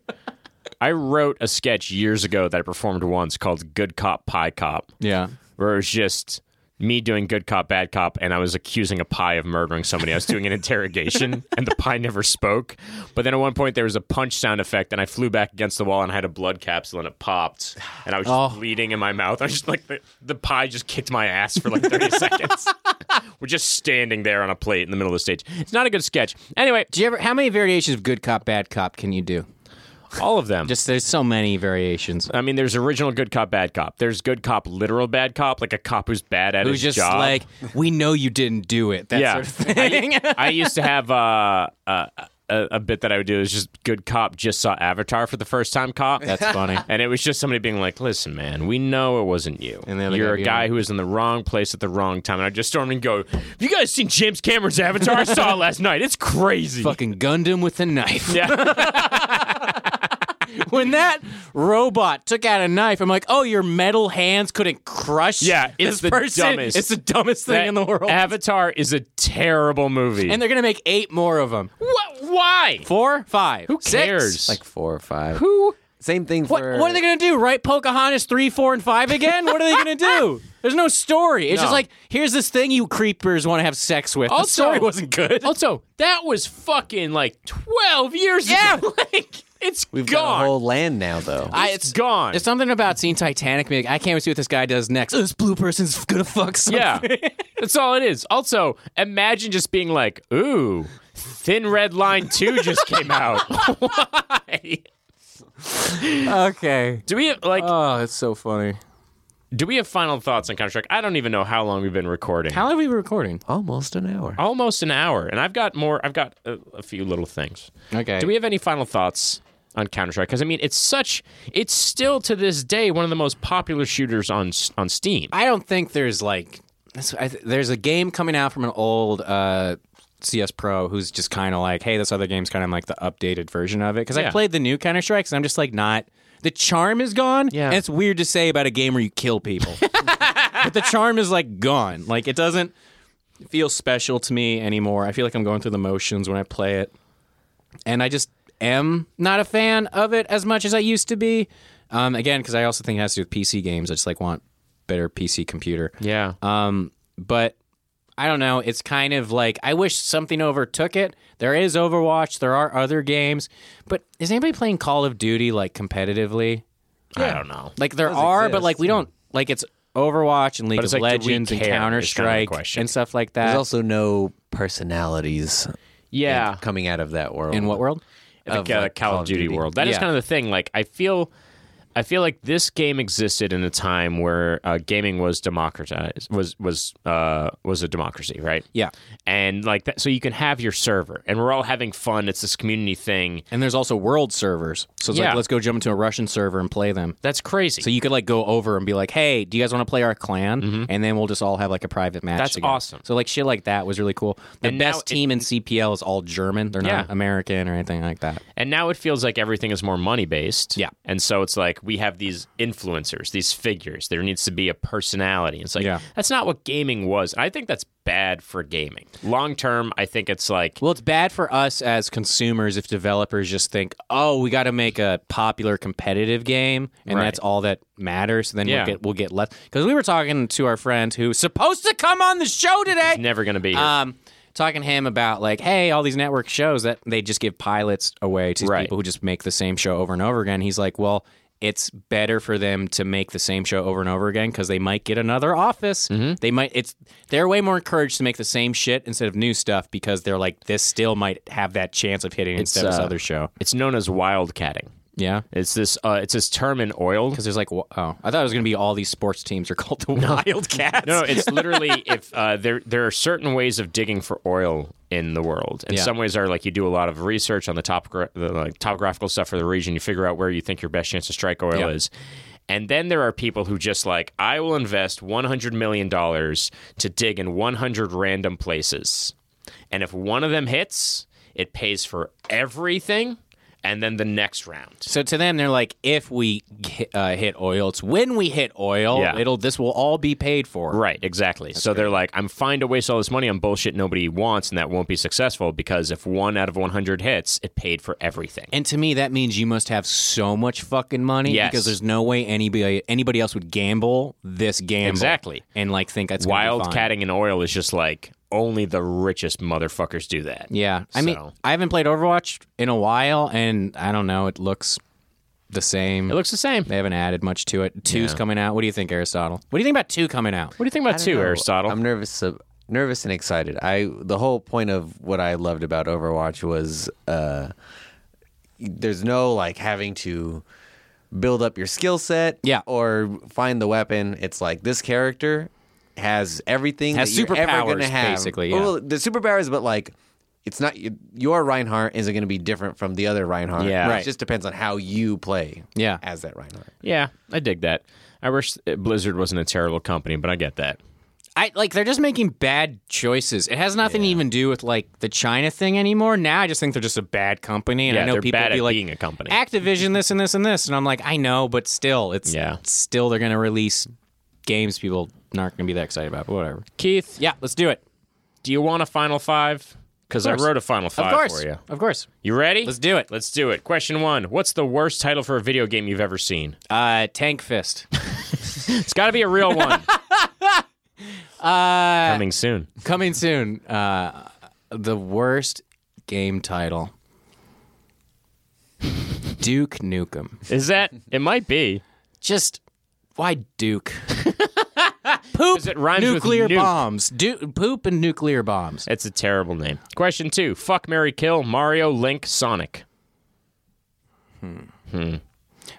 B: I wrote a sketch years ago that I performed once called "Good Cop Pie Cop."
A: Yeah.
B: where it was just me doing good cop, bad cop, and I was accusing a pie of murdering somebody. I
A: <laughs>
B: was doing an interrogation, and the pie never spoke. But then at one point, there was a punch sound effect, and I flew back against the wall and I had a blood capsule, and it popped. And I was just
A: Oh.
B: bleeding in my mouth. I was just like, the, the pie just kicked my ass for
A: <laughs>
B: like 30 seconds. We're just standing there on a plate in the middle of the stage. It's not a good sketch. Anyway,
A: Do you ever? How many variations of good cop, bad cop can you do?
B: all of them.
A: Just there's so many variations.
B: I mean, there's original good cop, bad cop. There's good cop, literal bad cop, like a cop who's bad at
A: It
B: his
A: was just
B: job.
A: like we know you didn't do it. That sort of
B: <laughs>
A: thing. <laughs>
B: I, I used to have uh, uh, a, a bit that I would do is just good cop just saw Avatar for the first time cop.
A: That's funny.
B: <laughs> and it was just somebody being like, "Listen, man, we know it wasn't you.
A: And the other
B: You're
A: guy
B: a
A: being
B: guy
A: like-
B: who was in the wrong place at the wrong time." And I just storm and go, "Have you guys seen James Cameron's Avatar? I saw it last night. It's
A: <laughs>
B: crazy."
A: Fucking gunned him with a knife.
B: <laughs> Yeah.
A: <laughs> when that robot took out a knife, I'm like, oh, your metal hands couldn't crush.
B: Yeah,
A: this
B: it's the
A: person.
B: dumbest-
A: It's the dumbest thing
B: That
A: in the world.
B: Avatar is a terrible movie.
A: and they're gonna make eight more of them.
B: what? Why?
A: Four, five, who
B: cares?
C: Like four or five.
B: Who
C: Same thing
A: What,
C: for
A: what are they going to do? Write Pocahontas 3, 4, and 5 again? What are they going to <laughs> do? There's no story. It's just
B: No.
A: like, here's this thing you creepers want to have sex with. the
B: Also-
A: story wasn't good.
B: Also, that was fucking like 12 years ago. <laughs> like, it's
C: We've got
B: gone.
C: a whole land now, though.
B: I- it's gone.
A: There's something about seeing Titanic. me, like, I can't wait to see what this guy does next. This blue person's <laughs> going to fuck something.
B: yeah. <laughs> That's all it is. Also, imagine just being like, ooh, Thin Red Line 2 just came <laughs> out. Why?
A: Okay.
B: Do we have, like,
A: Oh, that's so funny.
B: do we have final thoughts on Counter Strike? I don't even know how long we've been recording.
A: How long have we been recording?
C: Almost an hour.
B: Almost an hour. And I've got more, I've got a, a few little things.
A: Okay.
B: Do we have any final thoughts on Counter Strike? Because I mean, it's such, it's still to this day one of the most popular shooters on s- on Steam.
A: I don't think there's like that's, I, th- there's a game coming out from an old uh, CS pro who's just kind of like, hey, this other game's kind of like the updated version of it because
B: Yeah.
A: I played the new Counter Strikes and I'm just like not. The charm is gone.
B: Yeah.
A: and it's weird to say about a game where you kill people, but the charm is like gone. Like it doesn't feel special to me anymore. I feel like I'm going through the motions when I play it and I just am not a fan of it as much as I used to be. Um, again, because I also think it has to do with PC games. I just like want better PC computer.
B: Yeah.
A: Um, but I don't know. It's kind of like I wish something overtook it. There is Overwatch. There are other games, but is anybody playing Call of Duty like competitively?
B: I don't know.
A: Like there are, but
C: exist,
A: like we don't like it's Overwatch and League
B: it's
A: of
B: like, do we
A: Legends and
B: care is kind of the
A: Counter Strike
B: question.
A: and stuff like that.
C: There's also no personalities
B: Yeah.
C: coming out of that world.
A: in what world?
B: Like,
C: of,
B: uh,
C: like,
B: Call of Duty, world. That is
A: Yeah.
B: kind of the thing. Like I feel, I feel like this game existed in a time where uh, gaming was democratized. Was was uh, was a democracy, right?
A: Yeah.
B: And like that, so you can have your server, and we're all having fun. It's this community thing.
A: And there's also world servers. So it's
B: Yeah.
A: like let's go jump into a Russian server and play them.
B: That's crazy.
A: So you could like go over and be like, "Hey, do you guys want to play our clan?" And then we'll just all have like a private match.
B: Mm-hmm. That's
A: together.
B: awesome.
A: So like shit like that was really cool. The
B: And now
A: best team in CPL is all German. They're
B: Yeah.
A: not American or anything like that.
B: And now it feels like everything is more money based.
A: Yeah.
B: And so it's like we have these influencers, these figures. There needs to be a personality. It's like
A: Yeah.
B: that's not what gaming was. And I think that's bad for gaming. Long term, I think it's like
A: Well, it's bad for us as consumers if developers just think, "Oh, we got to make a popular competitive game, and
B: Right.
A: that's all that matters." So then
B: Yeah.
A: we'll get we'll get less because we were talking to our friend who's supposed to come on the show today.
B: it's never gonna be here.
A: um, talking to him about like, hey, all these network shows that they just give pilots away to these
B: Right.
A: people who just make the same show over and over again. He's like, well, it's better for them to make the same show over and over again because they might get another office.
B: Mm-hmm.
A: They might. It's they're way more encouraged to make the same shit instead of new stuff because they're like, this still might have that chance of hitting instead of this
B: uh,
A: other show.
B: it's known as wildcatting.
A: Yeah.
B: It's this uh, it's this term in oil.
A: Because there's like, wa- oh, I thought it was gonna be all these sports teams are called the Wildcats.
B: <laughs> No, no, it's
A: <laughs>
B: literally if uh, there there are certain ways of digging for oil in the world, and
A: Yeah.
B: some ways are like you do a lot of research on the top the, like, topographical stuff for the region. You figure out where you think your best chance to strike oil
A: Yeah.
B: is. And then there are people who just like, I will invest $100 million to dig in 100 random places. And if one of them hits, it pays for everything and then the next round.
A: So to them, they're like, if we hi- uh, hit oil, it's when we hit oil,
B: Yeah.
A: it'll this will all be paid for.
B: Right, exactly. so they're like, I'm fine to waste all this money on bullshit nobody wants and that won't be successful because if one out of 100 hits, it paid for everything.
A: And to me, that means you must have so much fucking money
B: Yes.
A: because there's no way anybody anybody else would gamble this gamble
B: Exactly.
A: and like think that's gonna be fine.
B: Wildcatting and oil is just like only the richest motherfuckers do that.
A: Yeah, I mean,
B: So-
A: I haven't played Overwatch in a while, and I don't know. It looks the same.
B: It looks the same.
A: they haven't added much to it. Two's coming out. What do you think, Aristotle? What do you think about two coming out?
B: What do you think about two, Aristotle?
C: I'm nervous, uh, nervous and excited. I the whole point of what I loved about Overwatch was uh, there's no like having to build up your skill set,
A: Yeah.
C: or find the weapon. It's like this character has everything
A: Has
C: that you're ever gonna
A: superpowers,
C: have.
A: basically, yeah.
C: Well, the superpowers, but like. It's not your Reinhardt isn't going to be different from the other Reinhardt.
B: Yeah.
C: It
A: Right.
C: just depends on how you play
A: Yeah.
C: as that Reinhardt.
B: Yeah, I dig that. I wish uh, Blizzard wasn't a terrible company, but I get that.
A: I like they're just making bad choices. It has nothing to even do with like the China thing anymore. Now I just think they're just a bad company, and
B: Yeah,
A: I know
B: they're
A: people
B: bad
A: be
B: at
A: like
B: being a company.
A: Activision this and this and this, and I'm like, I know, but still, it's
B: Yeah.
A: still they're gonna release games people aren't gonna be that excited about, but whatever.
B: Keith,
A: Yeah, let's do it.
B: do you want a final five? because I
A: course.
B: wrote a final
A: Of
B: five
A: course.
B: for you.
A: Of course.
B: You ready?
A: Let's do it.
B: Let's do it. Question one: What's the worst title for a video game you've ever seen?
A: Uh, Tank
B: <laughs>
A: Fist.
B: It's got to be a real one.
A: <laughs> Uh,
B: Coming soon.
A: coming soon. Uh, the worst game title. Duke Nukem.
B: Is that? It might be.
A: Just why <laughs> Duke? poop.
B: 'Cause it rhymes with
A: nuclear
B: nuke.
A: bombs. Du- poop and nuclear bombs.
B: It's a terrible name. Question two: Fuck Mary Kill Mario Link Sonic.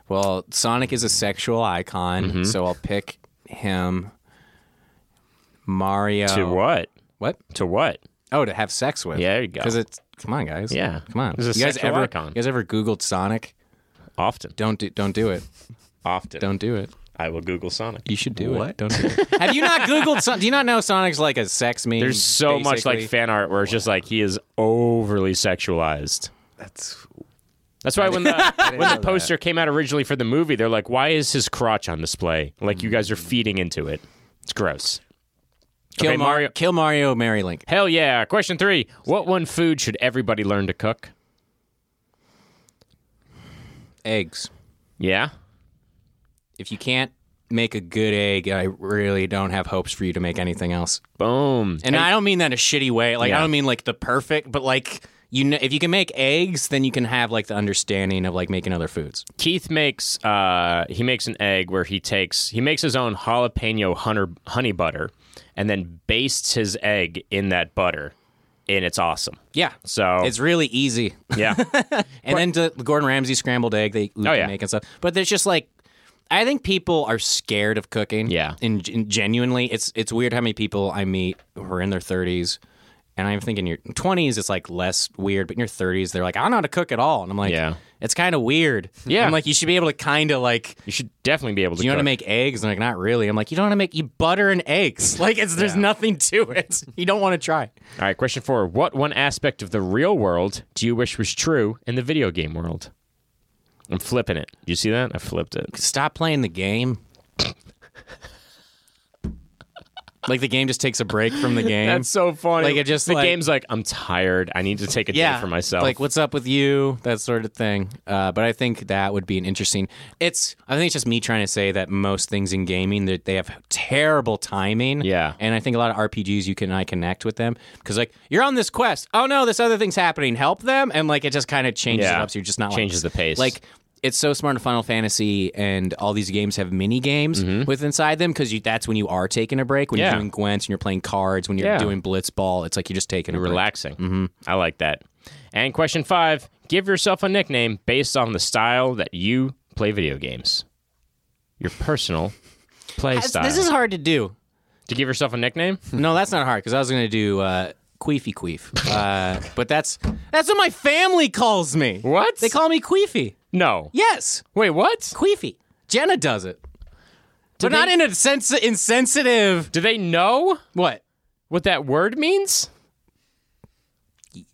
A: Well, Sonic is a sexual icon, so I'll pick him. Mario.
B: To what?
A: What?
B: To what?
A: Oh, to have sex with.
B: Yeah, there you go.
A: Because it's come on, guys.
B: Yeah.
A: come on.
B: This is a
A: you guys
B: sexual
A: ever
B: icon.
A: you guys ever Googled Sonic?
B: Often.
A: Don't do, don't do it.
B: Often.
A: Don't do it.
B: I will Google Sonic.
A: You should do it.
C: What?
A: Don't do
B: <laughs>
A: it. Have you not Googled Sonic? Do you not know Sonic's like a sex meme?
B: There's so much like
A: basically?
B: fan art where it's just like he is overly sexualized.
C: That's
B: That's why when the when
C: know
B: the
C: that.
B: poster came out originally for the movie, they're like, "Why is his crotch on display? Like you guys are feeding into it. It's gross."
A: Mm. kill
B: Okay,
A: Mar-
B: Mario-
A: Kill Mario, Mary Link.
B: Hell yeah! Question three: What one food should everybody learn to cook?
A: Eggs.
B: Yeah,
A: If you can't make a good egg, I really don't have hopes for you to make anything else.
B: boom.
A: And I don't mean that in a shitty way. Like
B: Yeah.
A: I don't mean like the perfect, but like you know, if you can make eggs, then you can have like the understanding of like making other foods.
B: Keith makes uh, he makes an egg where he takes he makes his own jalapeno hunter, honey butter, and then bastes his egg in that butter, and it's awesome.
A: Yeah.
B: So
A: It's <laughs> really easy.
B: yeah,
A: And then to Gordon Ramsay scrambled egg they we
B: Oh,
A: can
B: yeah.
A: make and stuff. But there's just like I think people are scared of cooking.
B: Yeah.
A: In, in genuinely, it's it's weird how many people I meet who are in their 30s. And I'm thinking your 20s it's like less weird, but in your 30s they're like I don't know how to cook at all. And I'm like
B: Yeah.
A: it's kind of weird.
B: Yeah.
A: I'm like you should be able to kind of like
B: you should definitely be able to.
A: you know
B: cook.
A: how to make eggs? And like, not really. I'm like, you don't want to make you butter and eggs. <laughs> Like, it's there's nothing to it. You don't want to try.
B: All right, question four. What one aspect of the real world do you wish was true in the video game world? I'm flipping it. Do you see that? I flipped it.
A: Stop playing the game. like the game just takes a break from the game.
B: That's so funny.
A: Like, it just,
B: the
A: like-
B: game's like I'm tired. I need to take a
A: yeah
B: day for myself.
A: Like, what's up with you? That sort of thing. Uh, but I think that would be an interesting. It's. I think it's just me trying to say that most things in gaming that they have terrible timing.
B: Yeah.
A: And I think a lot of RPGs you can I connect with them because like you're on this quest. Oh no, this other thing's happening. Help them, and like it just kind of changes
B: Yeah.
A: it up. So you're just not
B: Changes the
A: like,
B: pace.
A: Like. It's so smart in Final Fantasy, and all these games have mini games with inside them because that's when you are taking a break. When
B: Mm-hmm. Yeah.
A: you're doing Gwent and you're playing cards, when you're
B: Yeah.
A: doing Blitzball, it's like you're just taking a break.
B: relaxing. Mm-hmm. I like that. And question five. Give yourself a nickname based on the style that you play video games. Your
A: <laughs>
B: personal play
A: That's-
B: style.
A: This is hard to do.
B: to give yourself a nickname?
A: No, that's not hard because I was gonna do uh, queefy queef, uh, but that's that's what my family calls me.
B: What?
A: They call me queefy. <laughs>
B: No.
A: Yes,
B: Wait, what?
A: queefy. Jenna does it, but not
B: they-
A: in a sense insensitive.
B: Do they know
A: What?
B: what that word means?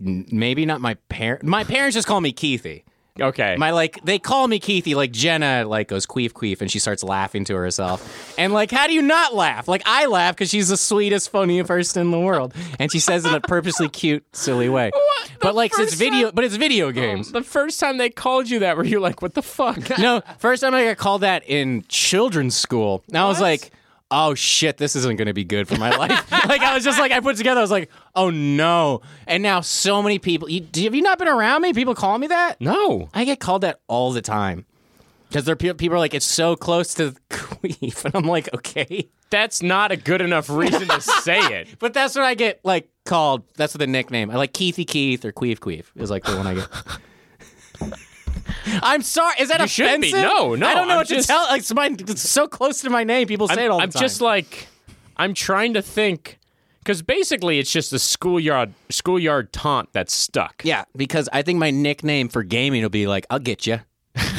A: N- Maybe not my parent. My parents just call me Keithy.
B: Okay.
A: My like they call me Keithy. Like Jenna like goes queef queef and she starts laughing to herself. And like, how do you not laugh? Like I laugh because she's the sweetest, funniest person in the world, and she says it in a purposely cute, silly way. but like it's
B: first
A: video, but it's video games.
B: <laughs> The first time they called you that, were you like, "What
A: <laughs>
B: the fuck?" <laughs>
A: no, first time I got called that in children's school. And I was like, oh shit, this isn't going to be good for my life. like, I was just like, I put it together, I was like, oh no. And now so many people, you, have you not been around me? People call me that?
B: No.
A: I get called that all the time. Because there are pe- people are like, it's so close to <laughs> queef. And I'm like, okay.
B: that's not a good enough reason to say it.
A: But that's what I get like called. That's the nickname. I like Keithy Keith or Queef Queef is like the one I
B: <laughs>
A: get. I'm sorry. Is that
B: shouldn't
A: offensive?
B: be. No, no,
A: I don't know
B: I'm
A: what
B: just-
A: to tell. Like, it's, mine, it's so close to my name. People say it all the
B: I'm
A: time.
B: just like, I'm trying to think, because basically it's just a schoolyard schoolyard taunt that's stuck.
A: yeah, because I think my nickname for gaming will be like, "I'll get
B: <laughs>
A: you."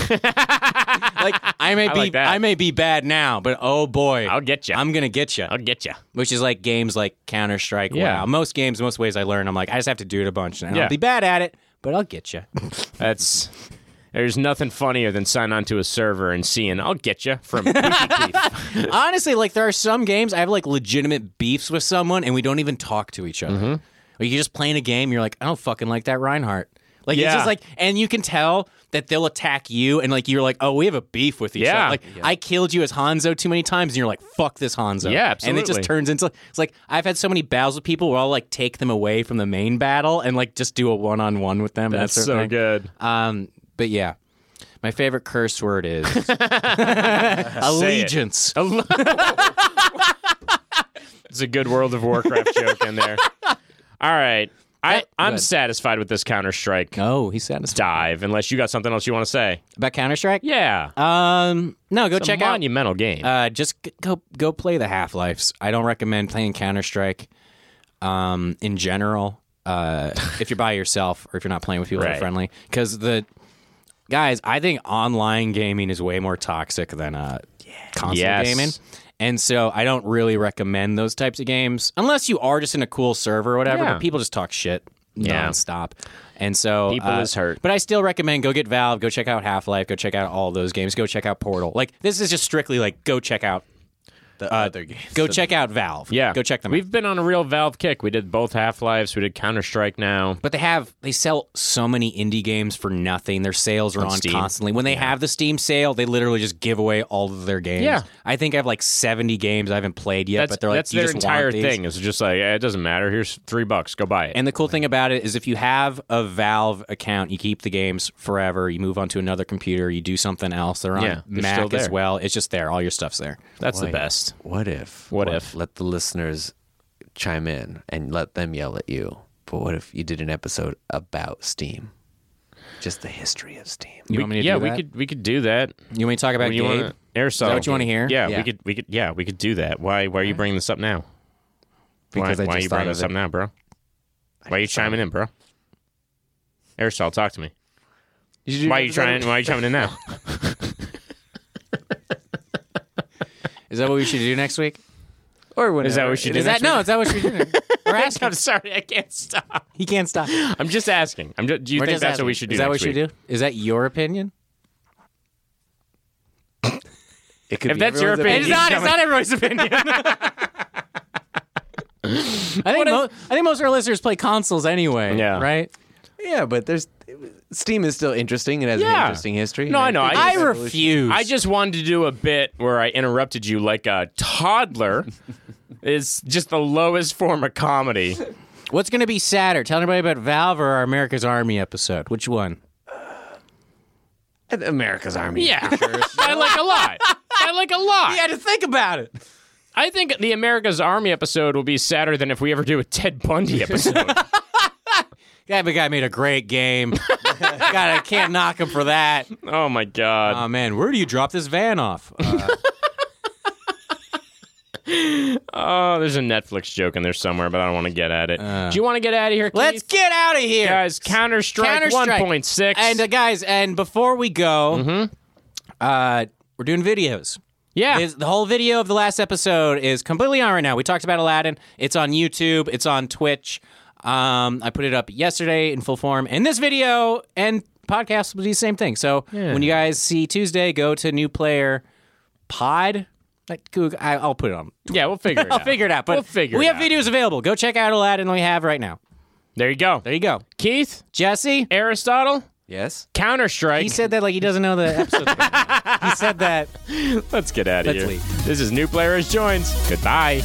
A: like I may be,
B: like that.
A: I may be bad now, but oh boy,
B: I'll get you.
A: I'm gonna get you.
B: I'll get you.
A: which is like games like Counter Strike.
B: Yeah.
A: Yeah, most games, most ways I learn, I'm like, I just have to do it a bunch, and
B: Yeah.
A: I'll be bad at it, but I'll get you.
B: That's. There's nothing funnier than sign onto a server and seeing "I'll get you"
A: <laughs>
B: from Poopy Keith.
A: Honestly, like there are some games I have like legitimate beefs with someone and we don't even talk to each other.
B: Mm-hmm.
A: Or you're just playing a game. You're like, I don't fucking like that Reinhardt. Like it's
B: Yeah.
A: just like, and you can tell that they'll attack you, and like you're like, oh, we have a beef with each
B: Yeah.
A: other. Like I killed you as Hanzo too many times, and you're like, fuck this Hanzo.
B: Yeah,
A: And it
B: absolutely.
A: just turns into it's like I've had so many battles with people where I'll like take them away from the main battle and like just do a one on one with them.
B: That's
A: and that sort
B: so
A: of thing.
B: good.
A: Um, but yeah, my favorite curse word
B: <laughs>
A: is <laughs>
B: it.
A: allegiance.
B: It's a good World
A: <laughs>
B: of Warcraft joke in there. All right. I, I'm
A: good.
B: satisfied with this Counter Strike
A: Oh, he's satisfied
B: dive, unless you got something else you want to say.
A: about Counter Strike.
B: Yeah.
A: Um, no, go
B: It's a
A: check out.
B: monumental game.
A: Uh, just g- go go play the Half Lives. I don't recommend playing Counter Strike. Um, in general, uh, if you're by yourself or if you're not playing with people that
B: Right.
A: are friendly, because the guys, I think online gaming is way more toxic than uh console
B: Yes.
A: gaming. And so I don't really recommend those types of games unless you are just in a cool server or whatever.
B: Yeah.
A: But people just talk shit
B: Yeah.
A: nonstop, and so
B: People is hurt.
A: Uh, But I still recommend go get Valve, go check out Half Life, go check out all those games, go check out Portal. Like this is just strictly like go check out
C: The
A: Uh,
C: other game.
A: go check out Valve.
B: yeah.
A: go check them. out.
B: We've been on a real Valve kick. We did both Half Lives. We did Counter Strike now.
A: But they have they sell so many indie games for nothing. Their sales are on,
B: Steam.
A: constantly. When they have the Steam sale, they literally just give away all of their games.
B: Yeah.
A: I think I have like seventy games I haven't played yet.
B: That's,
A: but they're like
B: that's
A: "You
B: their
A: just want
B: entire
A: these."
B: thing. It's just like, eh, it doesn't matter. Here's three bucks. Go buy it.
A: And the cool thing about it is if you have a Valve account, you keep the games forever, you move on to another computer, you do something else. They're on
B: Yeah, they're still
A: Mac as
B: there.
A: well. It's just there. All your stuff's there.
B: that's the
C: Wait.
B: best.
C: What if?
B: What if?
C: Let the listeners chime in and let them yell at you. But what if you did an episode about Steam? Just the history of Steam.
A: You want me to
B: yeah,
A: do
B: we
A: that?
B: could we could do that.
A: You want me to talk about
B: you
A: Gabe?
B: wanna- airsoft?
A: Is that what you wanna hear?
B: Yeah, we
C: Yeah.
B: could we could yeah we could do that. Why why are you bringing this up now?
C: Because
B: why,
C: I
B: why are
C: just
B: you
C: thought
B: bringing
C: of
B: this
C: it.
B: up now, bro? Why are you chiming in, bro? Airsoft, talk to me. Why are you trying? Why are you chiming
A: <laughs>
B: in now?
A: Is that what we should do next week?
C: Or whenever.
B: Is that what you do?
A: Is that
B: next
A: no? Is that what we should <laughs> do? We're
B: week?
A: asking.
B: I'm sorry, I can't stop.
A: He can't stop. Do
B: I'm just asking. I'm just, do you think that's what we should do?
A: Is that what
B: next
A: we
B: week?
A: should do? Is that your opinion?
C: It could
B: If
C: be
B: that's your
C: everyone's
B: opinion- It's not- it's not
A: everybody's <laughs>
B: <laughs>
A: opinion. I think mo- I think most of our listeners play consoles anyway.
B: Yeah.
A: Right.
C: Yeah, but there's Steam is still interesting. It has an
B: Yeah.
C: interesting history.
B: No, I know.
A: I
B: It's
A: refuse.
B: I just wanted to do a bit where I interrupted you like a
A: <laughs>
B: toddler. It's just the lowest form of comedy.
A: What's going to be sadder? Tell everybody about Valve or our America's Army episode. Which one?
C: know. America's Army.
B: Yeah, <laughs> I like a lot. I like a lot.
A: to think about <laughs> it.
B: I think the America's Army episode will be sadder than if we ever do a Ted
A: <laughs>
B: Bundy episode.
A: That guy made a great game. <laughs> God, I can't knock him for that.
B: oh my god.
A: Oh man, where do you drop this van off? Uh,
B: oh, there's a Netflix joke in there somewhere, but I don't want to get at it. do you want to get out of here?
A: <laughs> Uh. let's
B: Keith?
A: get out of here,
B: guys. Counter Strike
A: Counter-Strike.
B: 1.6.
A: And uh, guys, and before we go, uh, we're doing videos. <laughs>
B: yeah,
A: Is- the whole video of the last episode is completely on right now. We talked about Aladdin. It's on YouTube. It's on Twitch. Um, I put it up yesterday in full form, and this video and podcast will do the same thing. So when you guys see Tuesday, go to New Player Pod. Like, Goog- I, I'll put it on.
B: yeah, we'll figure it out.
A: <laughs> I'll figure it out. But
B: We'll figure
A: we
B: it
A: have
B: out.
A: videos available. Go check out Aladdin. We have right now.
B: There you go.
A: There you go,
B: Keith,
A: Jesse.
B: Aristotle,
C: Yes.
B: Counter Strike.
A: He said that like he doesn't know the episode.
B: <laughs>
A: he said that.
B: Let's get out of
A: Let's
B: here.
A: leave.
B: This is New Players Joins. Goodbye.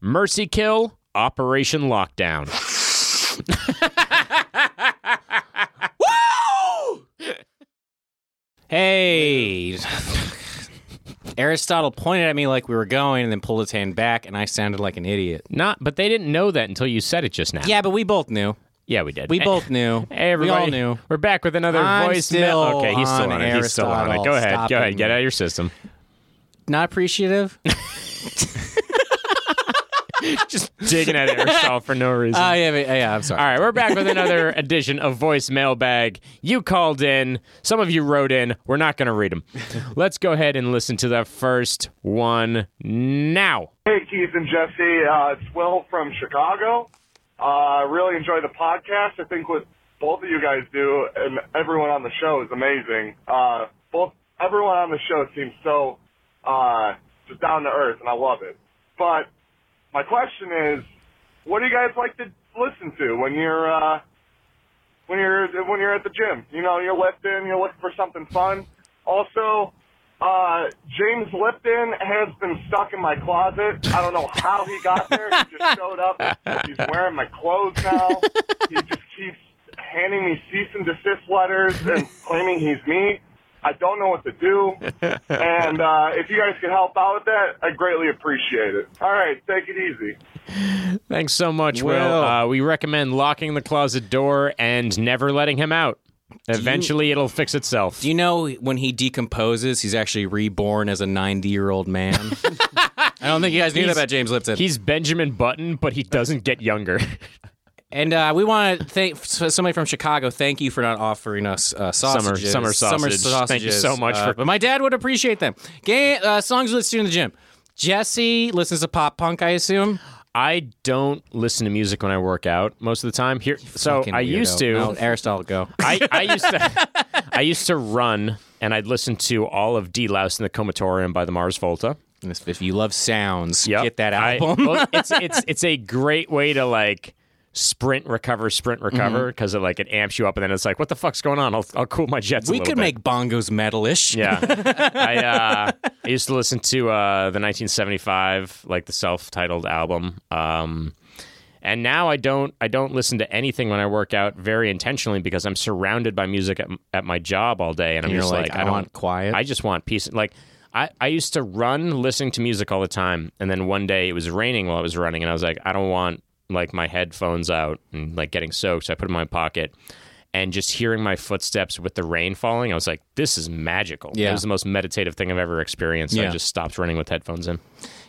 B: Mercy Kill, Operation
A: <laughs>
B: Lockdown.
A: Hey. <laughs> Aristotle pointed at me like we were going and then pulled his hand back, and I sounded like an idiot.
B: Not, but they didn't know that until you said it just now.
A: Yeah, but we both knew.
B: yeah, we did.
A: We both <laughs> knew.
B: Hey, everybody.
A: We all knew.
B: We're back with another
A: I'm
B: voice
A: still
B: Okay, he's still
A: on
B: on it. He's still on it.
A: Aristotle.
B: Go ahead.
A: Stop
B: Go ahead.
A: it. <laughs>
B: Get out of your system.
A: Not appreciative?
B: Just digging at it
A: <laughs>
B: herself for no reason.
A: Oh, yeah, but- yeah, I'm sorry.
B: All right, we're back with <laughs> another edition of Voice Mailbag. You called in. Some of you wrote in. We're not going to read <laughs> them. Let's go ahead and listen to the first one now.
D: Hey, Keith and Jesse. Uh, it's Will from Chicago. Uh, I really enjoy the podcast. I think what both of you guys do and everyone on the show is amazing. Uh, both everyone on the show seems so uh, just down to earth, and I love it. But my question is, what do you guys like to listen to when you're uh, when you're when you're at the gym. You know, you're lifting, you're looking for something fun. Also, uh, James Lipton has been stuck in my closet. I don't know how he got there. He just showed up. He's wearing my clothes now. He just keeps handing me cease and desist letters and claiming he's me. I don't know what to do. And uh, if you guys could help out with that, I greatly appreciate it. All right, take it easy.
B: Thanks so much, Will.
A: Will.
B: Uh, we recommend locking the closet door and never letting him out. Eventually, it'll fix itself.
A: Do you know when he decomposes, he's actually reborn as a 90 year old man? <laughs> I don't think you guys knew that about James Lipton.
B: He's Benjamin Button, but he doesn't get younger. <laughs>
A: And uh, we want to thank so- somebody from Chicago. Thank you for not offering us uh, sausages.
B: summer sausage. Thank you so much
A: Uh,
B: for-
A: But my dad would appreciate them. Ga uh, songs we listen to in the gym. Jesse listens to pop punk, I assume.
B: I don't listen to music when I work out most of the time. Here, so
A: Fucking
B: I used
A: weirdo.
B: to.
A: No, Aristotle, go.
B: I,
A: <laughs>
B: I used to I used to run and I'd listen to all of D Louse and the Comatorium by the Mars Volta.
A: If if you love sounds,
B: Yep.
A: get that
B: I-
A: album.
B: well,
A: <laughs>
B: it's it's it's a great way to like sprint recover sprint recover
A: Mm-hmm.
B: because it like it amps you up and then it's like what the fuck's going on i'll, I'll cool my jets a
A: we
B: little
A: could
B: bit.
A: make bongos metalish.
B: <laughs> yeah i uh i used to listen to uh the 1975 like the self-titled album um and now i don't i don't listen to anything when i work out very intentionally because i'm surrounded by music at, m- at my job all day and i'm
A: You're
B: just
A: like, I
B: don't
A: want quiet.
B: I just want peace. Like I, I used to run listening to music all the time, and then one day it was raining while I was running, and I was like, I don't want like my headphones out and like getting soaked. So I put them in my pocket, and just hearing my footsteps with the rain falling, I was like, this is magical.
A: Yeah.
B: It was the most meditative thing I've ever experienced. I
A: Yeah.
B: just stopped running with headphones in.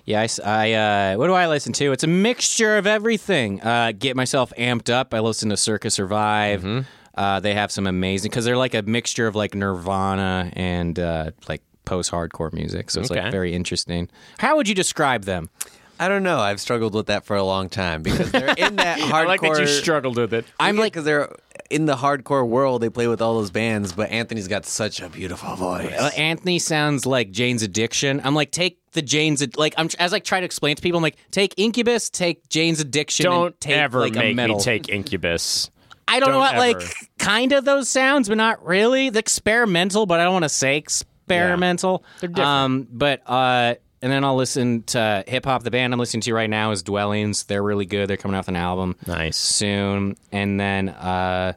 A: Yeah, I, s- I, uh, what do I listen to? It's a mixture of everything. Uh, get myself amped up. I listen to Circus Survive.
B: Mm-hmm.
A: Uh, they have some amazing because they're like a mixture of like Nirvana and uh, like post-hardcore music. So it's
B: Okay.
A: like very interesting. How would you describe them?
C: I don't know. I've struggled with that for a long time because they're in that
B: <laughs>
C: hardcore.
B: I like that you struggled with it.
C: I'm like, because they're in the hardcore world. They play with all those bands, but Anthony's got such a beautiful voice.
A: Uh, Anthony sounds like Jane's Addiction. I'm like, take the Jane's Ad- like I'm as I try to explain to people. I'm like, take Incubus, take Jane's Addiction. and
B: Don't
A: take,
B: ever
A: like, a
B: make me
A: metal.
B: take Incubus.
A: I don't, know
B: Don't
A: what,
B: ever.
A: like, kind of those sounds, but not really. The experimental, but I don't want to say experimental. They're
B: different.
A: Um, but uh, and then I'll listen to hip hop. The band I'm listening to right now is Dwellings. They're really good. They're coming out with an album
B: Nice.
A: soon. And then, uh,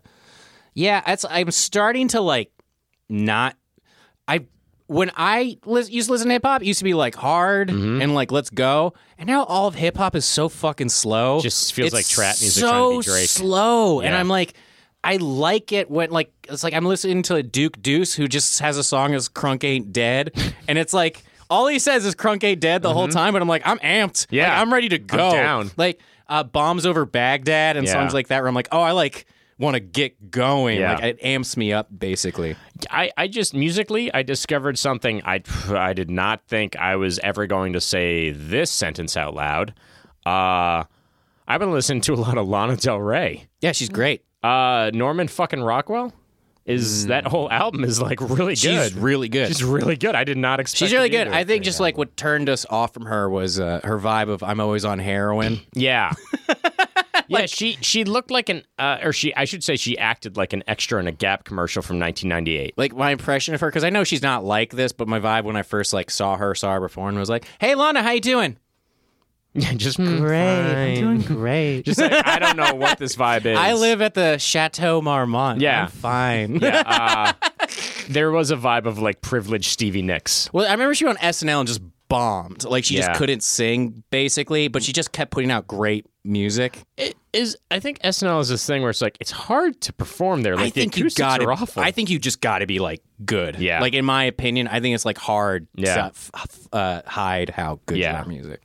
A: yeah, that's I'm starting to like not. I when I lis- used to listen to hip hop, it used to be like hard
B: Mm-hmm.
A: and like let's go, and now all of hip hop is so fucking slow.
B: Just feels
A: It's
B: like trap music
A: So
B: trying to be Drake.
A: slow, and
B: Yeah.
A: I'm like. I like it when like it's like I'm listening to Duke Deuce who just has a song as Crunk Ain't
B: <laughs>
A: Dead and it's like all he says is Crunk Ain't Dead the whole time but I'm like I'm amped. Like,
B: Mm-hmm. Yeah.
A: I'm ready to go.
B: down.
A: Like uh, bombs over Baghdad and
B: Yeah.
A: songs like that, where I'm like, oh, I like want to get going.
B: Yeah.
A: Like it amps me up basically.
B: I, I just musically I discovered something I I did not think I was ever going to say this sentence out loud. Uh I've been listening to a lot of Lana Del Rey.
A: Yeah, she's great.
B: Uh Norman fucking Rockwell is that whole album is like really
A: Hmm. She's
B: good.
A: really good.
B: She's really good. I did not expect
A: She's really
B: to be
A: good.
B: into
A: I
B: it.
A: think just like what turned us off from her was uh, her vibe of I'm always on heroin. <laughs>
B: Yeah. yeah, she she looked like an uh, or she I should say she acted like an extra in a Gap commercial from 1998.
A: Like my impression of her, because I know she's not like this, but my vibe when I first like saw her, saw her before, and was like, "Hey, Lana, how you doing?"
B: <laughs> just hmm, great.
A: doing great. <laughs>
B: Just like I don't know what this vibe is.
A: I live at the Chateau Marmont.
B: Yeah.
A: I'm fine. <laughs>
B: Uh, there was a vibe of like privileged Stevie Nicks.
A: Well, I remember she was on SNL and just bombed. Like she
B: Yeah.
A: just couldn't sing basically, but she just kept putting out great music.
B: It is. I think SNL is this thing where it's like it's hard to perform there. Like
A: I think
B: the
A: you
B: acoustics
A: got
B: are awful.
A: I think you just got to be like good.
B: Yeah.
A: Like in my opinion, I think it's like hard to
B: Yeah.
A: f- f- uh, hide how good
B: Yeah.
A: you are at music.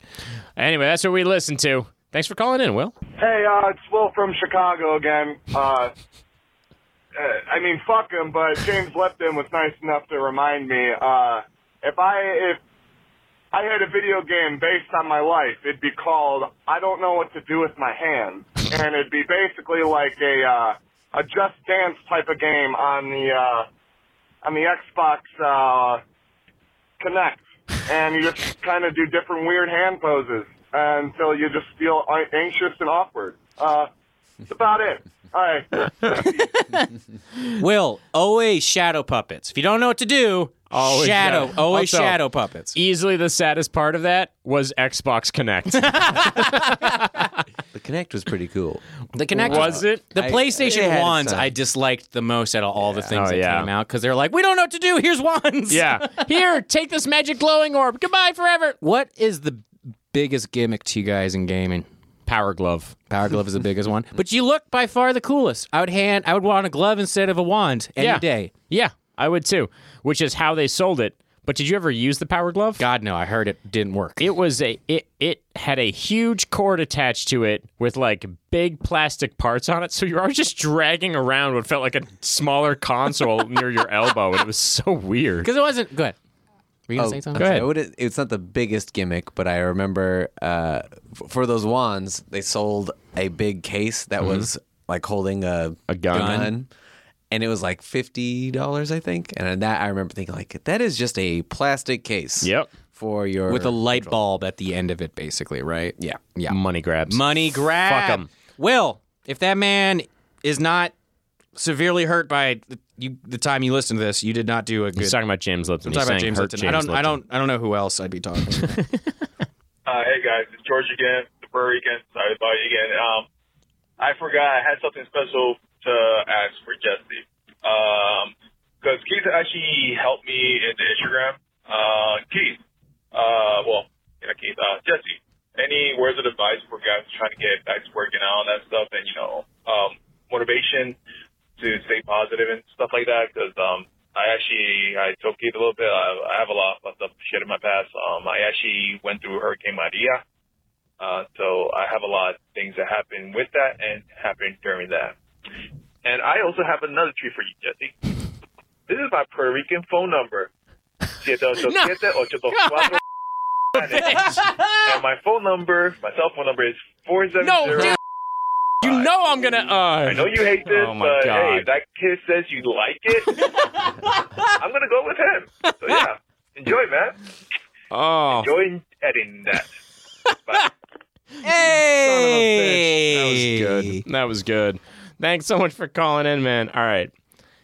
B: Anyway, that's what we listen to. Thanks for calling in, Will.
D: Hey, uh, it's Will from Chicago again. Uh, uh, I mean, fuck him, but James Lipton was nice enough to remind me. Uh, if I if I had a video game based on my life, it'd be called I don't know what to do with my hands, and it'd be basically like a uh, a Just Dance type of game on the uh, on the Xbox uh, Connect, and you just kind of do different weird hand poses until you just feel a- anxious and awkward. Uh, that's about it. All right.
A: Will always shadow puppets. If you don't know what to do,
B: Always
A: shadow.
B: shadow.
A: Always
B: Also-
A: shadow puppets.
B: Easily the saddest part of that was Xbox <laughs> Connect.
C: The Connect was pretty
A: <laughs>
C: cool.
A: The connect
B: was it?
A: The
C: I- it had
A: PlayStation
C: its
A: ones
C: time.
A: I disliked the most out of all the things
B: Oh,
A: that
B: yeah.
A: came out because they're like, we don't know what to do. Here's wands.
B: yeah. Here, take this magic glowing orb. Goodbye forever.
A: <laughs> What is the biggest gimmick to you guys in gaming?
B: Power glove.
A: Power glove is the biggest one, but you look by far the coolest. I would hand, I would want a glove instead of a wand any
B: Yeah.
A: day.
B: Yeah, I would too. Which is how they sold it. But did you ever use the power glove?
A: God no, I heard it didn't work.
B: It was a it it had a huge cord attached to it with like big plastic parts on it, so you were always just dragging around what felt like a smaller console <laughs> near your elbow, and it was so weird.
A: Because it wasn't good. Were you gonna say something?
B: Oh, go ahead.
C: I wouldn't- it's not the biggest gimmick, but I remember uh, f- for those wands, they sold a big case that was like holding a,
B: Mm-hmm. A gun.
C: and it was like fifty dollars, I think. And that I remember thinking, like, that is just a plastic case.
B: Yep.
C: For your
A: With a light bulb at the end of it, basically, right?
C: yeah.
A: Yeah.
B: Money grabs.
A: Money grab.
B: 'em.
A: Will, if that man is not severely hurt by the, you, the time you listen to this, you did not do a good.
B: He's talking about James Lipton.
A: I'm talking about
B: He's saying
A: James
B: hurt
A: Lipton. I don't. I don't. I don't know who else I'd be talking.
B: <laughs>
A: about.
E: Uh, hey guys, it's George again, the Brewery again. Sorry about you again. Um, I forgot I had something special to ask for Jesse. Um 'cause Keith actually helped me in the Instagram. Uh, Keith, uh, well, yeah, Keith, uh, Jesse, any words of advice for guys trying to get back to work and all that stuff and, you know, um, motivation to stay positive and stuff like that? 'Cause um, I actually, I told Keith a little bit. I, I have a lot of stuff shit in my past. Um, I actually went through Hurricane Maria. Uh, so I have a lot of things that happened with that and happened during that. And I also have another tree for you, Jesse. This is my Puerto Rican phone
B: <laughs>
E: number. 787-824. and my phone number, my cell phone number is 470.
B: No, dude. You know I'm gonna. Uh,
E: I know you hate this,
B: Oh my
E: but
B: God.
E: hey, if that kid says you like it, I'm gonna go with him. So yeah, enjoy, man.
B: Oh,
E: Enjoy editing that.
A: hey,
B: that was good. That was good. Thanks so much for calling in, man. All right.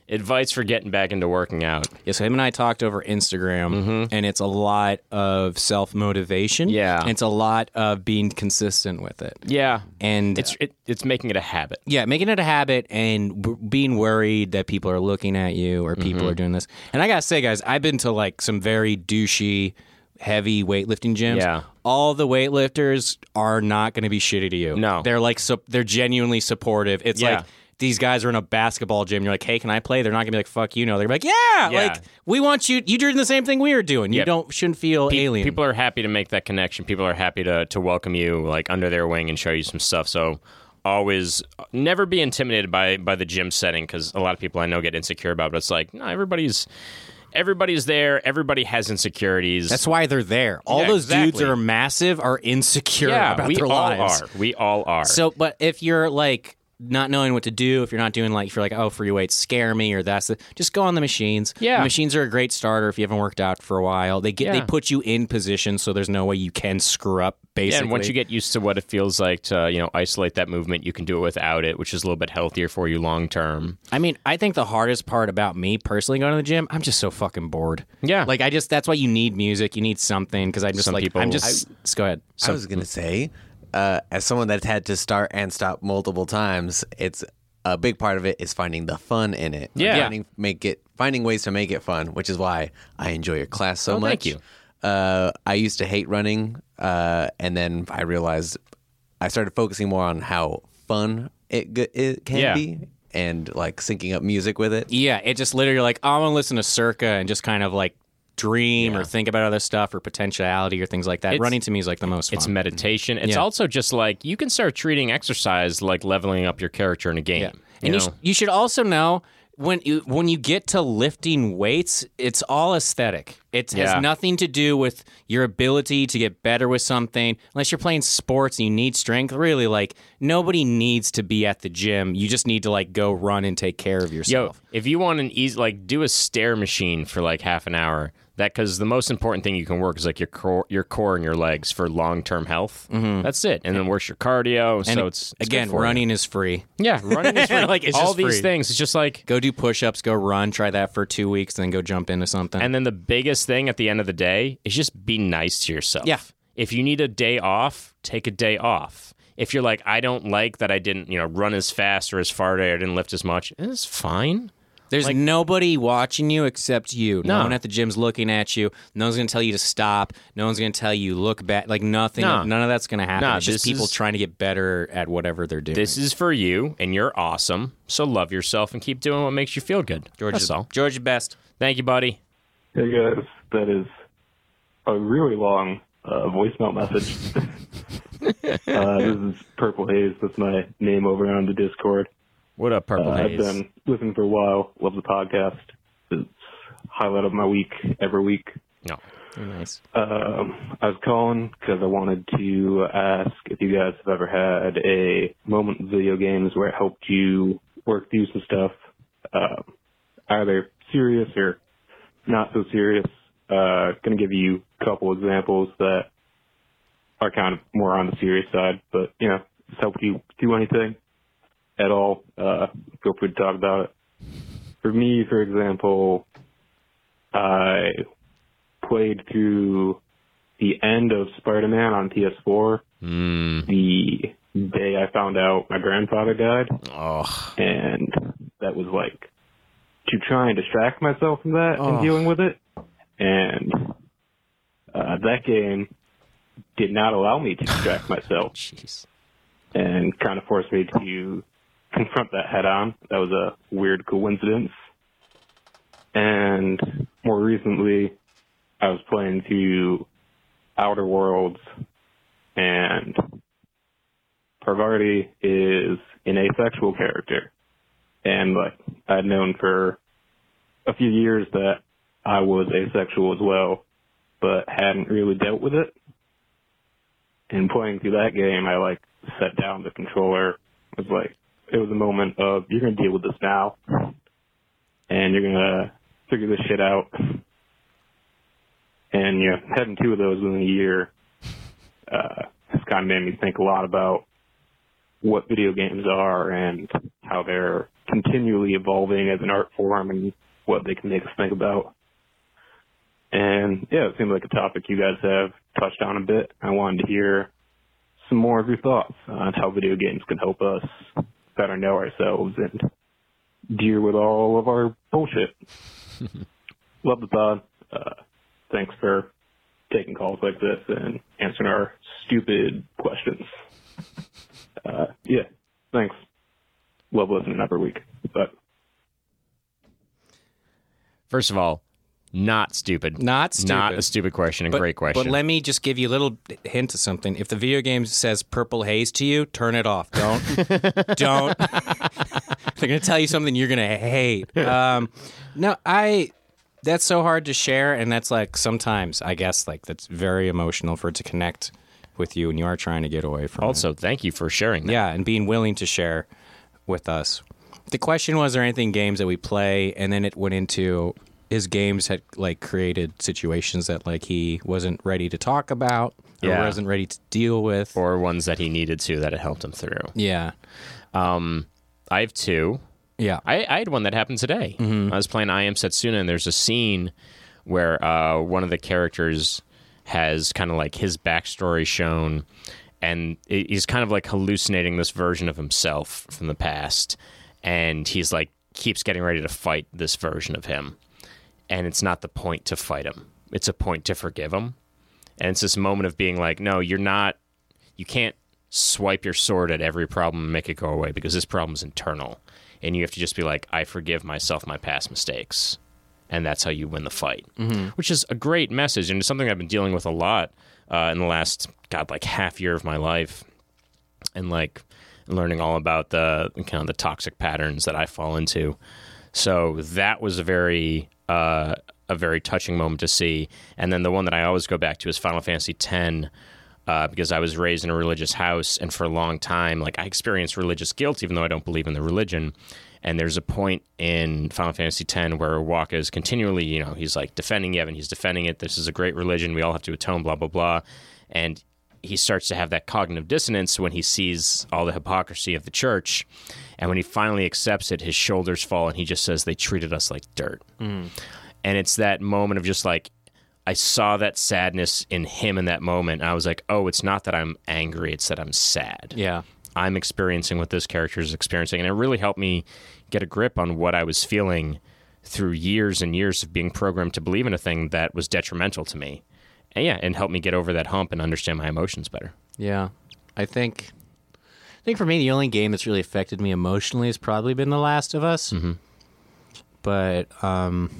B: Advice for getting back into working out.
A: Yeah, so him and I talked over Instagram, and it's a lot of self motivation.
B: Mm-hmm. Yeah.
A: it's a lot of being consistent with it,
B: Yeah.
A: and
B: It's it, it's making it a habit.
A: yeah, making it a habit and w- being worried that people are looking at you or
B: Mm-hmm.
A: people are doing this. And I gotta say, guys, I've been to like some very douchey, heavy weightlifting gyms.
B: Yeah.
A: All the weightlifters are not going to be shitty to you.
B: No.
A: they're like sup they're genuinely supportive. It's
B: Yeah.
A: like these guys are in a basketball gym. You're like, hey, can I play? They're not gonna be like, fuck you, no. They're gonna be like, yeah,
B: Yeah.
A: like we want you. You're doing the same thing we were doing. You
B: Yep.
A: don't shouldn't feel alien.
B: People are happy to make that connection. People are happy to to welcome you like under their wing and show you some stuff. So always never be intimidated by by the gym setting because a lot of people I know get insecure about. It, but it's like no, everybody's everybody's there. Everybody has insecurities.
A: That's why they're there. All
B: Yeah,
A: those dudes
B: exactly.
A: that are massive are insecure
B: yeah.
A: about
B: we
A: their
B: all
A: lives.
B: are. We all are.
A: So, but if you're like not knowing what to do, if you're not doing like, if you're like, oh, free weights scare me, or that's the, just go on the machines.
B: Yeah.
A: The machines are a great starter if you haven't worked out for a while. They get, they
B: Yeah.
A: put you in position so there's no way you can screw up, basically.
B: Yeah, and once you get used to what it feels like to you know isolate that movement, you can do it without it, which is a little bit healthier for you long term.
A: I mean, I think the hardest part about me personally going to the gym, I'm just so fucking bored.
B: Yeah.
A: Like, I just, that's why you need music. You need something because I'm just
B: Some
A: like,
B: people-
A: I'm just, s- go ahead.
C: I was gonna say, uh, as someone that's had to start and stop multiple times, it's a big part of it is finding the fun in it. Like,
B: Yeah.
C: finding, make it finding ways to make it fun, which is why I enjoy your class so
B: Oh,
C: much.
B: thank you.
C: Uh, I used to hate running, uh, and then I realized I started focusing more on how fun it g- it can
B: Yeah.
C: be, and like syncing up music with it.
A: Yeah, it just literally like I'm gonna listen to Circa and just kind of like dream or think about other stuff or potentiality or things like that.
B: It's-
A: Running to me is like the most fun.
B: It's meditation. It's
A: Yeah.
B: also just like you can start treating exercise like leveling up your character in a game.
A: and
B: you
A: you,
B: know?
A: sh- you should also know when you when you get to lifting weights, it's all aesthetic. It
B: Yeah.
A: has nothing to do with your ability to get better with something. Unless you're playing sports and you need strength, really, like nobody needs to be at the gym. You just need to like go run and take care of
B: Yo,
A: yourself.
B: if you want an easy, like, do a stair machine for like half an hour. That because the most important thing you can work is like your core, your core and your legs for long term health. That's it, and then works your cardio.
A: Mm-hmm. and
B: so it's, it's good
A: again,
B: for you.
A: running is free. <laughs>
B: Yeah, running is free.
A: Like, it's
B: all
A: just
B: these
A: free.
B: things. It's just like,
A: Go do push-ups. Go run. Try that for two weeks, then go jump into something.
B: and then the biggest thing at the end of the day is just be nice to yourself.
A: Yeah.
B: If you need a day off, take a day off. If you're like, I don't like that I didn't, you know, run as fast or as far today, or didn't lift as much, it's fine.
A: There's nobody watching you except you. No,
B: No.
A: one at the gym's looking at you. No one's gonna tell you to stop. No one's gonna tell you look back. Like nothing.
B: No.
A: None of that's gonna happen.
B: No,
A: it's just
B: this
A: people
B: is-
A: trying to get better at whatever they're doing.
B: This is for you, and you're awesome. So love yourself and keep doing what makes you feel good.
A: George
B: That's
A: is
B: all.
A: George is best.
B: Thank you, buddy.
F: Hey guys, that is a really long uh, voicemail message. uh, this is Purple Haze. That's my name over on the Discord.
B: What up,
F: Uh,
B: Purple
F: I've
B: Haze?
F: been listening for a while. Love the podcast. It's highlight of my week every week.
B: No.
A: nice.
F: Um, I was calling because I wanted to ask if you guys have ever had a moment in video games where it helped you work through some stuff, uh, either serious or not so serious. Uh, gonna give you a couple examples that are kind of more on the serious side, but you know, it's helped you do anything at all. Uh, feel free to talk about it. For me, for example, I played through the end of Spider-Man on PS4
B: Mm.
F: the day I found out my grandfather died,
B: Oh,
F: and that was like to try and distract myself from that and dealing with it. And uh, that game did not allow me to distract myself
B: jeez.
F: and kind of forced me to confront that head on. That was a weird coincidence. And more recently, I was playing to Outer Worlds, and Parvati is an asexual character. And like I'd known for a few years that I was asexual as well, but hadn't really dealt with it and playing through that game, I like set down the controller. It was like it was a moment of you're gonna deal with this now, and you're gonna figure this shit out. And you know, having two of those within a year uh, has kind of made me think a lot about what video games are and how they're continually evolving as an art form and what they can make us think about. And yeah, it seemed like a topic you guys have touched on a bit. I wanted to hear some more of your thoughts on how video games can help us better know ourselves and deal with all of our bullshit. Love the pod. Uh, thanks for taking calls like this and answering our stupid questions. Uh, yeah, thanks. Love listening every week. But
B: First of all, not stupid.
A: Not stupid.
B: Not a stupid question. A
A: But-
B: great question.
A: But let me just give you a little hint of something. If the video game says purple haze to you, turn it off.
B: <laughs>
A: Don't. don't. <laughs> They're going to tell you something you're going to hate. Um, no, I. That's so hard to share. And that's like sometimes, I guess, like that's very emotional for it to connect with you and you are trying to get away from it.
B: also, thank you for sharing that.
A: Yeah, and being willing to share with us. The question was, are there anything games that we play? And then it went into his games had like created situations that like he wasn't ready to talk about or
B: Yeah.
A: wasn't ready to deal with.
B: Or ones that he needed to that it helped him through.
A: yeah,
B: I have two.
A: yeah.
B: I, I had one that happened today. I was playing I Am Setsuna, and there's a scene where uh, one of the characters has kind of like his backstory shown, and i- he's kind of like hallucinating this version of himself from the past, and he's like keeps getting ready to fight this version of him, and it's not the point to fight him. it's a point to forgive him. And it's this moment of being like, no, you're not, you can't swipe your sword at every problem and make it go away because this problem's internal. And you have to just be like, I forgive myself my past mistakes. And that's how you win the fight, which is a great message. And it's something I've been dealing with a lot uh, in the last, God, like half year of my life. And like learning all about the kind of the toxic patterns that I fall into. So that was a very uh, a very touching moment to see. And then the one that I always go back to is Final Fantasy X, uh, because I was raised in a religious house, and for a long time, like I experienced religious guilt, even though I don't believe in the religion. And there's a point in Final Fantasy X where Waka is continually, you know, he's like defending Yevon, he's defending it. This is a great religion. We all have to atone, blah blah blah. And he starts to have that cognitive dissonance when he sees all the hypocrisy of the church. And when he finally accepts it, his shoulders fall and he just says, They treated us like dirt. And it's that moment of just like, I saw that sadness in him in that moment. And I was like, Oh, it's not that I'm angry, it's that I'm sad.
A: Yeah.
B: I'm experiencing what this character is experiencing. And it really helped me get a grip on what I was feeling through years and years of being programmed to believe in a thing that was detrimental to me. And yeah, and helped me get over that hump and understand my emotions better.
A: Yeah, I think, I think for me the only game that's really affected me emotionally has probably been The Last of Us. Mm-hmm. But um,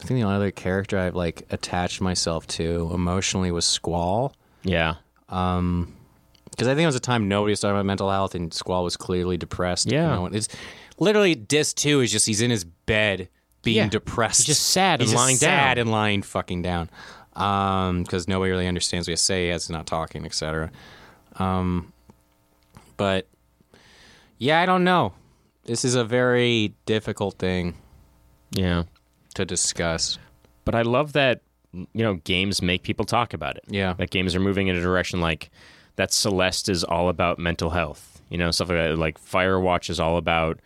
A: I think the only other character I've like attached myself to emotionally was Squall,
B: Yeah.
A: because I think it was a time nobody was talking about mental health, and Squall was clearly depressed.
B: Yeah.
A: No one- it's literally disc two is just he's in his bed being
B: Yeah.
A: depressed,
B: He's just sad
A: He's
B: and
A: just
B: lying
A: sad
B: down.
A: and lying fucking down, because nobody really understands what he has to say. He's not talking, etc. but yeah, I don't know. This is a very difficult thing
B: Yeah.
A: to discuss.
B: But I love that you know games make people talk about it.
A: Yeah.
B: That games are moving in a direction like that Celeste is all about mental health. You know, stuff like that. Like Firewatch is all about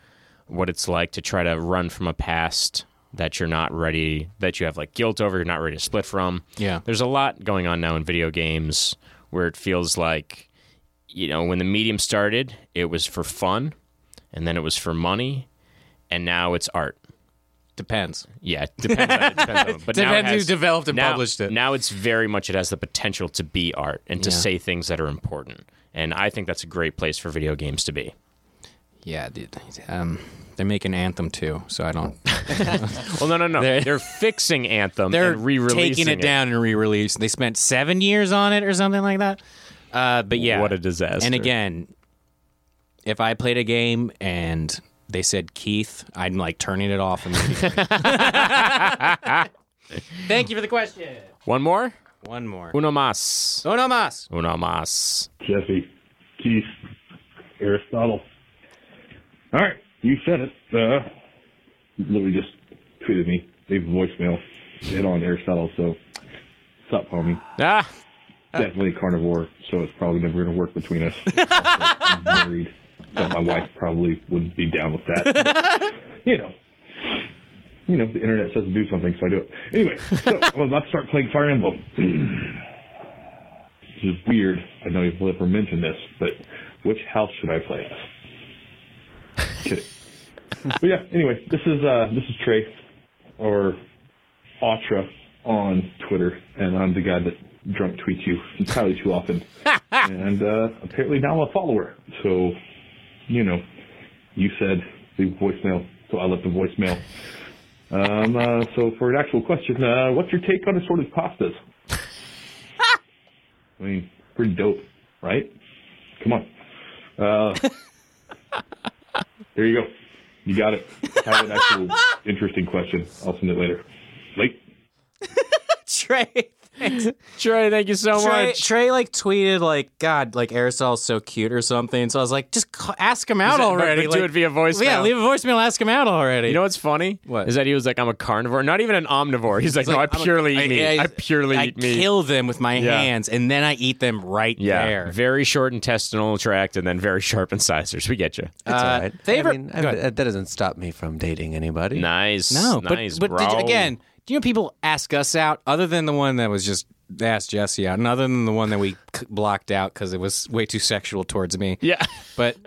B: what it's like to try to run from a past that you're not ready that you have like guilt over, you're not ready to split from.
A: Yeah.
B: There's a lot going on now in video games where it feels like you know, when the medium started, it was for fun and then it was for money and now it's art.
A: Depends.
B: Yeah, it depends. on, it <laughs> depends on, but now it
A: Depends who
B: has-
A: developed and
B: now-
A: published it.
B: Now it's very much it has the potential to be art and to
A: Yeah.
B: say things that are important, and I think that's a great place for video games to be.
A: Yeah, dude. Um, they make an anthem too, so I don't.
B: Well, no, no, no. They're, fixing Anthem.
A: They're
B: and re-releasing
A: taking it down and re-release. They spent seven years on it or something like that. Uh, but yeah,
B: What a disaster.
A: And again, if I played a game and they said Keith, I'm like turning it off <laughs> immediately. Thank you for the question.
B: One more.
A: One more.
B: Uno más.
A: Uno más.
B: Uno más.
G: Jesse, Keith, Aristotle. All right, you said it. Uh, literally just tweeted me, leave a voicemail, hit on Aristotle. So, sup, homie.
B: Ah,
G: Definitely carnivore, so it's probably never going to work between us. I'm married, so my wife probably wouldn't be down with that. But, you know, you know, the internet says to do something, so I do it. Anyway, so I'm about to start playing Fire Emblem. <clears throat> this is weird. I know you've never mentioned this, but which house should I play as? Kidding. but yeah, anyway, this is uh, this is Trey, or Autra on Twitter, and I'm the guy that drunk tweets you entirely too often, and uh, apparently now a follower. So, you know, you said leave a voicemail, so I left a voicemail. Um, uh, so for an actual question, uh, what's your take on assorted pastas? I mean, pretty dope, right? Come on. Uh, there you go. You got it. Have an actual interesting question. I'll send it later. Late.
A: <laughs> Trey. Thanks.
B: Trey, thank you so
A: Trey,
B: much.
A: Trey like tweeted like God like Aristotle's so cute or something. So I was like, just ca- ask him out
B: But- but
A: already.
B: do
A: like-
B: it via voicemail.
A: Yeah, leave a voicemail. Ask him out already.
B: You know what's funny?
A: What?
B: is that? He was like, "I'm a carnivore, not even an omnivore." He's like, "No,
A: Like,
B: I
A: I'm a-
B: purely eat meat. I,
A: I-
B: purely
A: I
B: eat meat."
A: kill them with my
B: Yeah.
A: hands and then I eat them right
B: yeah,
A: there.
B: very short intestinal tract, and then very sharp <laughs> incisors. We get you.
C: That's
A: Uh,
C: all right.
A: favorite-
C: I mean, I-
A: go ahead.
C: that doesn't stop me from dating anybody.
B: Nice.
A: No,
B: nice,
A: but, but
B: bro.
A: Did you, again, do you know people ask us out other than the one that was just asked Jesse out, and other than the one that we c- blocked out because it was way too sexual towards me? <laughs>
B: Yeah.
A: but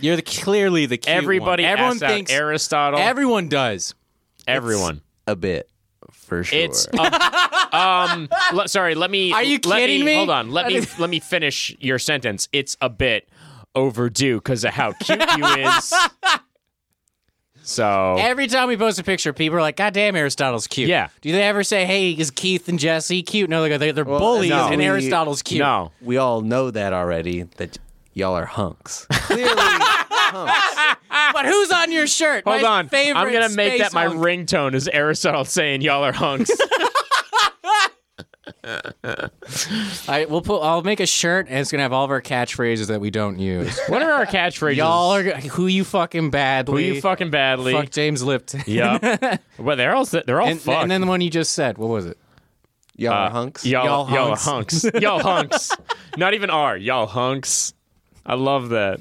A: you're the clearly the cute
B: Everybody
A: One. Everyone
B: asks out
A: thinks
B: Aristotle.
A: everyone does.
B: everyone.
C: A bit for sure.
B: It's um, <laughs> um le- sorry, let me
A: Are you
B: let
A: kidding me?
B: Hold on. Let me let me finish your sentence. It's a bit overdue because of how cute
A: <laughs>
B: you is. So
A: Every time we post a picture, people are like, "God damn, Aristotle's cute."
B: Oh. Yeah.
A: Do they ever say, "Hey, is Keith and Jesse cute"? No, they're they're, they're bullies,
C: no.
A: and
C: We-
A: Aristotle's cute.
B: no.
C: we all know that already that y'all are hunks. Clearly hunks.
A: But who's on your shirt?
B: Hold
A: my
B: on.
A: Favorite
B: I'm gonna make
A: space
B: that my
A: hunk.
B: ringtone is Aristotle saying y'all
A: <laughs>
B: are hunks.
A: I, we'll put. I'll make a shirt, and it's gonna have all of our catchphrases that we don't <laughs> use.
B: what are our catchphrases?
A: Y'all are g- who you fucking badly.
B: Who you fucking badly.
A: Fuck James Lipton.
B: Yep. well, they're all they're
A: <laughs>
B: all
A: and,
B: fucked.
A: and then the one you just said. What was it?
C: Y'all
B: Uh,
C: are hunks.
B: Y'all,
A: Y'all
B: y'all hunks.
A: hunks. <laughs>
B: y'all hunks. Not even R. Y'all hunks. I love that.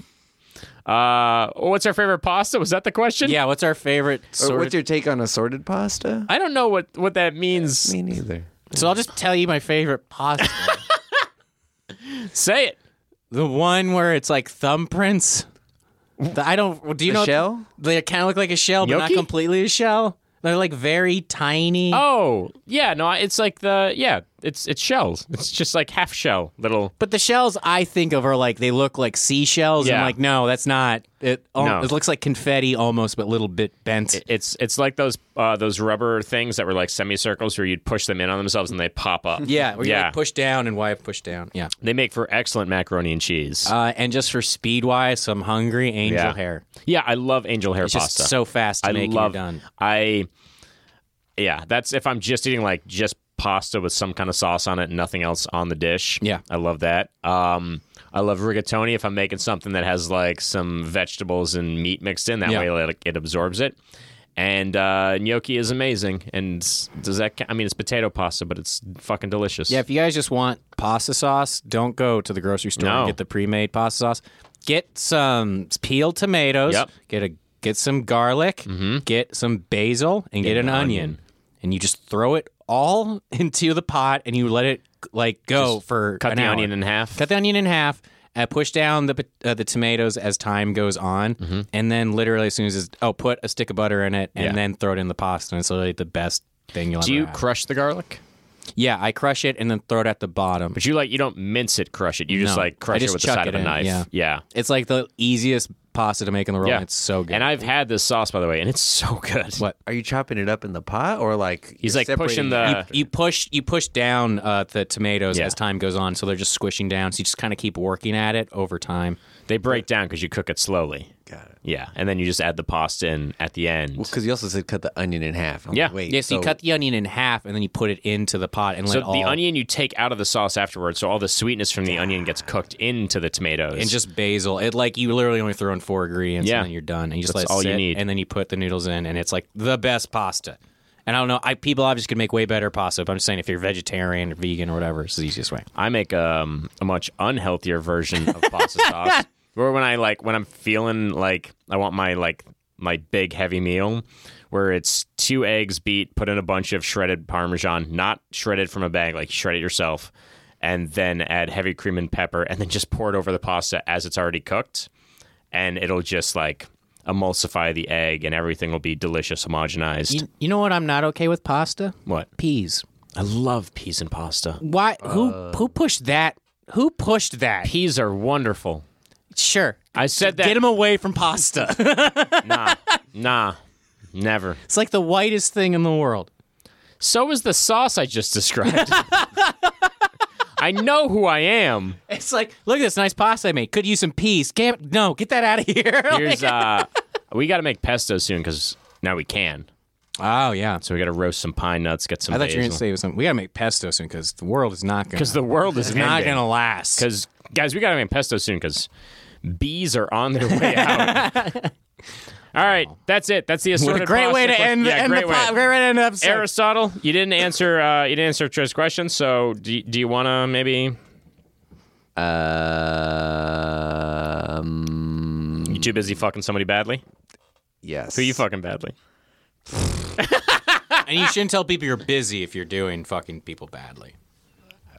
B: Uh, what's our favorite pasta? Was that the question?
A: Yeah. Uh, What's our favorite?
C: Or
A: Sort
C: what's your take on assorted pasta?
B: I don't know what, what that means.
C: Me neither.
A: so I'll just tell you my favorite pasta.
B: Say it.
A: <laughs> the one where it's like thumbprints. The- I don't. Do you
C: The
A: know?
C: shell?
A: They kind of look like a shell, but not
B: Gnocchi?
A: completely a shell. They're like very tiny.
B: Oh, yeah. No, I- it's like the yeah. It's it's shells. It's just like half shell little.
A: But the shells I think of are like they look like seashells. And
B: Yeah.
A: I'm like, no, that's not. It al-
B: No.
A: it looks like confetti almost, but a little bit bent.
B: It's it's like those uh, those rubber things that were like semicircles where you'd push them in on themselves and they pop up.
A: yeah, where you
B: yeah.
A: like push down and Y push down. Yeah.
B: they make for excellent macaroni and cheese.
A: Uh, and just for speed wise, some hungry angel
B: Yeah.
A: hair.
B: yeah, I love angel hair
A: It's
B: pasta.
A: just so fast to
B: I
A: make and
B: love
A: you're done.
B: I yeah, that's if I'm just eating like just pasta with some kind of sauce on it and nothing else on the dish.
A: Yeah.
B: I love that. Um I love rigatoni if I'm making something that has like some vegetables and meat mixed in that
A: Yeah.
B: way like it absorbs it. And uh, gnocchi is amazing. And does that? ca- I mean, it's potato pasta, but it's fucking delicious.
A: Yeah, if you guys just want pasta sauce, don't go to the grocery store
B: No.
A: and get the pre-made pasta sauce. Get some peeled tomatoes.
B: Yep. Mm-hmm.
A: Get a get some garlic. Get some basil and get, an, onion. and you just throw it all <laughs> into the pot and you let it like go for
B: cut
A: an
B: the
A: hour.
B: onion in half.
A: Cut the onion in half. Uh, push down the pot- uh, the tomatoes as time goes on, and then literally as soon as it's, oh, put a stick of butter in it, and
B: Mm-hmm. Yeah.
A: then throw it in the pasta, and it's literally the best thing you'll
B: Do
A: ever
B: you
A: have.
B: crush the garlic?
A: Yeah, I crush it and then throw it at the bottom.
B: But you like you don't mince it, crush it. You just
A: No.
B: like
A: I
B: crush
A: just
B: it with the
A: chuck
B: side
A: it
B: of a
A: in,
B: knife.
A: yeah.
B: yeah.
A: It's like the easiest pasta to make in the world. and it's so good.
B: And I've had this sauce by the way, and it's so <laughs> good.
A: What?
C: Are you chopping it up in the pot or like
B: He's,
C: you're
B: like, pushing the-
C: separating it?
A: you push you push down uh, the tomatoes
B: Yeah.
A: as time goes on, so they're just squishing down. So you just kind of keep working at it over time.
B: They break down because you cook it slowly.
C: Got it.
B: Yeah, and then you just add the pasta in at the end.
C: Well, because you also said cut the onion in half. I'm
B: Yeah.
C: Like, Wait.
A: Yeah, so, you cut the onion in half and then you put it into the pot and
B: so
A: let
B: the
A: all
B: onion you take out of the sauce afterwards, so all the sweetness from the onion gets cooked into the tomatoes.
A: and just basil. It like you literally only throw in four ingredients
B: Yeah.
A: and then you're done. And you just
B: That's
A: let it
B: all you
A: sit,
B: need.
A: And then you put the noodles in and it's like the best pasta. And I don't know, I people obviously could make way better pasta, but I'm just saying if you're vegetarian or vegan or whatever, it's the easiest way.
B: I make um, a much unhealthier version of pasta sauce. Where when I like when I'm feeling like I want my like my big heavy meal, where it's two eggs beat, put in a bunch of shredded parmesan, not shredded from a bag, like you shred it yourself, and then add heavy cream and pepper, and then just pour it over the pasta as it's already cooked, and it'll just like emulsify the egg, and everything will be delicious, homogenized.
A: You, you know what I'm not okay with pasta?
B: what?
A: Peas.
B: I love peas and pasta.
A: Why? Who? Who pushed that? Who pushed that?
B: Peas are wonderful.
A: Sure,
B: I said that.
A: get him away from pasta. <laughs>
B: nah, nah, never.
A: it's like the whitest thing in the world.
B: So is the sauce I just described. I know who I am.
A: It's like, look at this nice pasta I made. Could use some peas. Can't, no, get that out of here. <laughs>
B: Here's uh, we got to make pesto soon because now we can.
A: oh yeah.
B: So we got to roast some pine nuts, get some.
A: I thought you were gonna say something. We gotta make pesto soon because the world is not gonna.
B: because the world is
A: it's not gonna last.
B: Because guys, we got to make pesto soon because bees are on their
A: <laughs>
B: way out. All right, that's it. That's the
A: what
B: assorted
A: a great way to
B: pasta-
A: end,
B: yeah,
A: end
B: great
A: the
B: way.
A: po- great way to end the episode.
B: Aristotle, you didn't answer. Uh, you didn't answer Trish's question. So do, do you want to maybe
C: Um,
B: you too busy fucking somebody badly?
C: yes.
B: Who you fucking badly?
A: and you shouldn't tell people you're busy if you're doing fucking people badly.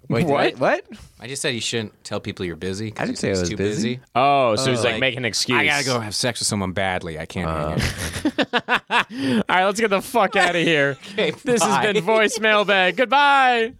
C: Wait,
B: <laughs>
C: what?
B: What?
C: what?
A: I just said you shouldn't tell people you're busy. 'cause
C: I didn't
A: you
C: say I
A: it's
C: was
A: too
C: busy.
B: Oh, so he's like,
A: like,
B: making an excuse.
A: I
B: <laughs>
A: gotta go have sex with someone badly. I can't. hang <laughs> out.
B: All right, let's get the fuck out of here.
A: <laughs> Okay,
B: this has
A: bye.
B: been voicemail bag. Goodbye.